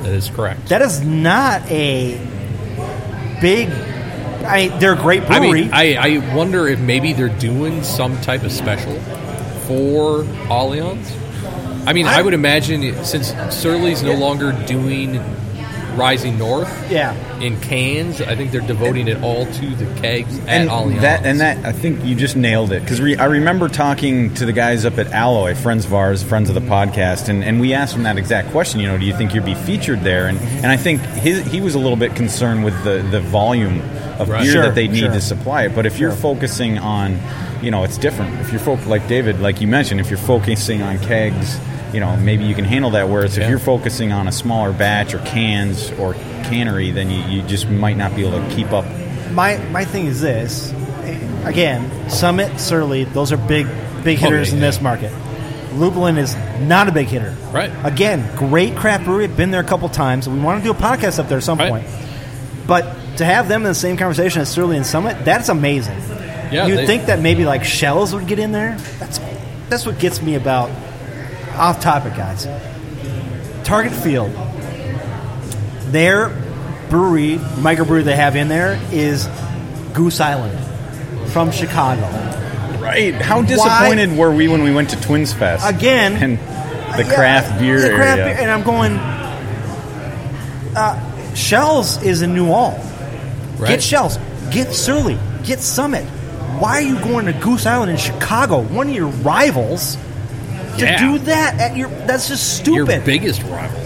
That is correct.
That is not a big. I mean, they're a great
I
brewery.
mean, I, I wonder if maybe they're doing some type of special for Allianz. I mean, I,
I-
would imagine it- since Surly's no longer doing Rising North
yeah.
in cans, I think they're devoting it all to the kegs at
and
Allianz.
that and that I think you just nailed it because re- I remember talking to the guys up at Alloy, friends of ours, friends of the podcast, and, and we asked them that exact question. You know, do you think you'd be featured there? And and I think his, he was a little bit concerned with the, the volume of
Right.
beer
Sure,
that they need
sure.
to supply it. But if you're
Sure.
focusing on, you know, it's different. If you're fo- like David, like you mentioned, if you're focusing on kegs. You know, maybe you can handle that. Whereas
Yeah.
if you're focusing on a smaller batch or cans or cannery, then you, you just might not be able to keep up.
My my thing is this. Again, Summit, Surly, those are big big hitters
Oh, yeah,
in this market. Lublin is not a big hitter.
Right.
Again, great craft brewery. I've been there a couple times. We want to do a podcast up there at some
Right.
point. But to have them in the same conversation as Surly and Summit, that's amazing.
Yeah,
You'd
they-
think that maybe like shells would get in there. That's that's what gets me about off topic guys. Target Field. Their brewery, microbrewery they have in there is Goose Island from Chicago.
Right. How disappointed were we when we went to Twins Fest
Again- Uh,
And the
Yeah,
craft beer
the craft
area.
beer- and I'm going. Uh, Shells is in New All.
right?
Get Shells. Get Surly. Get Summit. Why are you going to Goose Island in Chicago, one of your rivals, to
Yeah.
do that at your? That's just
your
stupid.
biggest rival,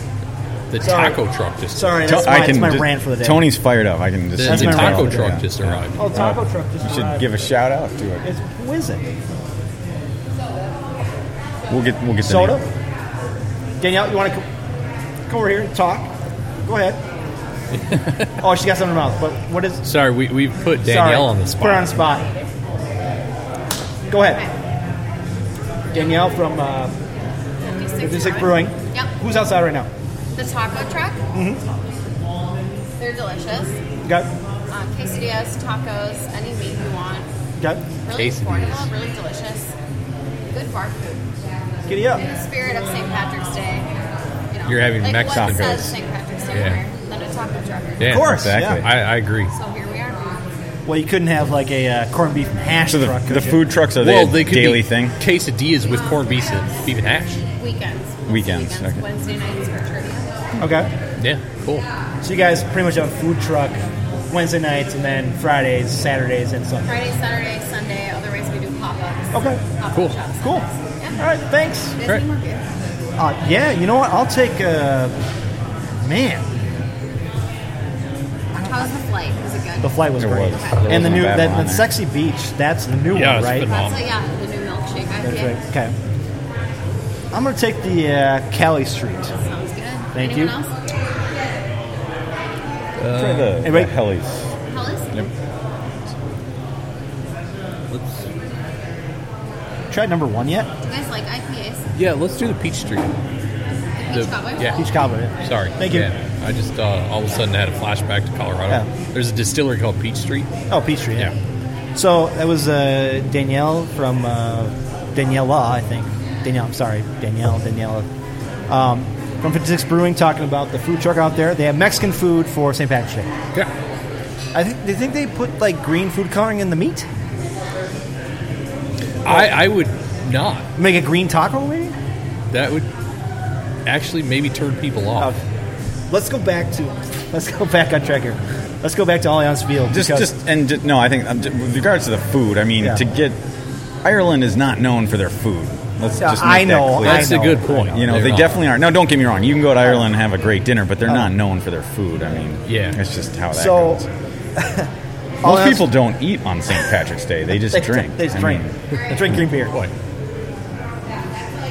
the
Sorry.
taco truck just
Sorry,
To-
that's my, that's my
ju-
rant for the day.
Tony's fired up. I can just.
The,
That's
the
my rival.
taco
Yeah.
truck just arrived.
oh, taco truck just
You should
arrived.
give a shout out to it.
It's, who is it?
We'll get we'll get the
Soda.
name.
Danielle, you want to? Come over here, talk. Go ahead. oh, she got something in her mouth. But what is?
Sorry, we, we've put Danielle
sorry,
on the spot.
Put her on the spot. Go ahead. Danielle from uh, 56 Brewing.
Yep.
Who's outside right now?
The taco truck. Mm-hmm.
Mm-hmm.
They're delicious.
Got,
Uh, quesadillas, tacos, any meat you want.
got.
Really
Quesadillas.
affordable, really delicious. Good bar food.
Giddy up.
In the spirit of St. Patrick's Day. You know,
You're having
like
Mexican
What
tacos.
says St. Patrick's Day
Yeah.
more than a taco truck?
Yeah,
course,
exactly.
yeah.
I, I agree.
So here we are.
Well, you couldn't have like a uh, corned beef and hash
So the,
truck. could
the
you?
food trucks are
well,
the
they could
daily
be
thing.
quesadillas with corned beef and beef and hash.
Weekends.
Weekends,
Weekends.
okay.
Wednesday nights for trivia.
Okay.
Yeah, cool.
So you guys pretty much have a food truck Wednesday nights and then Fridays, Saturdays, and Sunday.
Friday, Saturday, Sunday. Otherwise, we do pop-ups.
Okay.
Pop-up
Cool.
shops.
Cool. All
Yeah.
right. Thanks.
Disney
Great.
Market.
Uh, yeah, you know what? I'll take. Uh, man,
How was the flight? Was it good?
the flight was
It
great,
was. There
and the
wasn't
new
a bad
that,
one
that
there.
sexy beach. That's the new
Yeah,
one,
it's
right?
phenomenal.
That's a, yeah, the new milkshake IPA.
That's right. Okay. I'm gonna take the uh, Cali Street.
Sounds good.
Thank you.
Anyone else?
uh,
Try the,
anyway.
the helis.
Hellas?
Yep.
Let's,
Tried number one yet?
Do you guys like IPAs?
yeah, let's do the peach tree.
The peach cobbler?
yeah.
Peach cobbler.
Sorry.
Thank you.
Yeah, I just uh, all of a sudden had a flashback to Colorado.
Yeah.
There's a distillery called Peach Street.
Oh, Peachtree. Yeah. So that was uh, Danielle from uh, Daniela, I think. Danielle, I'm sorry, Danielle, Daniela. Um, from 56 Brewing, talking about the food truck out there. They have Mexican food for St. Patrick's Day.
Yeah.
I think they think they put like green food coloring in the meat.
I, I would not.
Make a green taco, maybe.
That would actually maybe turn people off.
Okay. Let's go back to let's go back on track here. Let's go back to Allianz Field.
just
because-
just and ju- no i think um, ju- with regards to the food i mean
Yeah.
to get ireland is not known for their food let's
Yeah,
just make
I know,
that clear.
Oh, I
That's a
know,
good
I
point.
you know
Oh, They're
they
not.
definitely aren't no don't get me wrong you can go to ireland and have a great dinner but they're not known for their food i mean
Yeah.
it's just how that
So-
goes
All
most
else-
people don't eat on st patrick's day they just
they,
drink
They just
I
drink.
mean,
They drink green beer.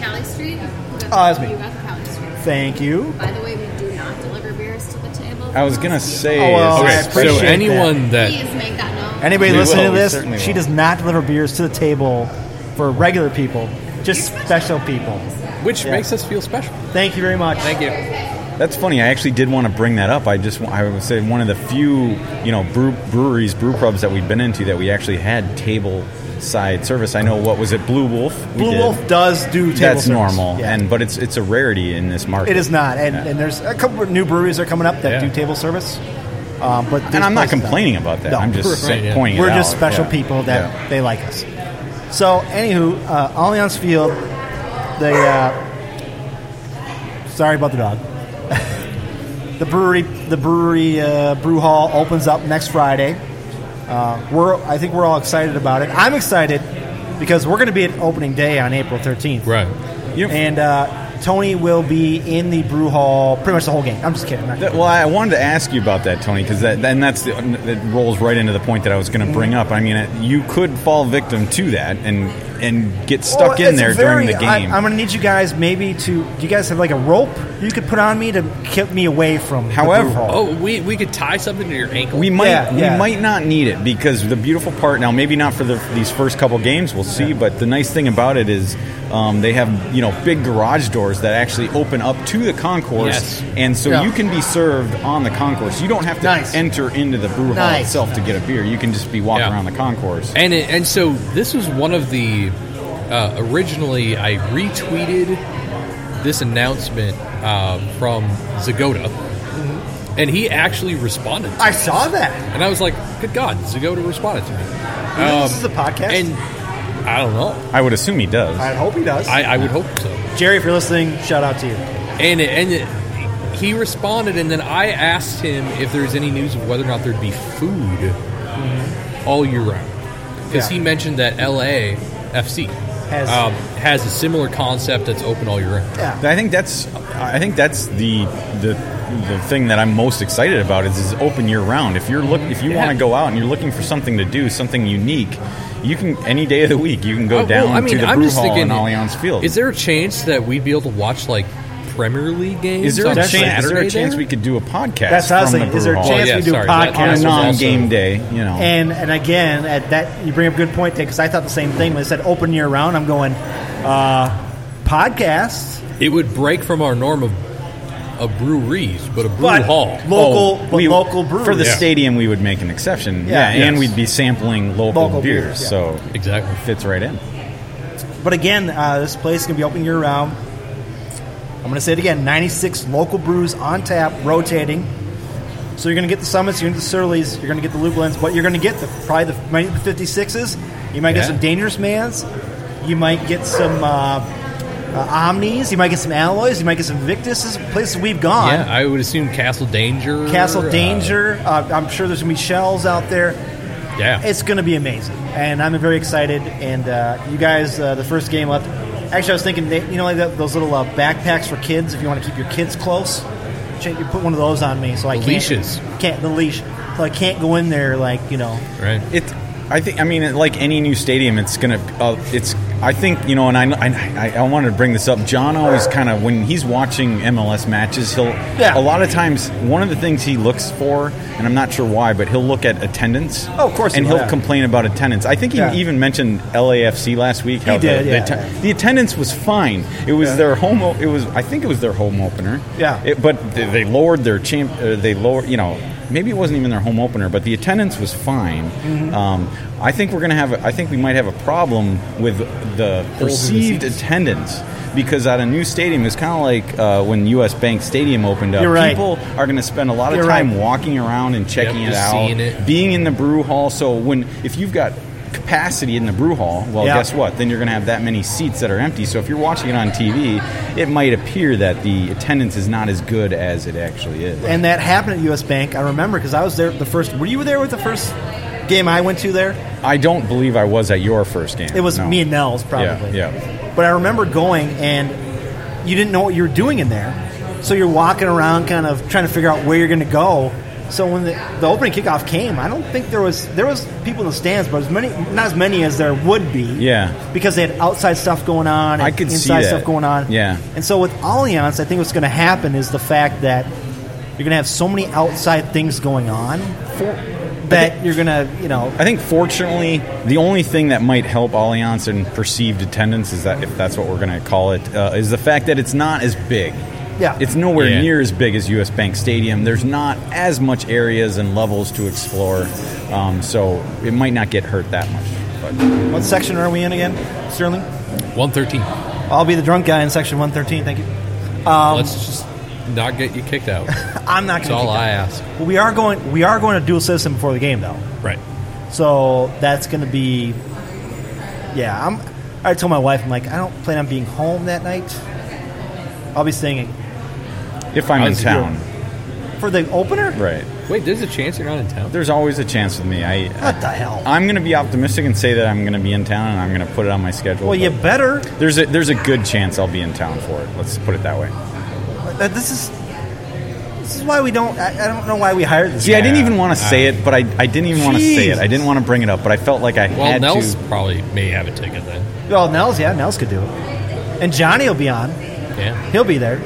Cali Street? Who got-
Oh, that's me.
You got the Cali Street.
Thank you.
By the way, we do not deliver beers to the table.
i was gonna say
Oh, well,
is
I
this-
appreciate
So
that.
anyone that,
Please make that known.
Anybody
We
listening
will.
to
We
this,
certainly
she
will.
does not deliver beers to the table for regular people, just special people.
which
Yeah.
makes us feel special.
Thank you very much.
Thank you.
That's funny. I actually did want to bring that up. I just wa- I would say one of the few you know brew, breweries, brew pubs that we've been into that we actually had table side service. I know what was it, Blue Wolf? We
Blue
did.
Wolf does do table
That's
service.
normal,
Yeah.
and but it's it's a rarity in this market.
it is not. And,
Yeah.
and there's a couple of new breweries that are coming up that
Yeah.
do table service. Um, but these
and I'm not
places don't.
complaining about that.
No.
I'm just
Right, yeah.
pointing. it
We're just
out.
special
Yeah.
people that
Yeah.
they like us. So, anywho, uh, Allianz Field, the uh, sorry about the dog. the brewery, the brewery uh, brew hall opens up next Friday. Uh, we're, I think we're all excited about it. I'm excited because we're going to be at opening day on April 13th,
Right.
You know,
and uh, Tony will be in the brew hall pretty much the whole game. I'm just kidding. I'm not-
That- well, I wanted to ask you about that, Tony, because that and that's the, that rolls right into the point that I was going to bring up. I mean, it- you could fall victim to that and and get stuck
Well,
in
Oh, it's
there during
very-
the game.
I, am going to need you guys maybe to. Do you guys have like a rope you could put on me to keep me away from? the
However-
brew hall?
Oh, we, we could tie something to your ankle.
We might
Yeah, yeah.
we might not need it because the beautiful part now maybe not for the, these first couple games we'll see but the nice thing about it is um, they have you know big garage doors that actually open up to the concourse
Yes.
and so
Yeah.
you can be served on the concourse you don't have to
Nice.
enter into the brew hall
Nice.
itself to get a beer you can just be walking
Yeah.
around the concourse
And it, and so this was one of the uh, originally I retweeted this announcement uh, from Zagoda,
Mm-hmm.
and he actually responded, to
I
it.
saw that.
and I was like, "Good God, Zagoda responded to me."
Um,
this is a podcast,
And I don't know.
I would assume he does
I hope he does.
I, I would hope so.
Jerry, if you're listening, shout out to you.
And it, and it, he responded, and then I asked him if there's any news of whether or not there'd be food all year round, because
Mm-hmm. Yeah.
he mentioned that LA FC
Has-
um, has a similar concept that's open all year round.
Yeah.
I think that's I think that's the the the thing that I'm most excited about is is open year round. If you're look if you
Yeah.
want to go out and you're looking for something to do, something unique, you can any day of the week you can go
Uh, well,
down to the brew hall in Allianz Field.
Is there a chance that we'd be able to watch like Premier League games.
Is there, a
on
chance, is there
Saturday
a chance
there?
we could do a podcast?
That's how I was
from the
thinking. Is there a
brew
Oh,
chance
hall?
yeah,
we do
sorry,
a
that-
on a
podcast?
was also-
non-game day? You know,
and and again, at that you bring up a good point there because I thought the same thing when it said open year round. I'm going uh, podcast,
It would break from our norm of of breweries, but a brew
but
hall.
local,
Oh,
but
we-
local brewery
for the
Yeah.
stadium, we would make an exception.
Yeah.
Yeah, and
Yes.
we'd be sampling local,
Local
beers,
beers, yeah.
so it
Exactly.
fits right in.
But again, uh, this place is going to be open year round. I'm going to say it again 96 local brews on tap, rotating. So you're going to get the Summits, you're going to get the Surleys, you're going to get the Lublins, but you're going to get the probably the, might get the 56s. You might get
Yeah.
some Dangerous Mans. You might get some uh, uh, Omnis. You might get some Alloys. You might get some Victus. This is places we've gone.
Yeah, I would assume Castle Danger.
Castle
uh,
Danger. Uh, I'm sure there's going to be shells out there.
yeah.
It's going to be amazing, and I'm very excited. And uh, you guys, uh, the first game up. Actually, I was thinking, they, you know, like that, those little uh, backpacks for kids. If you want to keep your kids close, Ch- you put one of those on me, so I
The
can't,
leashes.
Can't the leash, so I can't go in there like you know.
right.
It, I think, I mean, like any new stadium, it's gonna, uh, it's. I think you know, and I, I, I wanted to bring this up. John always kind of when he's watching MLS matches, he'll
Yeah.
a lot of times one of the things he looks for, and I'm not sure why, but he'll look at attendance.
Oh, of course he
and
will,
he'll
yeah.
complain about attendance. I think he
Yeah.
even mentioned LAFC last week. He
did,
the,
yeah.
the, atten- the attendance was fine. It was
Yeah.
their home. o- It was, I think, it was their home opener.
Yeah.
It, but they, they lowered their champ. Uh, they lowered, you know, maybe it wasn't even their home opener, but the attendance was fine.
Mm-hmm.
Um, I think we're gonna have. A, I think we might have a problem with the perceived attendance because at a new stadium, it's kind of like uh, when U.S. Bank Stadium opened up.
You're right.
People are gonna spend a lot of
You're
time
right.
walking around and checking
Yep,
it
just
out,
seeing it.
being in the brew hall. So when if you've got capacity in the brew hall, well,
Yeah.
guess what? Then you're going to have that many seats that are empty. So if you're watching it on TV, it might appear that the attendance is not as good as it actually is.
And that happened at U.S. Bank. I remember because I was there the first. Were you there with the first game I went to there?
I don't believe I was at your first game.
It was
no.
me and Nels probably.
Yeah, yeah.
But I remember going and you didn't know what you were doing in there. So you're walking around kind of trying to figure out where you're going to go. So when the, the opening kickoff came, I don't think there was there was people in the stands, but as many not as many as there would be.
Yeah.
Because they had outside stuff going on and
I could see
inside
that.
stuff going on.
Yeah.
And so with Allianz, I think what's going to happen is the fact that you're going to have so many outside things going on that you're going to, you know,
I think fortunately, the only thing that might help Allianz in perceived attendance is that if that's what we're going to call it, uh, is the fact that it's not as big.
Yeah.
It's nowhere
Yeah.
near as big as U.S. Bank Stadium. There's not as much areas and levels to explore, um, so it might not get hurt that much. But
what section are we in again, Sterling?
One thirteen.
I'll be the drunk guy in section 113. Thank you.
Um,
Let's just not get you kicked out. That's
I'm not going
all
to.
I ask.
Well, we are going. We are going to dual system before the game, though.
Right.
So that's going to be. Yeah, I'm. I already told my wife I'm like I don't plan on being home that night. I'll be staying
if I'm in
How's your-
town,
for the opener.
right?
Wait, there's a chance you're not in town.
There's always a chance with me. I,
What the hell?
I'm going to be optimistic and say that I'm going to be in town and I'm going to put it on my schedule.
well, you
but
better.
there's a there's a good chance I'll be in town for it. Let's put it that way.
uh, This is. This is why we don't. I, I don't know why we hired this.
See, I
guy.
didn't even want to say it, but I, I didn't even want to say it.
Jesus.
I didn't want to bring it up, but I felt like I
Well,
had
Nels
to.
probably may have a ticket then.
Well, Nels, yeah, Nels could do it, and Johnny will be on.
Yeah.
He'll be there.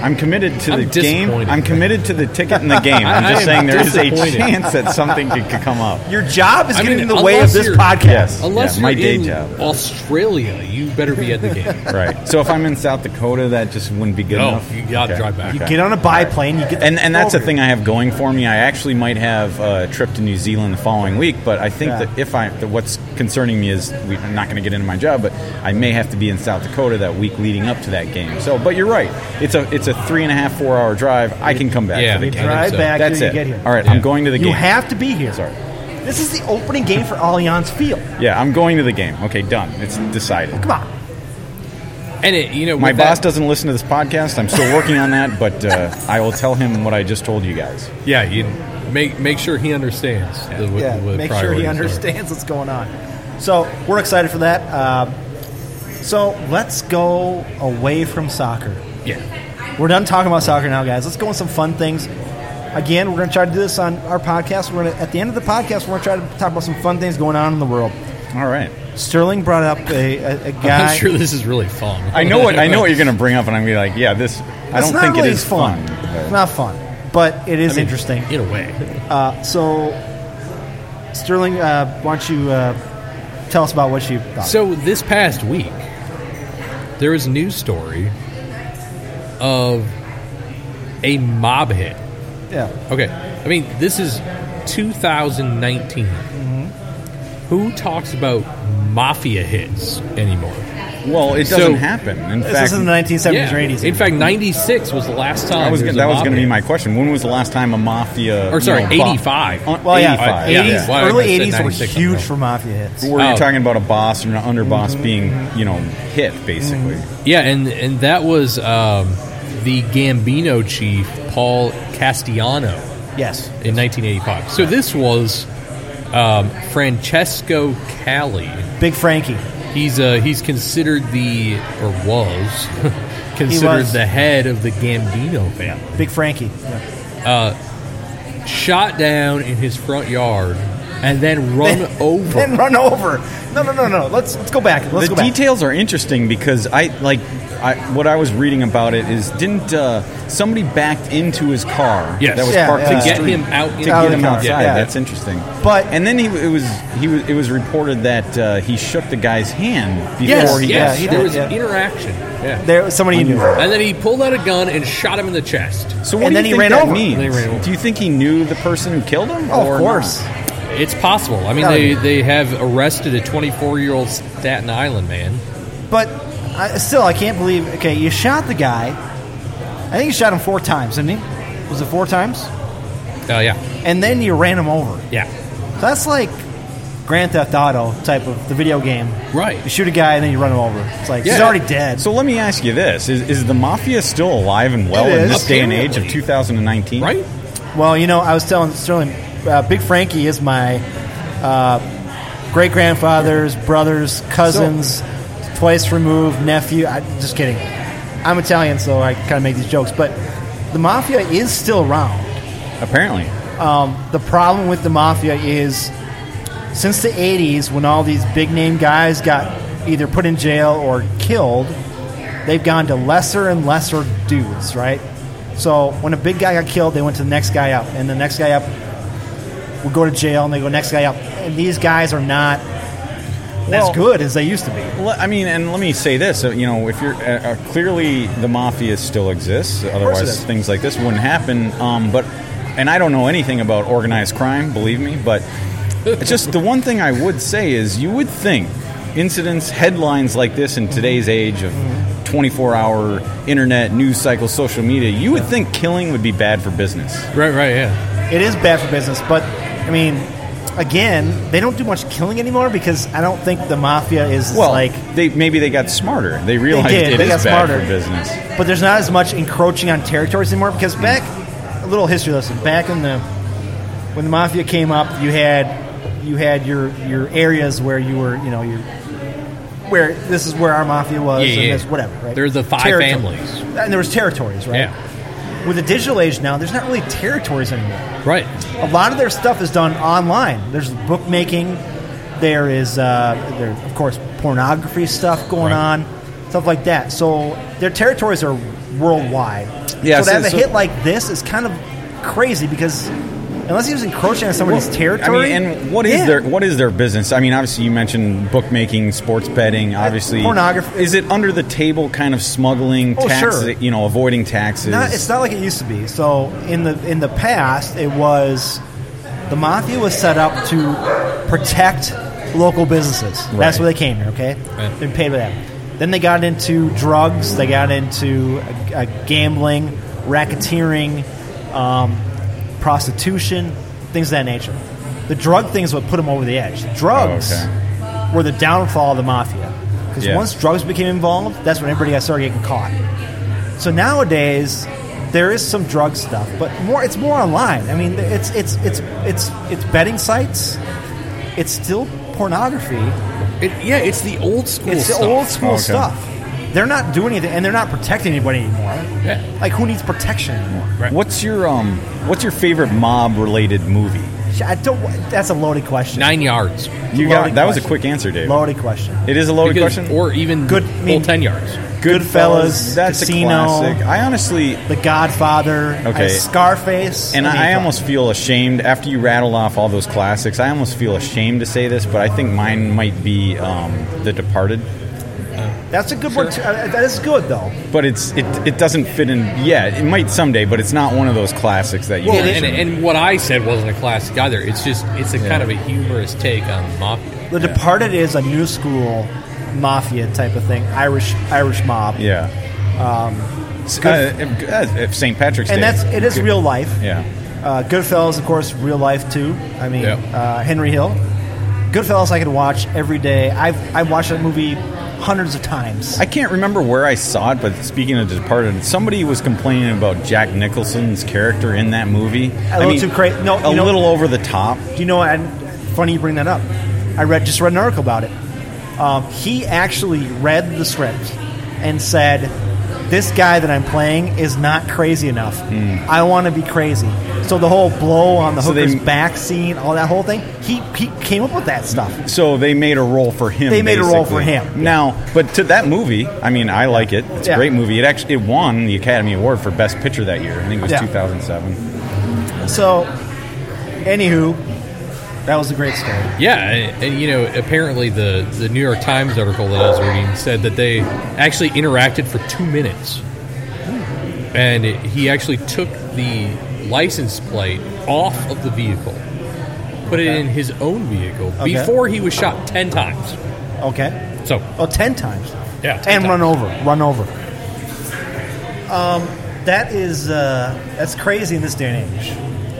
I'm committed to
I'm
the game.
disappointed.
I'm committed to the ticket and the game. I'm
I
just
am
saying there is a
disappointed.
chance that something could, could come up.
Your job is
I
getting
mean,
in the way of
unless
this
you're-
podcast.
Yes.
Unless
Yeah, my
you're
day
in
job.
Australia, you better be at the game.
Right. So if I'm in South Dakota, that just wouldn't be good
No,
enough.
you gotta drive back.
You get on a biplane. You get
And, and that's
the
the thing I have going for me. I actually might have a trip to New Zealand the following week, but I think
Yeah.
that if I that what's concerning me is we, I'm not going to get into my job, but I may have to be in South Dakota that week leading up to that game. So, but you're right, it's a it's a three and a half four hour drive. I can come back.
Yeah.
to the
You
game.
drive
so.
back
That's
here,
it.
you get here.
All right,
Yeah.
I'm going to the
You
game.
have to be here.
Sorry.
This is the opening game for Allianz Field.
Yeah, I'm going to the game. Okay, done. It's decided.
Come on.
And it, you know,
My
with
boss
that-
doesn't listen to this podcast. I'm still working on that, but uh, I will tell him what I just told you guys.
Yeah, you make make sure he understands. the- what-
Yeah,
what
make sure
priorities
he
are.
understands what's going on. So we're excited for that. Um, so let's go away from soccer.
Yeah.
We're done talking about soccer now, guys. Let's go on some fun things. Again, we're going to try to do this on our podcast. We're going to, at the end of the podcast, we're going to try to talk about some fun things going on in the world.
All right.
Sterling brought up a, a, a guy.
I'm sure this is really fun.
I know what I know what you're going to bring up, and I'm going to be like, yeah, this. I
It's
don't
not
think
really
it is
fun.
fun. but-
It's not fun, but it is interesting.
In a way.
Uh, so, Sterling, uh, why don't you uh, tell us about what you thought?
So this past week, there was a news story of a mob hit.
yeah,
Okay, I mean this is 2019. Who talks about mafia hits anymore?
well, it doesn't
So-
happen. In
this
fact,
is in the 1970s
Yeah.
or 80s.
In fact, 96 was the last time.
I was
there
gonna,
was
that
a
was
mob
going to be
hit.
my question. When was the last time a mafia?
Or sorry,
you know, bo-
85.
on-
well, yeah,
85,
80s,
yeah.
Why
early
I said
80s were
96, I
huge
don't know.
for mafia hits.
Where
Oh.
you're talking about a boss and an underboss being, you know, hit basically.
Yeah, and and that was um, the Gambino chief Paul Castellano.
Yes,
in 1985. So this was um, Francesco Cali.
Big Frankie.
He's uh, he's considered the or was considered
was.
the head of the Gambino family.
Big Frankie.
Shot down in his front yard and then run over.
Then run over. No, no, no, no. Let's let's go back. Let's
the
go back.
details are interesting because I like I, what I was reading about it is didn't uh, somebody backed into his car
Yes.
that was
Yeah,
parked
yeah.
in the
To get
street
him out
to
into
get
the
him
car.
outside.
Yeah.
That's interesting.
But-
and then he it was he was it was reported that uh, he shook the guy's hand before
yes,
he
yes,
yeah, he
there
did,
was
yeah.
interaction. Yeah.
There, somebody knew.
and then he pulled out a gun and shot him in the chest.
So what
And
do
then
you
he
think
ran
that
over.
means?
Then he ran over.
Do you think he knew the person who killed him?
Oh,
or
of
not?
course.
It's possible. I mean,
Gotta
they,
be.
they have arrested a 24 year old Staten Island man.
But I, still, I can't believe. Okay, you shot the guy. I think you shot him four times, didn't he? Was it four times?
Oh yeah,
And then you ran him over.
yeah,
So that's like Grand Theft Auto type of the video game.
right.
You shoot a guy and then you run him over. It's like he's
Yeah.
already dead.
So let me ask you this: Is, is the mafia still alive and well
It
in
is.
this day and age of
Apparently.
2019?
Right?
well, you know, I was telling Sterling, uh, Big Frankie is my uh, great grandfather's brother's cousin's twice removed nephew. I, just kidding. I'm Italian, so I kind of make these jokes, but the mafia is still around.
Apparently,
the problem with the mafia is since the 80s when all these big name guys got either put in jail or killed they've gone to lesser and lesser dudes right so when a big guy got killed they went to the next guy up and the next guy up would go to jail and they go next guy up and these guys are not
Well-
as good as they used to be
Well, I mean, and let me say this: uh, you know, if you're uh, uh, clearly the mafia still exists,
does.
otherwise things like this wouldn't happen. Um, but, and I don't know anything about organized crime, believe me. But it's just the one thing I would say is you would think incidents, headlines like this in today's age of 24-hour internet news cycle, social media, you would think killing would be bad for business.
Right, right, yeah.
it is bad for business but i mean again they don't do much killing anymore because i don't think the mafia is
Well,
like
they maybe they got smarter. They realized
did.
it
They
is
got
bad
smarter.
for business.
but there's not as much encroaching on territories anymore because back a little history lesson back in the when the mafia came up you had you had your your areas where you were you know your where this is where our mafia was
Yeah,
and
yeah.
this whatever right
They're the five
Territory.
families.
and there was territories right
Yeah.
with the digital age now there's not really territories anymore
Right.
a lot of their stuff is done online. There's bookmaking. There is, uh, there of course, pornography stuff going
Right.
on, stuff like that. So their territories are worldwide.
Yeah,
so to
so-
have a
so-
hit like this is kind of crazy because unless he was encroaching on somebody's territory,
I mean, and what is
Yeah.
their what is their business? I mean, obviously you mentioned bookmaking, sports betting, obviously
Uh, pornography.
Is it under the table kind of smuggling,
Oh,
taxes,
sure.
you know, avoiding taxes?
Not, it's not like it used to be. So in the in the past, it was the mafia was set up to protect local businesses. That's
Right.
where they came here. Okay,
Right.
been paid by that. Then they got into drugs. They got into uh, gambling, racketeering, um, prostitution, things of that nature. The drug thing is what put them over the edge. Drugs
Oh, Okay.
were the downfall of the mafia because
Yeah.
once drugs became involved, that's when everybody got started getting caught. So nowadays, there is some drug stuff, but more it's more online. I mean, it's it's it's it's it's betting sites. It's still pornography.
It, yeah, it's the old school
it's the
stuff.
old school
Oh, okay.
stuff. They're not doing anything, and they're not protecting anybody anymore.
Yeah.
Like who needs protection anymore?
What's your um What's your favorite mob related movie?
Sh- I don't. wa- That's a loaded question.
Nine yards.
You got
Loaded
that was a
question.
quick answer, Dave.
Loaded question.
It is a loaded
Because-
question.
Or even
Good-
full
I mean-
ten yards.
Goodfellas,
That's
Casino.
a classic. I honestly,
The Godfather.
Okay.
uh, Scarface.
and
mean,
I, I
fuck.
almost feel ashamed after you rattle off all those classics. I almost feel ashamed to say this, but I think mine might be um, The Departed.
That's a good one. Too. Uh, that is good though.
But it's it, it doesn't fit in yet. It might someday, but it's not one of those classics that you.
Well, and,
mentioned.
and what I said wasn't a classic either. It's just it's a kind of a humorous take on mafia.
The Departed is a new school mafia type of thing. Irish Irish mob.
yeah. Um, if St. Patrick's
And
Day.
that's it is
Good-
real life.
Yeah.
Uh, Goodfellas, of course, real life too. I mean,
Yeah.
uh, Henry Hill. Goodfellas, I could watch every day. I've I've watched that movie hundreds of times.
I can't remember where I saw it, but speaking of Departed, somebody was complaining about Jack Nicholson's character in that movie. A
little too cra- no,
a
you know-
little over the top.
Do you know? And funny you bring that up. I read just read an article about it. Um, he actually read the script and said, "This guy that I'm playing is not crazy enough. I want to be crazy." So the whole blow on the
Hmm. So they-
hooker's back scene, all that whole thing, he he came up with that stuff.
So they made a role for him.
They made a role
basically.
for him.
Now, but to that movie, I mean, I like it. It's
Yeah.
a great movie. It actually it won the Academy Award for Best Picture that year. I think it was
Yeah.
2007.
So, anywho, that was a great story.
Yeah, and, and, you know, apparently the the New York Times article that I was reading said that they actually interacted for two minutes, and it- he actually took the license plate off of the vehicle, put it in his own vehicle
Okay.
before he was shot ten times.
Okay.
So
Oh, 10 times.
yeah, 10
and
times.
run over. Run over. Um, that is uh, that's crazy in this day and age.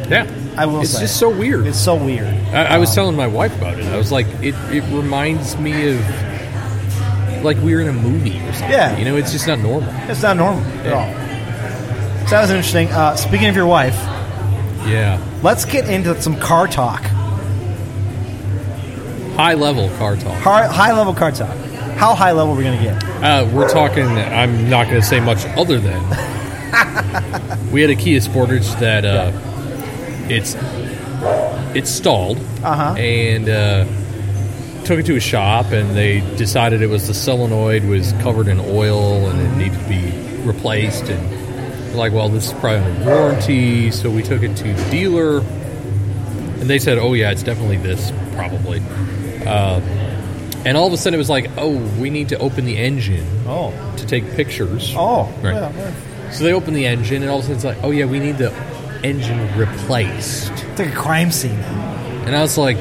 Yeah,
I will
It's
say.
just so weird.
It's so weird.
I, I was telling my wife about it. I was like, it, it reminds me of like we were in a movie or something.
Yeah.
You know, it's just not normal.
It's not normal at all. So that was interesting. Uh, speaking of your wife,
Yeah.
let's get into some car talk.
High level car talk.
Car, high level car talk. How high level are we going to get?
Uh, we're talking, I'm not going to say much other than we had a Kia Sportage that uh, it's it's stalled
Uh-huh.
and uh, took it to a shop and they decided it was the solenoid was covered in oil and it needed to be replaced and like well this is probably under warranty so we took it to the dealer and they said oh yeah it's definitely this probably uh, and all of a sudden it was like oh we need to open the engine
Oh.
to take pictures
Oh.
Right.
well, well.
so they open the engine and all of a sudden it's like oh yeah we need the engine replaced
It's like a crime scene.
and I was like,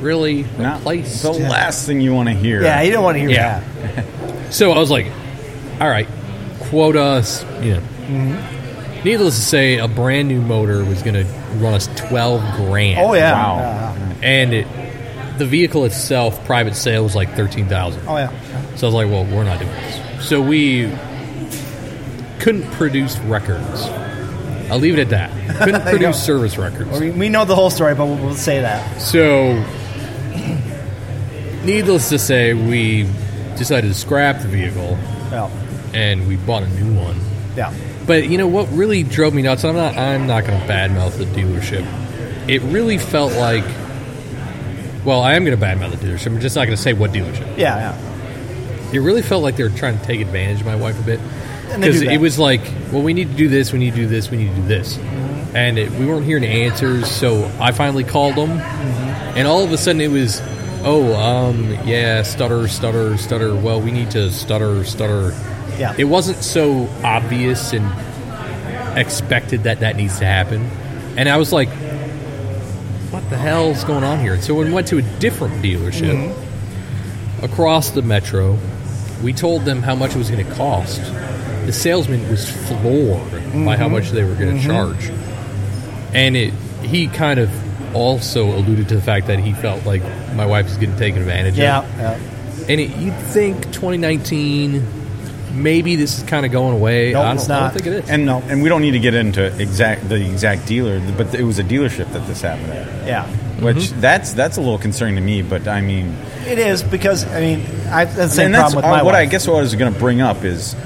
really?
Not
Replaced?
the last thing you want to hear.
Yeah, you don't want to hear
Yeah.
that.
So I was like, all right, quote us. You know.
Mm-hmm.
Needless to say, a brand new motor was going to run us 12 grand.
Oh, yeah.
Wow.
Uh,
And it, the vehicle itself, private sale, was like 13000
oh, yeah.
So I was like, well, we're not doing this. So we couldn't produce records. I'll leave it at that. Couldn't
go.
produce service records.
We, we know the whole story, but we'll, we'll say that.
So, needless to say, we decided to scrap the vehicle
Well,
and we bought a new one.
yeah.
But you know what really drove me nuts? I'm not. I'm not going to badmouth the dealership. It really felt like. Well, I am going to badmouth the dealership. I'm just not going to say what dealership.
Yeah, yeah.
It really felt like they were trying to take advantage of my wife a bit
And they do
because
that.
it was like, well, we need to do this. We need to do this. We need to do this.
Mm-hmm.
And it, we weren't hearing answers, so I finally called them,
Mm-hmm.
and all of a sudden it was, oh, um, yeah, stutter, stutter, stutter. Well, we need to stutter, stutter.
Yeah.
It wasn't so obvious and expected that that needs to happen, and I was like, what the hell's going on here? And so we went to a different dealership across the metro. We told them how much it was going to cost. The salesman was floored by how much they were going to charge, and it he kind of also alluded to the fact that he felt like my wife was getting taken advantage
Yeah.
of.
yeah.
And it, you'd think 2019, maybe this is kind of going away.
No,
I, don't,
it's
I don't
not.
think it is.
And no, and we don't need to get into exact the exact dealer, but it was a dealership that this happened at.
Mm-hmm. Yeah.
Which that's that's a little concerning to me, but I mean,
It is because I mean I that's the same
and that's
problem with my
uh, what I
wife.
guess what I was going to bring up is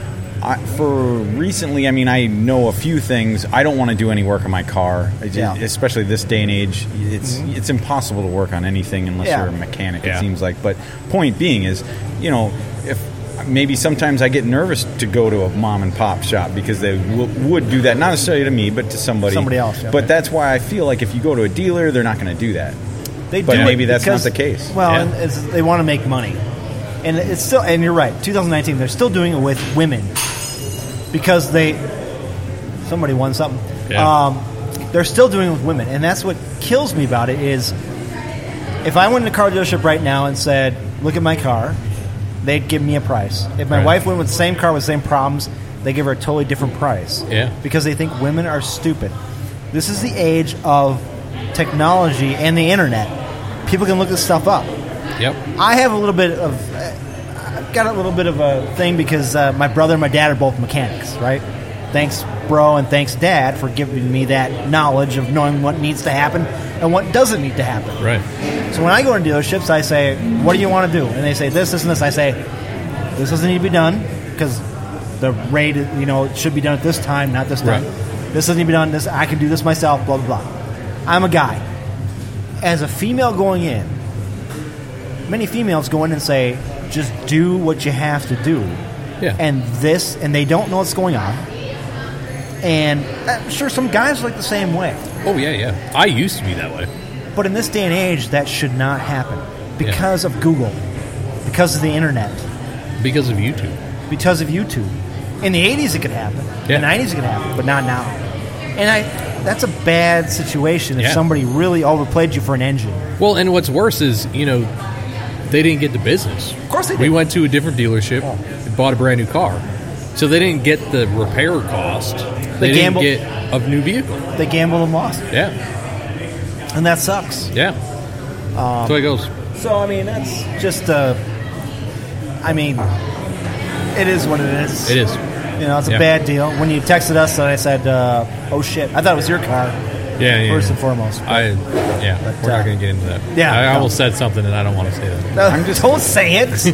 I, for recently, I mean, I know a few things. I don't want to do any work on my car, I ju-
Yeah. Mm-hmm.
especially this day and age. It's it's impossible to work on anything unless
Yeah.
you're a mechanic.
Yeah.
It seems like. But point being is, you know, if maybe sometimes I get nervous to go to a mom and pop shop because they w- would do that, not necessarily to me, but to somebody
Somebody else, yeah.
But that's why I feel like if you go to a dealer, they're not going to do that.
They
But
do it
maybe that's not
because-
the case.
Well,
Yeah.
and it's, they want to make money, and it's still. And you're right. 2019, they're still doing it with women because they. Somebody won something.
Yeah.
Um, they're still doing it with women, and that's what kills me about it. Is if I went in a car dealership right now and said, "Look at my car," they'd give me a price. If my
Right.
wife went with the same car with the same problems, they give her a totally different price.
Yeah.
because they think women are stupid. This is the age of technology and the internet. People can look this stuff up.
Yep.
I have a little bit of, I've got a little bit of a thing because uh, my brother and my dad are both mechanics, right? Thanks, bro, and thanks, dad, for giving me that knowledge of knowing what needs to happen and what doesn't need to happen.
Right.
So when I go into dealerships, I say, "What do you want to do?" And they say, "This, this, and this." I say, "This doesn't need to be done because the rate, you know, it should be done at this time, not this time.
Right.
This doesn't need to be done. This I can do this myself." Blah blah blah. I'm a guy. As a female going in, many females go in and say, "Just do what you have to do."
Yeah.
And this, and they don't know what's going on. And I'm sure some guys are like the same way.
Oh yeah, yeah. I used to be that way.
But in this day and age, that should not happen because of Google, because of the internet,
Because of YouTube.
because of YouTube. In the 80s, it could happen.
Yeah.
In the 90s, it could happen, but not now. And I, that's a bad situation if
Yeah.
somebody really overplayed you for an engine.
Well, and what's worse is, you know, they didn't get the business. Of
course they
We
didn't.
went to a different dealership
Oh.
and bought a brand new car. So they didn't get the repair cost. They,
gambled-
didn't get of new vehicle.
They gambled and lost,
Yeah.
and that sucks.
Yeah. so it goes.
So I mean, that's just. Uh, I mean, it is what it is.
It is.
You know, it's a
Yeah.
bad deal. When you texted us, and I said, uh, "Oh shit," I thought it was your car.
Yeah, yeah.
First
yeah.
and foremost.
I yeah,
But,
we're
uh,
not going to get into that.
yeah,
I
no.
almost said something and I don't want to say that.
I'm just don't say it. it's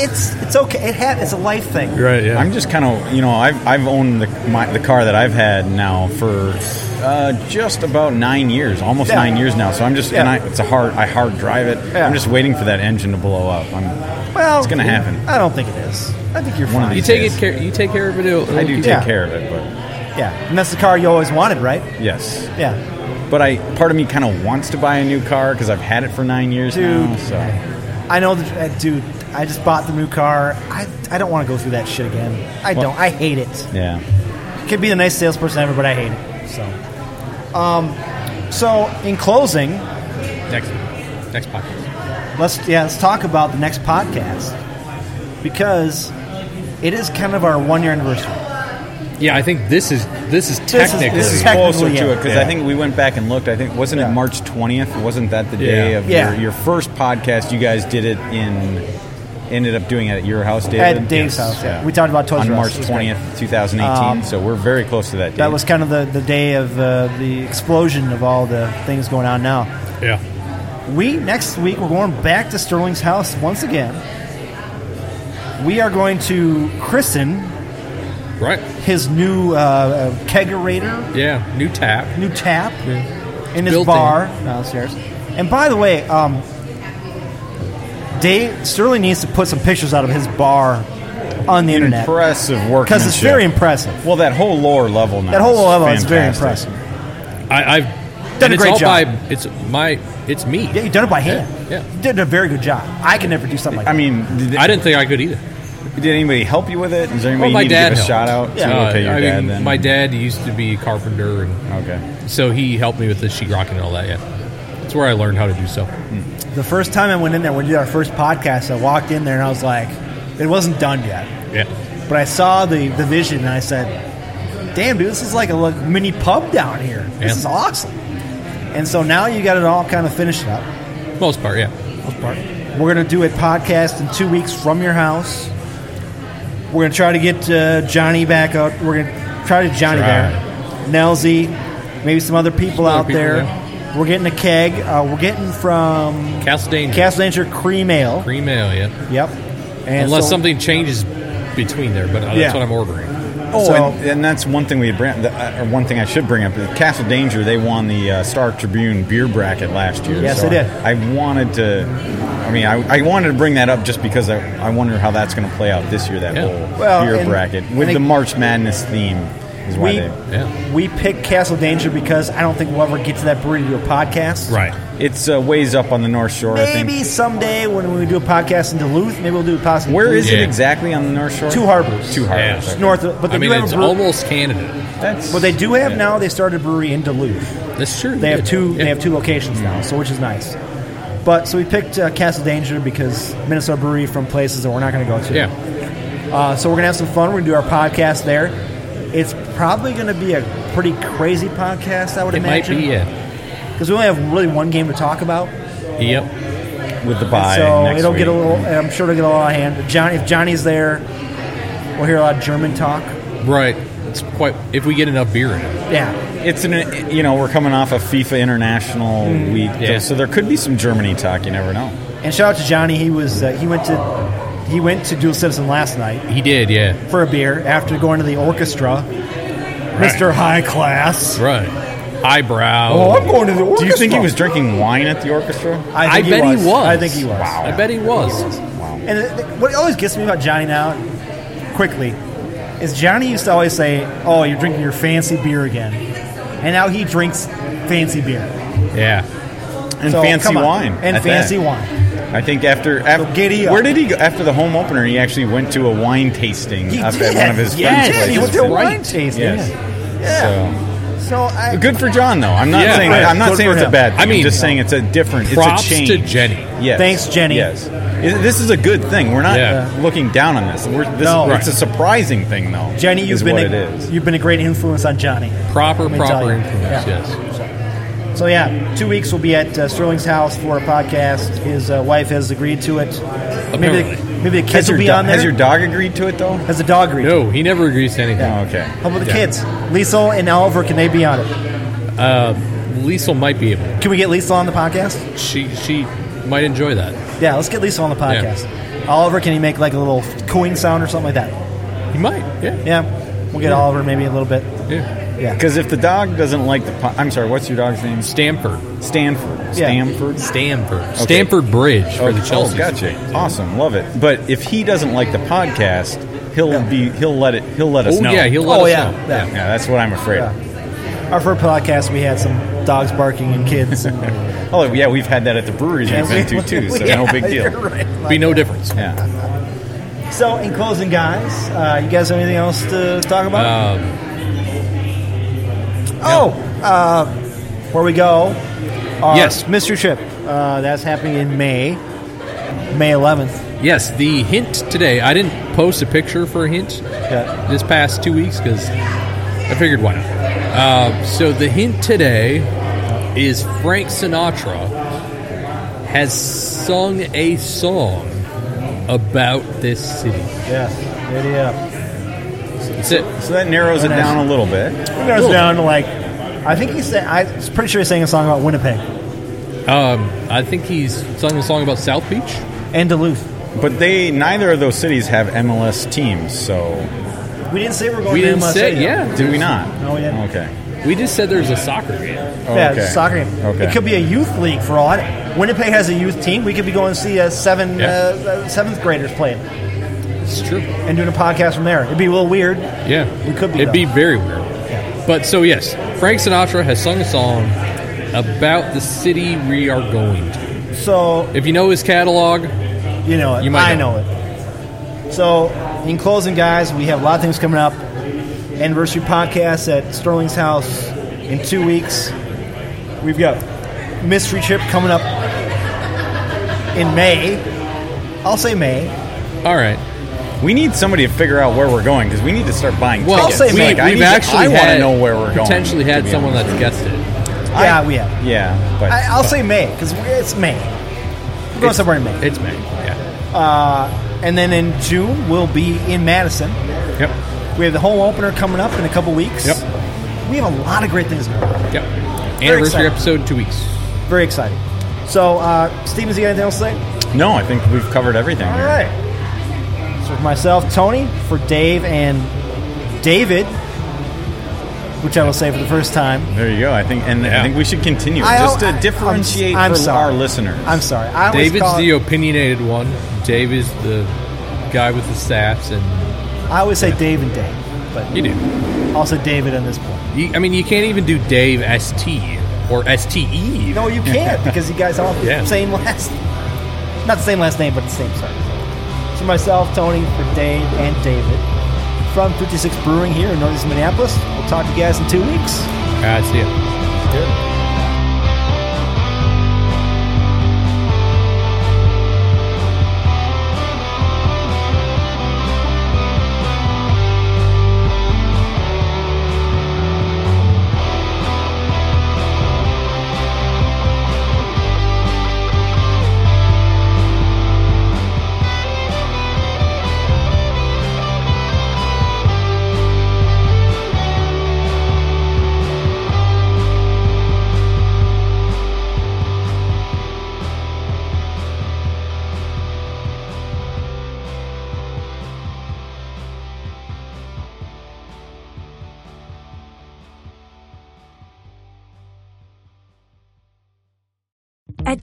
it's it's okay. It ha- it's a life thing.
Right, yeah.
I'm just kind of, you know, I've, I've owned the, my, the car that I've had now for uh, just about nine years, almost
Yeah.
nine years now. So I'm just, and
Yeah.
I, it's a hard, I hard drive it.
Yeah.
I'm just waiting for that engine to blow up. I'm,
Well,
It's gonna happen.
I don't think it is. I think you're
One of
fine.
you
these-
take
Yes.
it care you take care of it. it'll- it'll
I do
keep-
take
Yeah.
care of it, but
yeah, and that's the car you always wanted, right?
yes.
Yeah.
But I, part of me kind of wants to buy a new car because I've had it for nine years now.
Dude.
So
I know, that, uh, dude. I just bought the new car. I, I don't want to go through that shit again. I
Well-
don't. I hate it.
yeah,
Could be the nice salesperson ever, but I hate it. So, um, so in closing,
next next podcast.
let's yeah let's talk about the next podcast because it is kind of our one year anniversary.
Yeah, I think this is this is
This is-
technically
this is Technically,
closer to
yeah.
it because I
Yeah.
think we went back and looked. I think wasn't
Yeah.
it March 20th? Wasn't that the day
Yeah.
of
Yeah.
Your, your first podcast? You guys did it in, ended up doing it at your house, David.
At Dave's house, yeah. We talked about Toys R
on
Us.
March
It was Um,
20th, 2018. so we're very close to that date.
That was kind of the, the day of uh, the explosion of all the things going on now.
Yeah.
We, next week, we're going back to Sterling's house once again. We are going to christen
Right.
his new uh, uh, kegerator,
Yeah. New tap.
new tap in his
Built
bar downstairs. And by the way, um, Dave Sterling needs to put some pictures out of his bar on the internet
impressive work
because it's very impressive.
Well, that whole lore level now.
That whole level is very
fantastic.
impressive.
I, I've and
Done a
it's
great
all
job.
By, it's my. It's me.
Yeah, you've done it by hand.
Yeah, yeah.
You did a very good job. I can never do something like
I mean, did,
I didn't think I could either.
did anybody help you with it? Is there anybody
my
you need
dad
to give a
helped.
shout out?
Yeah.
to?
Uh,
okay, your
I
dad
mean,
then.
my dad used to be a carpenter, and
Okay.
so he helped me with the sheetrock and all that. Yeah, that's where I learned how to do stuff.
that. The first time I went in there, when we did our first podcast, I walked in there and I was like, it wasn't done yet.
Yeah,
But I saw the, the vision and I said, damn, dude, this is like a like, mini pub down here. This
Yeah.
is awesome. And so now you got it all kind of finished up.
most part. Yeah,
We're going to do a podcast in two weeks from your house. We're going to try to get uh, Johnny back out. We're going to try to get Johnny
Try.
there. Nelsy, maybe some other people
other
out
people,
there.
yeah.
We're getting a keg. Uh, we're getting from
Castle Danger,
Castle Danger Cream Ale.
cream ale. Yeah,
Yep. And
unless
so-
something changes between there, but uh,
Yeah.
that's what I'm ordering.
Oh,
So-
and, and that's one thing we bring, the- uh, or one thing I should bring up. is Castle Danger, they won the uh, Star Tribune beer bracket last year.
Yes,
so
they did.
I wanted to, I mean, I, I wanted to bring that up just because I, I wonder how that's going to play out this year. That
Yeah.
whole
Well,
beer
and-
bracket with
and
the
it-
March Madness theme is why
We,
they.
Yeah.
we picked Castle Danger because I don't think we'll ever get to that brewery to do a podcast.
Right.
It's uh, ways up on the North Shore. I
Maybe
think.
someday when we do a podcast in Duluth, maybe we'll do a podcast.
Where is it
Yeah.
exactly on the North Shore?
Two Harbors?
Two Harbors.
Yeah.
okay.
North, of, but they
I mean,
do have
it's
a brew-
almost Canada.
That's
What they do have
yeah.
now, they started a brewery in Duluth.
That's true.
They have two.
Yeah.
They have two locations now, so which is nice. But so we picked uh, Castle Danger because Minnesota brewery from places that we're not going to go to.
Yeah.
Uh, so we're gonna have some fun. We're gonna do our podcast there. It's probably gonna be a pretty crazy podcast, I would
It might
imagine,
be. Yeah.
because we only have really one game to talk about.
Yep.
with the bye.
so
next
it'll get a
week.
little. and I'm sure it'll get a lot of hand. Johnny, if Johnny's there, we'll hear a lot of German talk.
Right. It's quite. If we get enough beer in it,
Yeah,
It's an you know we're coming off of FIFA International
Mm.
week,
Yeah.
so there could be some Germany talk. You never know.
and shout out to Johnny. He was uh, he went to he went to Dual Citizen last night.
he did. Yeah.
for a beer after going to the orchestra. Mr. High Class.
Right. Eyebrow.
Oh, I'm going to the
Do
orchestra. Uh,
you think he was drinking wine at the orchestra?
I, think
bet
was.
he was.
I think he was.
Wow.
I bet he was.
And it- what always gets me about Johnny now, quickly, is Johnny used to always say, "Oh, you're drinking your fancy beer again," and now he drinks fancy beer
Yeah.
And
So,
fancy
come on.
wine
and
at
fancy
that.
wine.
I think after after
giddy up.
where did he go after the home opener? He actually went to a wine tasting
He
up
did.
at one of his
yes,
friends'
he went
places.
to a
Right.
wine tasting.
Yes.
Yeah. So I,
So good for John though. I'm not
Yeah.
saying
Right.
I'm not
Good
saying
for
it's a
him.
bad. Thing.
I mean,
I'm just saying it's a different.
props
it's a change.
to Jenny.
Yes.
Thanks, Jenny.
Yes. I- This is a good thing. We're not
Yeah.
looking down on this. We're, this
No.
It's a surprising thing though.
Jenny, you've
is
been
what
a,
it is.
you've been a great influence on Johnny.
Proper.
Let me tell
Proper
you.
influence.
Yeah.
Yes.
So yeah, two weeks we'll be at uh, Sterling's house for a podcast. His uh, wife has agreed to it. Maybe the,
Apparently.
maybe the
Has
kids
your,
will be
do-
on there.
has your dog agreed to it though?
Has the dog agreed?
No, he never agrees to anything.
Oh, okay.
How about the
Yeah.
kids? Liesel and Oliver, can they be on it?
Liesel might be able.
Can we get Liesel on the podcast?
She she might enjoy that.
Yeah, let's get Liesel on the podcast. Oliver, can he make like a little cooing sound or something like that?
He might. Yeah.
Yeah, we'll get Oliver maybe a little bit.
Yeah.
Yeah,
Because if the dog doesn't like the, po- I'm sorry. What's your dog's name?
Stamford.
Stanford.
Yeah.
Stanford.
Stamford. Stamford Bridge for the Chelsea.
Oh, gotcha. Awesome. Love it. But if he doesn't like the podcast, he'll be he'll let it he'll let us
Oh
know.
yeah, he'll let
Oh,
us
yeah.
know.
Yeah.
Yeah, that's what I'm afraid. of.
our first podcast we had some dogs barking and kids. and
Oh yeah, we've had that at the breweries we've been to too. So no
Yeah,
big
you're
deal.
right.
Be no difference.
Yeah.
So in closing, guys, uh, you guys have anything else to talk about?
Um,
Oh, uh, where we go? Our
Yes.
mystery trip. Uh, that's happening in May, May 11th.
yes, the hint today. I didn't post a picture for a hint
Yeah.
this past two weeks because I figured why not. Uh, so the hint today is Frank Sinatra has sung a song about this city.
Yeah, it is.
That's it.
So that narrows it
Nice.
down a little bit.
It goes
Cool.
down to like, I think he said. I was pretty sure he sang a song about Winnipeg
Um, I think he's sung a song about South Beach.
and Duluth.
But they neither of those cities have MLS teams. So
We didn't say we are going.
We
to
didn't
MLS
say,
though.
yeah.
did we not?
No, we didn't.
Okay.
We just said there's a soccer game.
Oh,
yeah,
okay.
it's a soccer game.
Okay.
It could be a youth league for all. I don't- Winnipeg has a youth team. We could be going to see a seven
Yeah.
uh, uh, seventh graders play it
It's true.
and doing a podcast from there. It'd be a little weird.
Yeah,
We could be,
It'd
though.
be very weird. But so yes, Frank Sinatra has sung a song about the city we are going to.
So
If you know his catalog,
You know it.
You might
I know
know.
it. So, in closing, guys, we have a lot of things coming up. Anniversary podcast at Sterling's house in two weeks. We've got mystery trip coming up in May. I'll say May.
all right.
We need somebody to figure out where we're going because we need to start buying
Well,
tickets.
I'll say
we,
Mike,
I need
we've
to-
actually
I want
had
to know where we're going.
Potentially had
to be
someone
honest.
that's guessed it.
yeah, we have.
Yeah, but
I, I'll say May because it's May. We're going
It's-
somewhere in May.
It's May. Yeah.
uh, And then in June, we'll be in Madison.
Yep.
We have the home opener coming up in a couple weeks.
Yep.
We have a lot of great things going on.
Yep.
excited.
Anniversary episode two weeks.
Very exciting. So, uh, Steven, is you got anything else to say?
No, I think we've covered everything.
All
here.
right. So with myself, Tony, for Dave, and David, which I will say for the first time.
There you go. I think, and I
Yeah.
think we should continue
I
just
al-
to
I-
differentiate
I'm, I'm
for
sorry.
our listeners.
I'm sorry. I always
David's
call
the
it-
opinionated one. Dave is the guy with the saps, and
I always say Dave and Dave, but
you do.
also David on this point.
You, I mean, you can't even do Dave St or E Ste.
No, you can't because you guys all have
Yeah.
the same last, not the same last name, but the same service. So myself, Tony, for Dave and David from 56 Brewing here in Northeast Minneapolis. We'll talk to you guys in two weeks.
I see it.
At